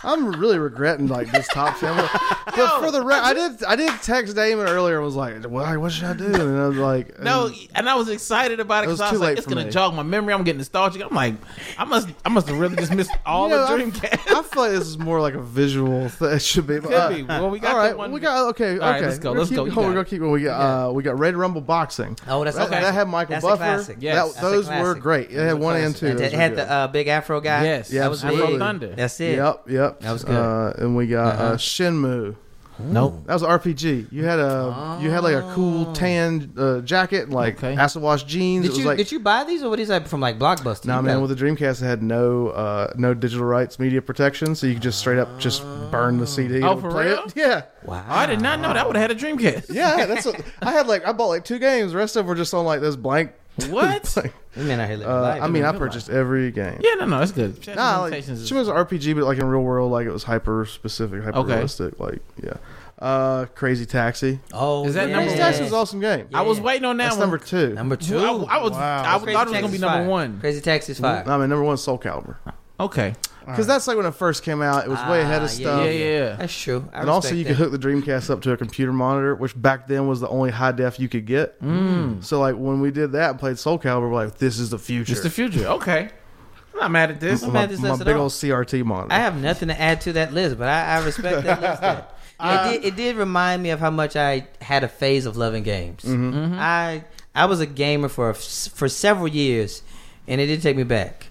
S2: I'm really regretting like this top ten.
S5: [LAUGHS]
S2: But for the re- I did I did text Damon earlier. and Was like, well, what should I do? And I was like,
S5: No,
S2: and-
S5: and I was excited about it
S2: It was
S5: because I was
S2: too
S5: like,
S2: late
S5: "It's
S2: for
S5: gonna
S2: me.
S5: jog my memory. I'm getting nostalgic." I'm like, "I must, I must have really just
S2: [LAUGHS]
S5: missed all
S2: You know,
S5: the
S2: I-
S5: Dreamcast." [LAUGHS]
S2: I, feel like this is more like a visual [LAUGHS] thing. It should be. Could
S5: be. Well, we got
S2: all right,
S5: that one-
S2: We got okay.
S5: All right,
S2: okay.
S5: let's go,
S2: We're
S5: let's
S2: keep,
S5: go, you
S2: going,
S5: got
S2: We're gonna
S5: it.
S2: keep. going. We got uh, we got Red Rumble boxing.
S1: Oh, that's
S2: that,
S1: okay.
S2: that had Michael
S1: That's a
S2: Buffer.
S1: classic.
S5: Yes.
S2: That-
S5: That's a
S2: those were
S1: classic.
S2: great. It
S1: Those
S2: had
S1: were
S2: one
S1: classics.
S2: and two.
S1: It
S2: Those were
S1: had
S2: good.
S1: the uh, big Afro guy.
S5: Yes.
S1: that was
S2: Absolutely.
S1: big.
S5: Thunder.
S1: That's it.
S2: Yep, yep.
S1: That was good. Uh-huh.
S2: Uh, and we got uh Shinmu.
S5: nope.
S2: That was RPG. You had a you had like a
S1: Oh.
S2: cool tan uh, jacket, and like
S5: Okay.
S2: acid wash jeans. it
S1: Did
S2: was
S1: you
S2: like,
S1: did you buy these or were these like from like Blockbuster?
S2: Nah,
S1: You
S2: man.
S1: got-
S2: With the Dreamcast, it had no uh, no digital rights, media protection, so you could just straight up just burn the CD.
S5: Oh,
S2: and
S5: for
S2: play
S5: real?
S2: It. [LAUGHS] Yeah,
S1: wow.
S5: I did not know that would have had a
S2: [LAUGHS]
S5: Dreamcast.
S2: yeah. That's what, I had like I bought like two games. The rest of them were just on like this blank.
S5: [LAUGHS] What?
S2: [LAUGHS] Like,
S1: You man out here living
S2: uh,
S1: life.
S2: I mean, I
S5: good
S2: purchased every game.
S5: Yeah, no, no, that's good.
S2: Nah, like,
S5: Limitations is-
S2: she was an RPG, but like in real world, like it was hyper specific, hyper
S5: Okay.
S2: realistic. Like, yeah. Uh, Crazy Taxi.
S1: oh,
S5: Is that
S1: yeah.
S5: number
S2: Crazy
S5: one?
S2: Taxi was an awesome game.
S5: I was waiting on that
S2: That's
S5: one.
S2: number two.
S1: Number two.
S5: I, I was, I
S1: Crazy
S5: thought it was gonna be
S1: Taxi's
S5: number
S1: fire.
S5: one.
S1: Crazy Taxi's five.
S2: I mean, number one, Soul Calibur,
S5: Okay.
S2: because that's like when it first came out. It was way ahead of
S1: Ah,
S2: stuff.
S5: Yeah, yeah.
S1: That's true. I
S2: and also,
S1: respect
S2: you
S1: that.
S2: could hook the Dreamcast up to a computer monitor, which back then was the only high def you could get. Mm. So, like when we did that and played Soul Calibur, we're like, "This is the future."
S5: It's the future. Okay. I'm not mad at this.
S1: I'm
S2: my,
S1: mad this
S2: my
S1: list at
S2: big
S1: all.
S2: old CRT monitor.
S1: I have nothing to add to that list, but I, I respect that list. There. it, did, it did remind me of how much I had a phase of loving games.
S5: Mm-hmm.
S1: I I was a gamer for a f- for several years, and it did take me back.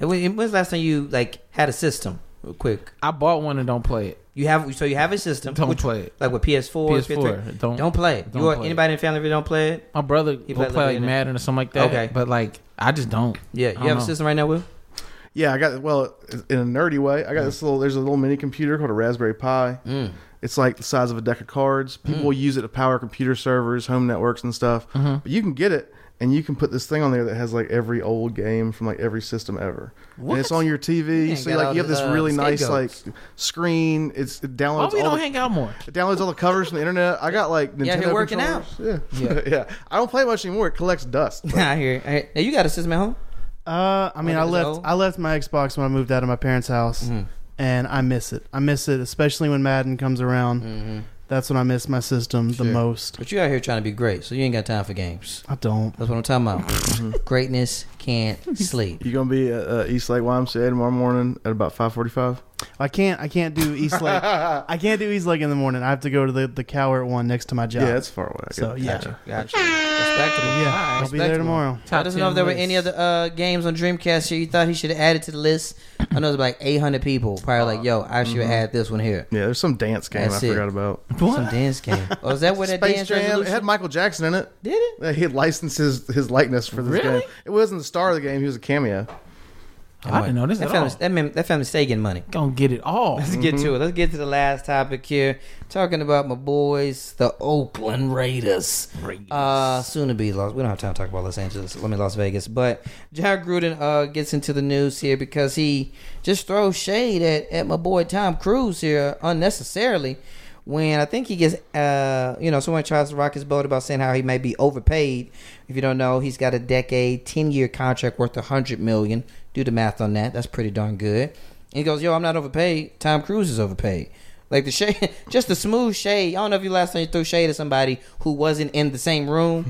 S1: And When, when's the last time you like had a system? Real quick,
S5: I bought one and don't play it.
S1: you have so you have a system.
S5: Don't play it.
S1: Like with PS4,
S5: PS4,
S1: PS3.
S5: don't-
S1: Don't, play it.
S5: don't
S1: you or
S5: play it.
S1: anybody in family if don't play it?
S5: My brother
S1: He
S5: will
S1: played
S5: play like
S1: Limited.
S5: Madden or something like that.
S1: Okay.
S5: But like, I just don't.
S1: Yeah,
S5: I
S1: you
S5: don't
S1: have
S5: know.
S1: a system right now,
S5: [LAUGHS]
S1: Will.
S2: yeah, I got well in a nerdy way.
S1: Mm.
S2: I got this little. There's a little mini computer called a Raspberry Pi. It's like the size of a deck of cards.
S1: Mm.
S2: People will use it to power computer servers, home networks, and stuff.
S1: Mm-hmm.
S2: But you can get it, and you can put this thing on there that has like every old game from like every system ever. And it's on your TV,
S1: You
S2: so
S1: ain't got
S2: like
S1: all
S2: you have this
S1: the, uh,
S2: really nice like
S1: scapegoats.
S2: screen. It's it downloads.
S5: Why Oh, we
S2: all
S5: don't
S2: the-
S5: hang out more?
S2: It downloads all the covers from the internet. I got like Nintendo
S1: Yeah, you're working
S2: controllers. Yeah, [LAUGHS] yeah. I don't play much anymore. It collects dust.
S1: [LAUGHS]
S2: but-
S1: I hear. it. I hear it. Now you got a system at home.
S3: Uh, I mean, I
S1: Windows
S3: left
S1: O? Mm-hmm.
S3: I left my Xbox when I moved out of my parents' house, and I miss it. I miss it, especially when Madden comes around.
S1: Mm-hmm.
S3: That's when I miss my system the most.
S1: But you out here trying to be great, so you ain't got time for games.
S3: I don't.
S1: That's what I'm talking about. Greatness [LAUGHS] can't sleep.
S2: You gonna be at uh, East Lake YMCA tomorrow morning at about five forty-five?
S3: I can't. I can't do East Lake. I can't do East Lake in the morning. I have to go to the the Cowart one next to my job.
S2: Yeah, it's far away. I
S3: so
S5: Oh,
S2: guess.
S3: yeah,
S1: Gotcha. Respectable.
S3: yeah.
S1: All right,
S3: I'll be there
S1: respectable.
S3: tomorrow.
S1: I don't know if there were any other uh, games on Dreamcast here you thought he should have added to the list. I know there's like 800 people probably like, yo, I should add this one here.
S2: yeah. There's some dance game
S1: That's
S2: I
S1: it.
S2: forgot about.
S1: Some dance game. Oh, is that where that
S2: Space
S1: dance
S2: Jam.
S1: resolution?
S2: It had Michael Jackson in it.
S1: Did it?
S2: Yeah, He had licensed his, his likeness for this
S5: Really?
S2: game. It wasn't the star of the game. He was a cameo.
S5: I didn't know this
S1: That
S5: at
S1: family,
S5: all.
S1: that, mem- that family stay getting money.
S5: Gonna get it all.
S1: Let's get to it. Let's get to the last topic here. Talking about my boys, the Oakland Raiders. Uh, soon to be Las. We don't have time to talk about Los Angeles. Let me Las Vegas. But John Gruden uh, gets into the news here because he just throws shade at, at my boy Tom Cruise here unnecessarily. When I think he gets, uh, you know, someone tries to rock his boat about saying how he may be overpaid. If you don't know, he's got a decade, ten-year contract worth a hundred million. Do the math on that. That's pretty darn good. And he goes, "Yo, I'm not overpaid. Tom Cruise is overpaid." Like the shade, [LAUGHS] just the smooth shade. I don't know if you last time you threw shade at somebody who wasn't in the same
S5: [LAUGHS]
S1: room.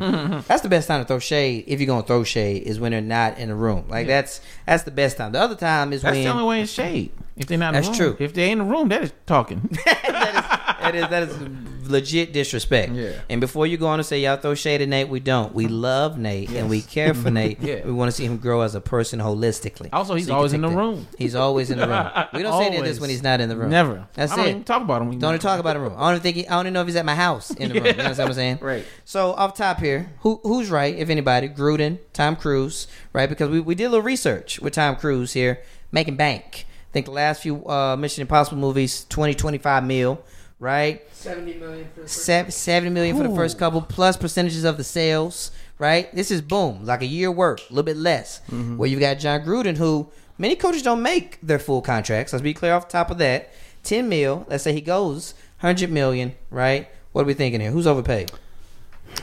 S1: that's the best time to throw shade if you're gonna throw shade is when they're not in the room. Like that's that's the best time. The other time is
S5: That's
S1: when
S5: the only way in shade. If they're not in
S1: That's
S5: the room.
S1: true.
S5: If they in the room, that is talking.
S1: [LAUGHS] that is that is legit disrespect.
S5: Yeah.
S1: And before you go on and say y'all throw shade at Nate, we don't.
S5: [LAUGHS]
S1: We love Nate and we care for Nate.
S5: Yeah.
S1: We want to see him grow as a person holistically.
S5: Also,
S1: you
S5: he's
S1: can
S5: always in
S1: take
S5: the
S1: that.
S5: room.
S1: He's always in the room. We don't say any of
S3: Always.
S1: this
S5: [LAUGHS]
S1: when he's not in the room.
S5: Never.
S1: That's
S5: I don't
S1: it.
S5: even talk about him.
S1: Don't even talk about a room. I don't even think he, I don't even know if he's at my house in the room. You know what I'm saying?
S5: Right.
S1: So off top here, who who's right? If anybody, Gruden, Tom Cruise, right? Because we, we did a little research with Tom Cruise here, making bank. I think the last few uh, Mission Impossible movies, 20, 25 mil, right?
S6: Seventy million for the first
S1: Sev- 70 million for the first couple plus percentages of the sales right this is boom like a year work a little bit less where you've got john gruden who many coaches don't make their full contracts let's be clear off the top of that 10 mil let's say he goes 100 million right what are we thinking here who's overpaid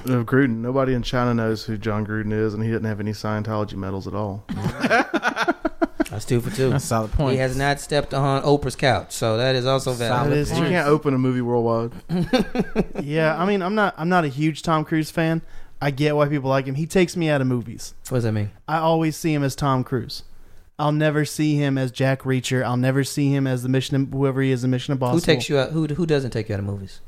S2: Uh, Gruden. Nobody in China knows who John Gruden is, and he didn't have any Scientology medals at all.
S1: That's two for
S3: [LAUGHS]
S1: two.
S5: That's a solid point.
S1: He has not stepped on Oprah's couch, so that is also valid.
S5: Solid
S3: That is
S2: You
S5: point.
S2: can't open a movie worldwide.
S3: Yeah, I mean, I'm not I'm not a huge Tom Cruise fan. I get why people like him. He takes me out of movies.
S1: What does that mean?
S3: I always see him as Tom Cruise. I'll never see him as Jack Reacher. I'll never see him as the Mission whoever he is in Mission Impossible.
S1: Who takes you out? Who who doesn't take you out of movies?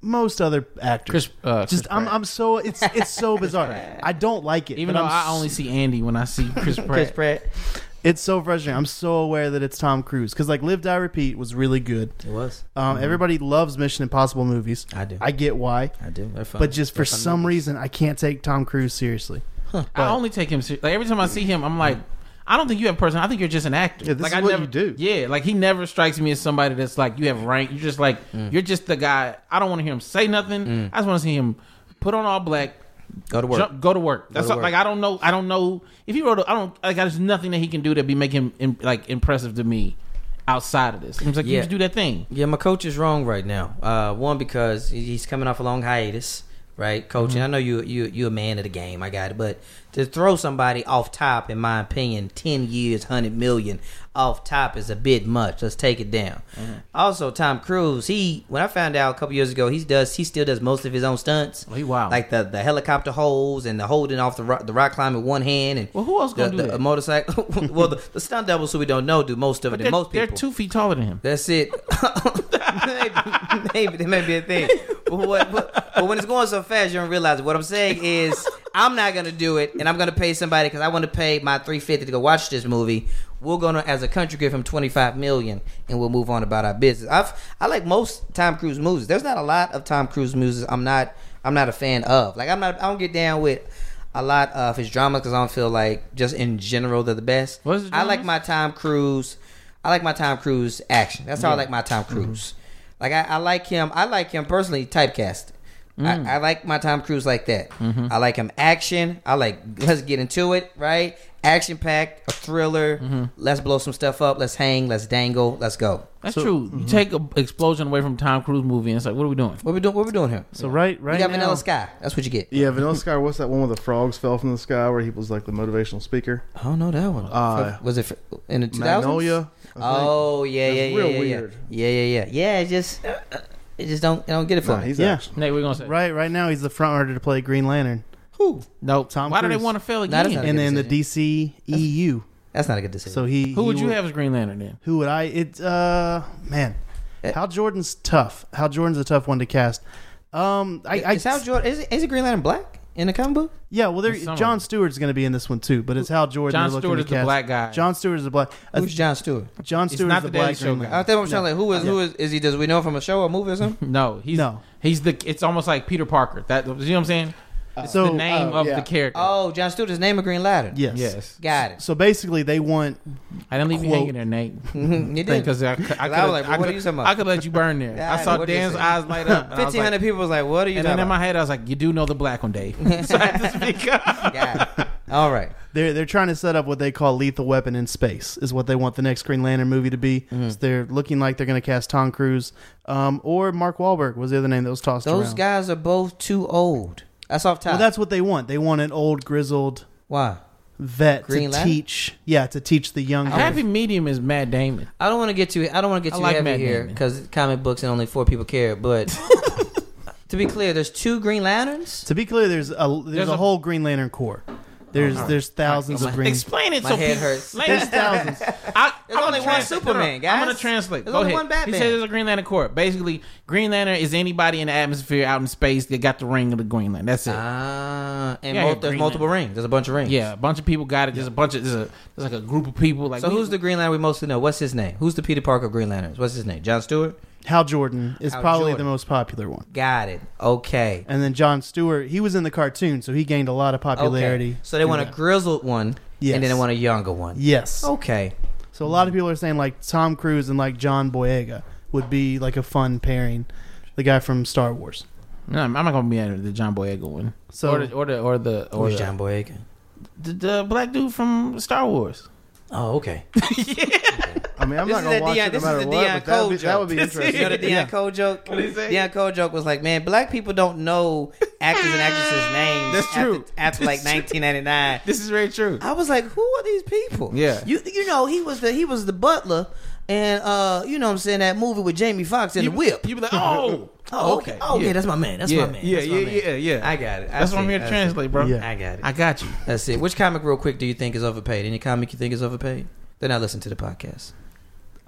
S3: Most other actors.
S5: Chris, uh,
S3: Just
S5: Chris
S3: I'm
S5: Pratt.
S3: I'm so it's it's so bizarre. I don't like it.
S5: even
S3: but
S5: though
S3: I'm
S5: i only see Andy when I see Chris
S1: [LAUGHS]
S5: Pratt.
S1: Chris Pratt.
S3: It's so frustrating. I'm so aware that it's Tom Cruise because like Live Die Repeat was really good.
S1: It was.
S3: Um,
S5: Mm-hmm.
S3: Everybody loves Mission Impossible movies.
S1: I do.
S3: I get why,
S1: I do. They're fun.
S3: but just for
S1: They're fun
S3: some
S1: movies.
S3: reason, I can't take Tom Cruise seriously.
S5: I only take him ser- like every time I see him. I'm like, I don't think you have a person. I think you're just an actor.
S2: Yeah, this
S5: like
S2: is
S5: I
S2: what
S5: never,
S2: you do.
S5: Yeah, like he never strikes me as somebody that's like you have rank. You're just like
S1: Mm.
S5: you're just the guy. I don't want to hear him say nothing. I just want to see him put on all black.
S1: go to work.
S5: Jump, go to work. That's
S1: to
S5: all-
S1: work.
S5: like I don't know. I don't know if he wrote. A, I don't like. There's nothing that he can do that be make him im- like impressive to me outside of this. He's like you
S1: Yeah.
S5: just do that thing.
S1: Yeah, my coach is wrong right now. Uh, one because he- he's coming off a long hiatus, right? Coaching.
S5: Mm-hmm.
S1: I know you you you're a man of the game. I got it, but to throw somebody off top, in my opinion, ten years, hundred million off top is a bit much. Let's take it down.
S5: Mm-hmm.
S1: Also, Tom Cruise. He when I found out a couple years ago, he does he still does most of his own stunts.
S5: Oh, he wild.
S1: Like the, the helicopter holds and the holding off the rock, the rock climb with one hand and
S5: Well, who else gonna
S1: the,
S5: do
S1: the
S5: that?
S1: motorcycle? [LAUGHS] well, the, the stunt doubles who we don't know do most of it.
S5: They're,
S1: and most
S5: they're
S1: people
S5: two feet taller than him.
S1: that's it. [LAUGHS] maybe, maybe that may be a thing. But, what, but, but when it's going so fast, you don't realize it. What I'm saying is, I'm not gonna do it, and I'm gonna pay somebody because I want to pay my 350 to go watch this movie. We're gonna, as a country, give him 25 million, and we'll move on about our business. I've I like most Tom Cruise movies. There's not a lot of Tom Cruise movies I'm not I'm not a fan of. Like I'm not I don't get down with a lot of his dramas because I don't feel like just in general they're the best.
S5: What is the
S1: I like
S5: dramas?
S1: my Tom Cruise. I like my Tom Cruise action. That's how I like my Tom
S2: Mm-hmm.
S1: Cruise. Like I, I like him. I like him personally typecast.
S2: Mm.
S1: I, I like my Tom Cruise like that.
S2: Mm-hmm.
S1: I like him action. I like let's get into it, right? Action packed, a thriller.
S2: Mm-hmm.
S1: Let's blow some stuff up. Let's hang. Let's dangle. Let's go.
S5: That's true. You take an explosion away from Tom Cruise movie, and it's like, what are we doing?
S1: What we doing? What we doing here?
S3: So right,
S1: you
S3: right
S1: got
S3: now,
S1: Vanilla Sky. That's what you get.
S2: Yeah, Vanilla Sky. What's that one where the frogs fell from the sky? Where he was like the motivational speaker.
S1: I don't know that one.
S2: Uh,
S1: was it in the 2000s?
S2: Magnolia. I think.
S1: Oh yeah, yeah,
S2: That's
S1: yeah,
S2: real
S1: yeah,
S2: weird.
S1: yeah, yeah, yeah, yeah. Yeah, it just it just don't it don't get it for
S2: Nah,
S1: me.
S2: he's
S3: Yeah.
S2: action.
S5: Nate, we're gonna say
S3: right, right now, he's the front runner to play Green Lantern
S1: Who?
S5: Nope.
S3: Tom
S5: Why do
S3: Cruise.
S5: they want to fail
S1: Not
S5: again?
S1: as a-
S3: and then the DC EU.
S1: That's not a good decision.
S3: So he
S5: Who
S3: he
S5: would you have as Green Lantern then?
S3: Who would I? It uh man,
S1: Eh.
S3: Hal Jordan's tough. Hal Jordan's a tough one to cast. Um, I, I
S1: is Hal Jordan is, is it Green Lantern black in the comic book?
S3: yeah. Well, there,
S5: Someone.
S3: John Stewart's going to be in this one too, but it's Hal Jordan.
S5: John
S3: they're looking
S5: Stewart
S3: to
S5: is the
S3: cast.
S5: black guy.
S3: John Stewart is the black. uh,
S1: Who's John Stewart?
S3: John
S5: It's
S3: Stewart's
S5: not
S3: the,
S5: the Daily
S3: black
S5: Show
S3: Green
S5: guy.
S1: I
S3: Lantern.
S1: think I'm trying to like who is who is is he? Does we know him from a show or movie or
S5: [LAUGHS]
S1: something?
S5: No, he's
S3: No.
S5: he's the it's almost like Peter Parker. That you know what I'm saying?
S1: Uh,
S5: It's
S3: So, uh,
S5: the name
S2: oh,
S5: of
S2: yeah.
S5: the character.
S1: Oh, John Stewart is name of Green Lantern.
S3: Yes.
S5: yes.
S1: got it. [LAUGHS]
S3: So basically, they want
S5: I didn't leave you
S3: Quote.
S5: hanging there, Nate.
S1: Mhm, he did. [LAUGHS]
S5: Because I, I, could,
S1: I was like, well, what are you talking about?
S5: I could let you burn there.
S1: Yeah, I
S5: I saw
S1: know what you're
S5: Dan's
S1: saying.
S5: eyes light up. and I was
S1: Fifteen hundred
S5: like-
S1: people was like, "What are you
S5: And
S1: talking
S5: then in my
S1: about?"
S5: head, I was like, "You do know the black one, Dave." [LAUGHS] So I had to speak up.
S1: Got it.
S5: [LAUGHS]
S1: All right.
S3: they're they're trying to set up what they call lethal weapon in space is what they want the next Green Lantern movie to be.
S1: Mm-hmm.
S3: So they're looking like they're going to cast Tom Cruise, um, or Mark Wahlberg was the other name that was tossed
S1: Those
S3: around.
S1: guys are both too old. That's off top.
S3: well, that's what they want. They want an old grizzled
S1: why.
S3: vet
S1: Green
S3: to
S1: Lantern?
S3: teach. Yeah, to teach the young.
S5: Happy medium is Matt Damon.
S1: I don't want to get too. I don't want to get
S5: I
S1: too
S5: like
S1: heavy
S5: Matt
S1: here
S5: Damon.
S1: because comic books and only four people care.
S5: [LAUGHS]
S1: But to be clear, there's two Green Lanterns.
S3: To be clear, there's a there's,
S5: There's
S3: a,
S5: a-
S3: whole Green Lantern Corps. There's there's thousands
S1: [LAUGHS]
S3: of green.
S5: Explain it
S1: My
S5: so
S1: head
S5: people-
S1: hurts.
S3: There's
S5: Ladies,
S3: thousands.
S5: I,
S1: [LAUGHS] There's
S5: I'm
S1: only one
S5: gonna translate-
S1: Superman,
S5: no, no, I'm
S1: guys.
S5: gonna translate.
S1: There's
S5: Go
S1: only
S5: ahead.
S1: one Batman.
S5: He said there's a Green Lantern Corps. Basically, Green Lantern is anybody in the atmosphere out in space that got the ring of the Green Lantern. That's it.
S1: Ah, and
S5: Yeah,
S1: mul-
S5: yeah,
S1: there's
S5: Green
S1: multiple rings. There's a bunch of rings.
S5: yeah, a bunch of people got it. There's a bunch of there's a there's like a group of people. Like
S1: So
S5: we-
S1: who's the Green Lantern we mostly know? What's his name? Who's the Peter Parker Green Lanterns? What's his name? John Stewart.
S3: Hal Jordan is
S1: Hal
S3: probably
S1: Jordan.
S3: the most popular one.
S1: Got it. Okay.
S3: And then John Stewart, he was in the cartoon, so he gained a lot of popularity.
S1: Okay. So they want a grizzled one,
S3: Yes.
S1: and then they want a younger one.
S3: Yes.
S1: Okay.
S3: So a lot of people are saying like Tom Cruise and like John Boyega would be like a fun pairing, the guy from Star Wars.
S5: No, I'm I'm not gonna be at the John Boyega one.
S3: So
S5: or the or the or the or
S1: Who's
S5: the,
S1: John Boyega?
S5: the, the black dude from Star Wars.
S1: Oh, okay.
S2: I mean, I'm
S1: This
S2: not
S1: is
S2: gonna
S1: that
S2: watch
S1: Deion-
S2: it no
S1: this is
S2: matter
S1: the
S2: what.
S1: Deion
S2: but that would be,
S1: Cole
S2: that would be
S1: joke. [LAUGHS] You know the
S2: interesting.
S1: Deion Cole joke. Deion Cole joke was like, man, black people don't know actors and
S2: [LAUGHS]
S1: actresses' names.
S5: That's true.
S1: After, after like 1999,
S5: This is very true.
S1: I was like, who are these people?
S5: Yeah.
S1: you you know he was the he was the butler, and uh, you know what I'm saying that movie with Jamie Foxx and
S5: you
S1: the whip.
S5: You be like, [LAUGHS] oh,
S1: oh, okay, oh, okay,
S5: yeah.
S1: that's my man. That's
S5: yeah,
S1: my man.
S5: yeah,
S1: that's my
S5: yeah,
S1: man.
S5: yeah, yeah.
S1: I got it. I
S5: That's what
S1: see
S5: I'm
S1: it.
S5: here to
S1: I see it.
S5: translate, bro.
S3: Yeah.
S1: I got it.
S5: I got you.
S1: That's it. Which comic, real quick, do you think is overpaid? Any comic you think is overpaid? Then I listen to the podcast.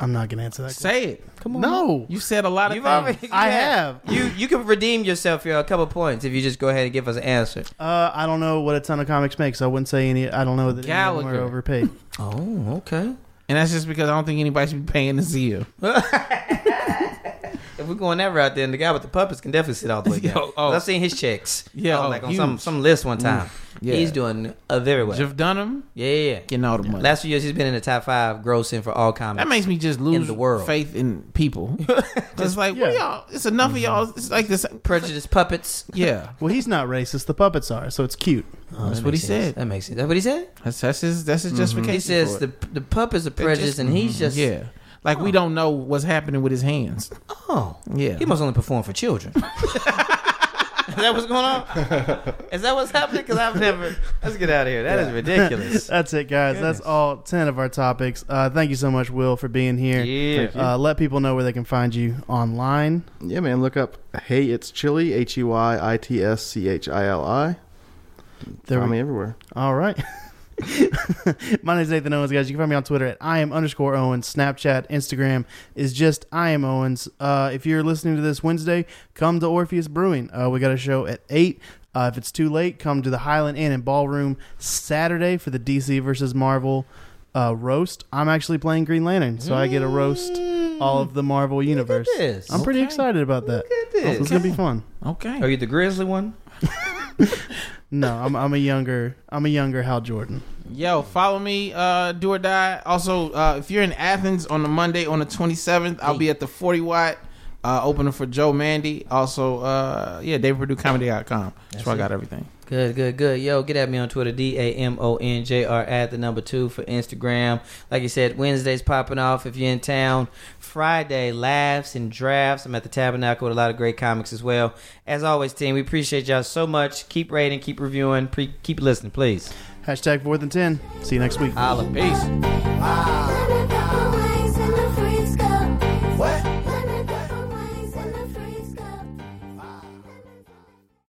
S3: I'm not gonna answer that. question.
S5: Say it.
S1: Come on.
S3: No,
S5: You said a lot of
S1: You've
S5: things.
S1: already,
S3: I
S1: yeah.
S3: have.
S1: You you can redeem yourself here a couple points if you just go ahead and give us an answer.
S3: Uh, I don't know what a ton of comics make, so I wouldn't say any. I don't know that any of them are
S5: Gallagher.
S3: overpaid.
S1: Oh, okay.
S5: and that's just because I don't think anybody should be paying to see you.
S1: If we're going that route, then the guy with the puppets can definitely sit all the way down.
S5: [LAUGHS] Yo, oh.
S1: I've seen his checks.
S5: Yeah,
S1: Oh,
S5: oh,
S1: like on
S5: huge.
S1: some some list one time.
S5: yeah.
S1: He's doing uh, very well.
S5: Jeff Dunham
S1: yeah, yeah, yeah.
S5: getting all the money.
S1: Last few years, he's been in the top five grossing for all comics.
S5: That makes me just lose
S1: the world.
S5: faith in [LAUGHS] people. 'Cause it's like, what
S3: Yeah.
S5: y'all? It's enough
S1: Mm-hmm.
S5: of y'all. It's like this.
S1: prejudice puppets.
S5: Yeah,
S3: well, he's not racist. The puppets are, so it's cute.
S1: Oh,
S5: That's
S1: that
S5: what he
S1: makes sense.
S5: said.
S1: That makes sense. That's what he said.
S5: that's that's his that's his justification.
S1: He says
S5: for
S1: the
S5: it.
S1: the puppets are
S5: They
S1: prejudiced, and he's
S5: mhm,
S1: just
S5: yeah. Like we don't know what's happening with his hands.
S1: Oh,
S5: Yeah.
S1: He must only perform for children. [LAUGHS] Is that what's going on?
S3: [LAUGHS]
S1: Is that what's happening? Because I've never. Let's get out of here. That is ridiculous.
S3: That's it, guys. That's all ten of our topics. Uh, thank you so much, Will, for being [LAUGHS] here.
S1: yeah.
S3: Uh, let people know where they can find you online.
S2: Yeah, man. Look up. Hey, it's chili. H e y i t s c h i l i.
S3: There
S2: Find
S3: we-
S2: me everywhere.
S3: All right. [LAUGHS] My name's Nathan Owens, guys. You can find me on Twitter at I am underscore Owens. Snapchat, Instagram is just I am Owens. Uh, if you're listening to this Wednesday, come to Orpheus Brewing. Uh, we got a show at 8. Uh, if it's too late, come to the Highland Inn and Ballroom Saturday for the DC versus Marvel uh, roast. I'm actually playing Green Lantern, so I get a roast all of the Marvel universe.
S1: this.
S3: I'm pretty excited about that.
S1: at this.
S3: It's going to be fun.
S5: Okay.
S1: Are you the grizzly one?
S3: No, I'm, I'm a younger, I'm a younger Hal Jordan.
S5: Yo, follow me, uh, do or die. Also, uh, if you're in Athens on the Monday on the 27th, I'll be at the 40 Watt uh, opening for Joe Mandy. Also, uh, yeah, DavePurdueComedy.com. That's where I got everything.
S1: Good, good, good. Yo, get at me on Twitter, D A M O N J R at the number two for Instagram. Like you said, Wednesday's popping off if you're in town. Friday, laughs and drafts. I'm at the Tabernacle with a lot of great comics as well. As always, team, we appreciate y'all so much. Keep rating, keep reviewing, pre- keep listening, please.
S3: Hashtag fourth and ten. See you next week.
S1: Holla.
S5: Peace.
S4: Ah.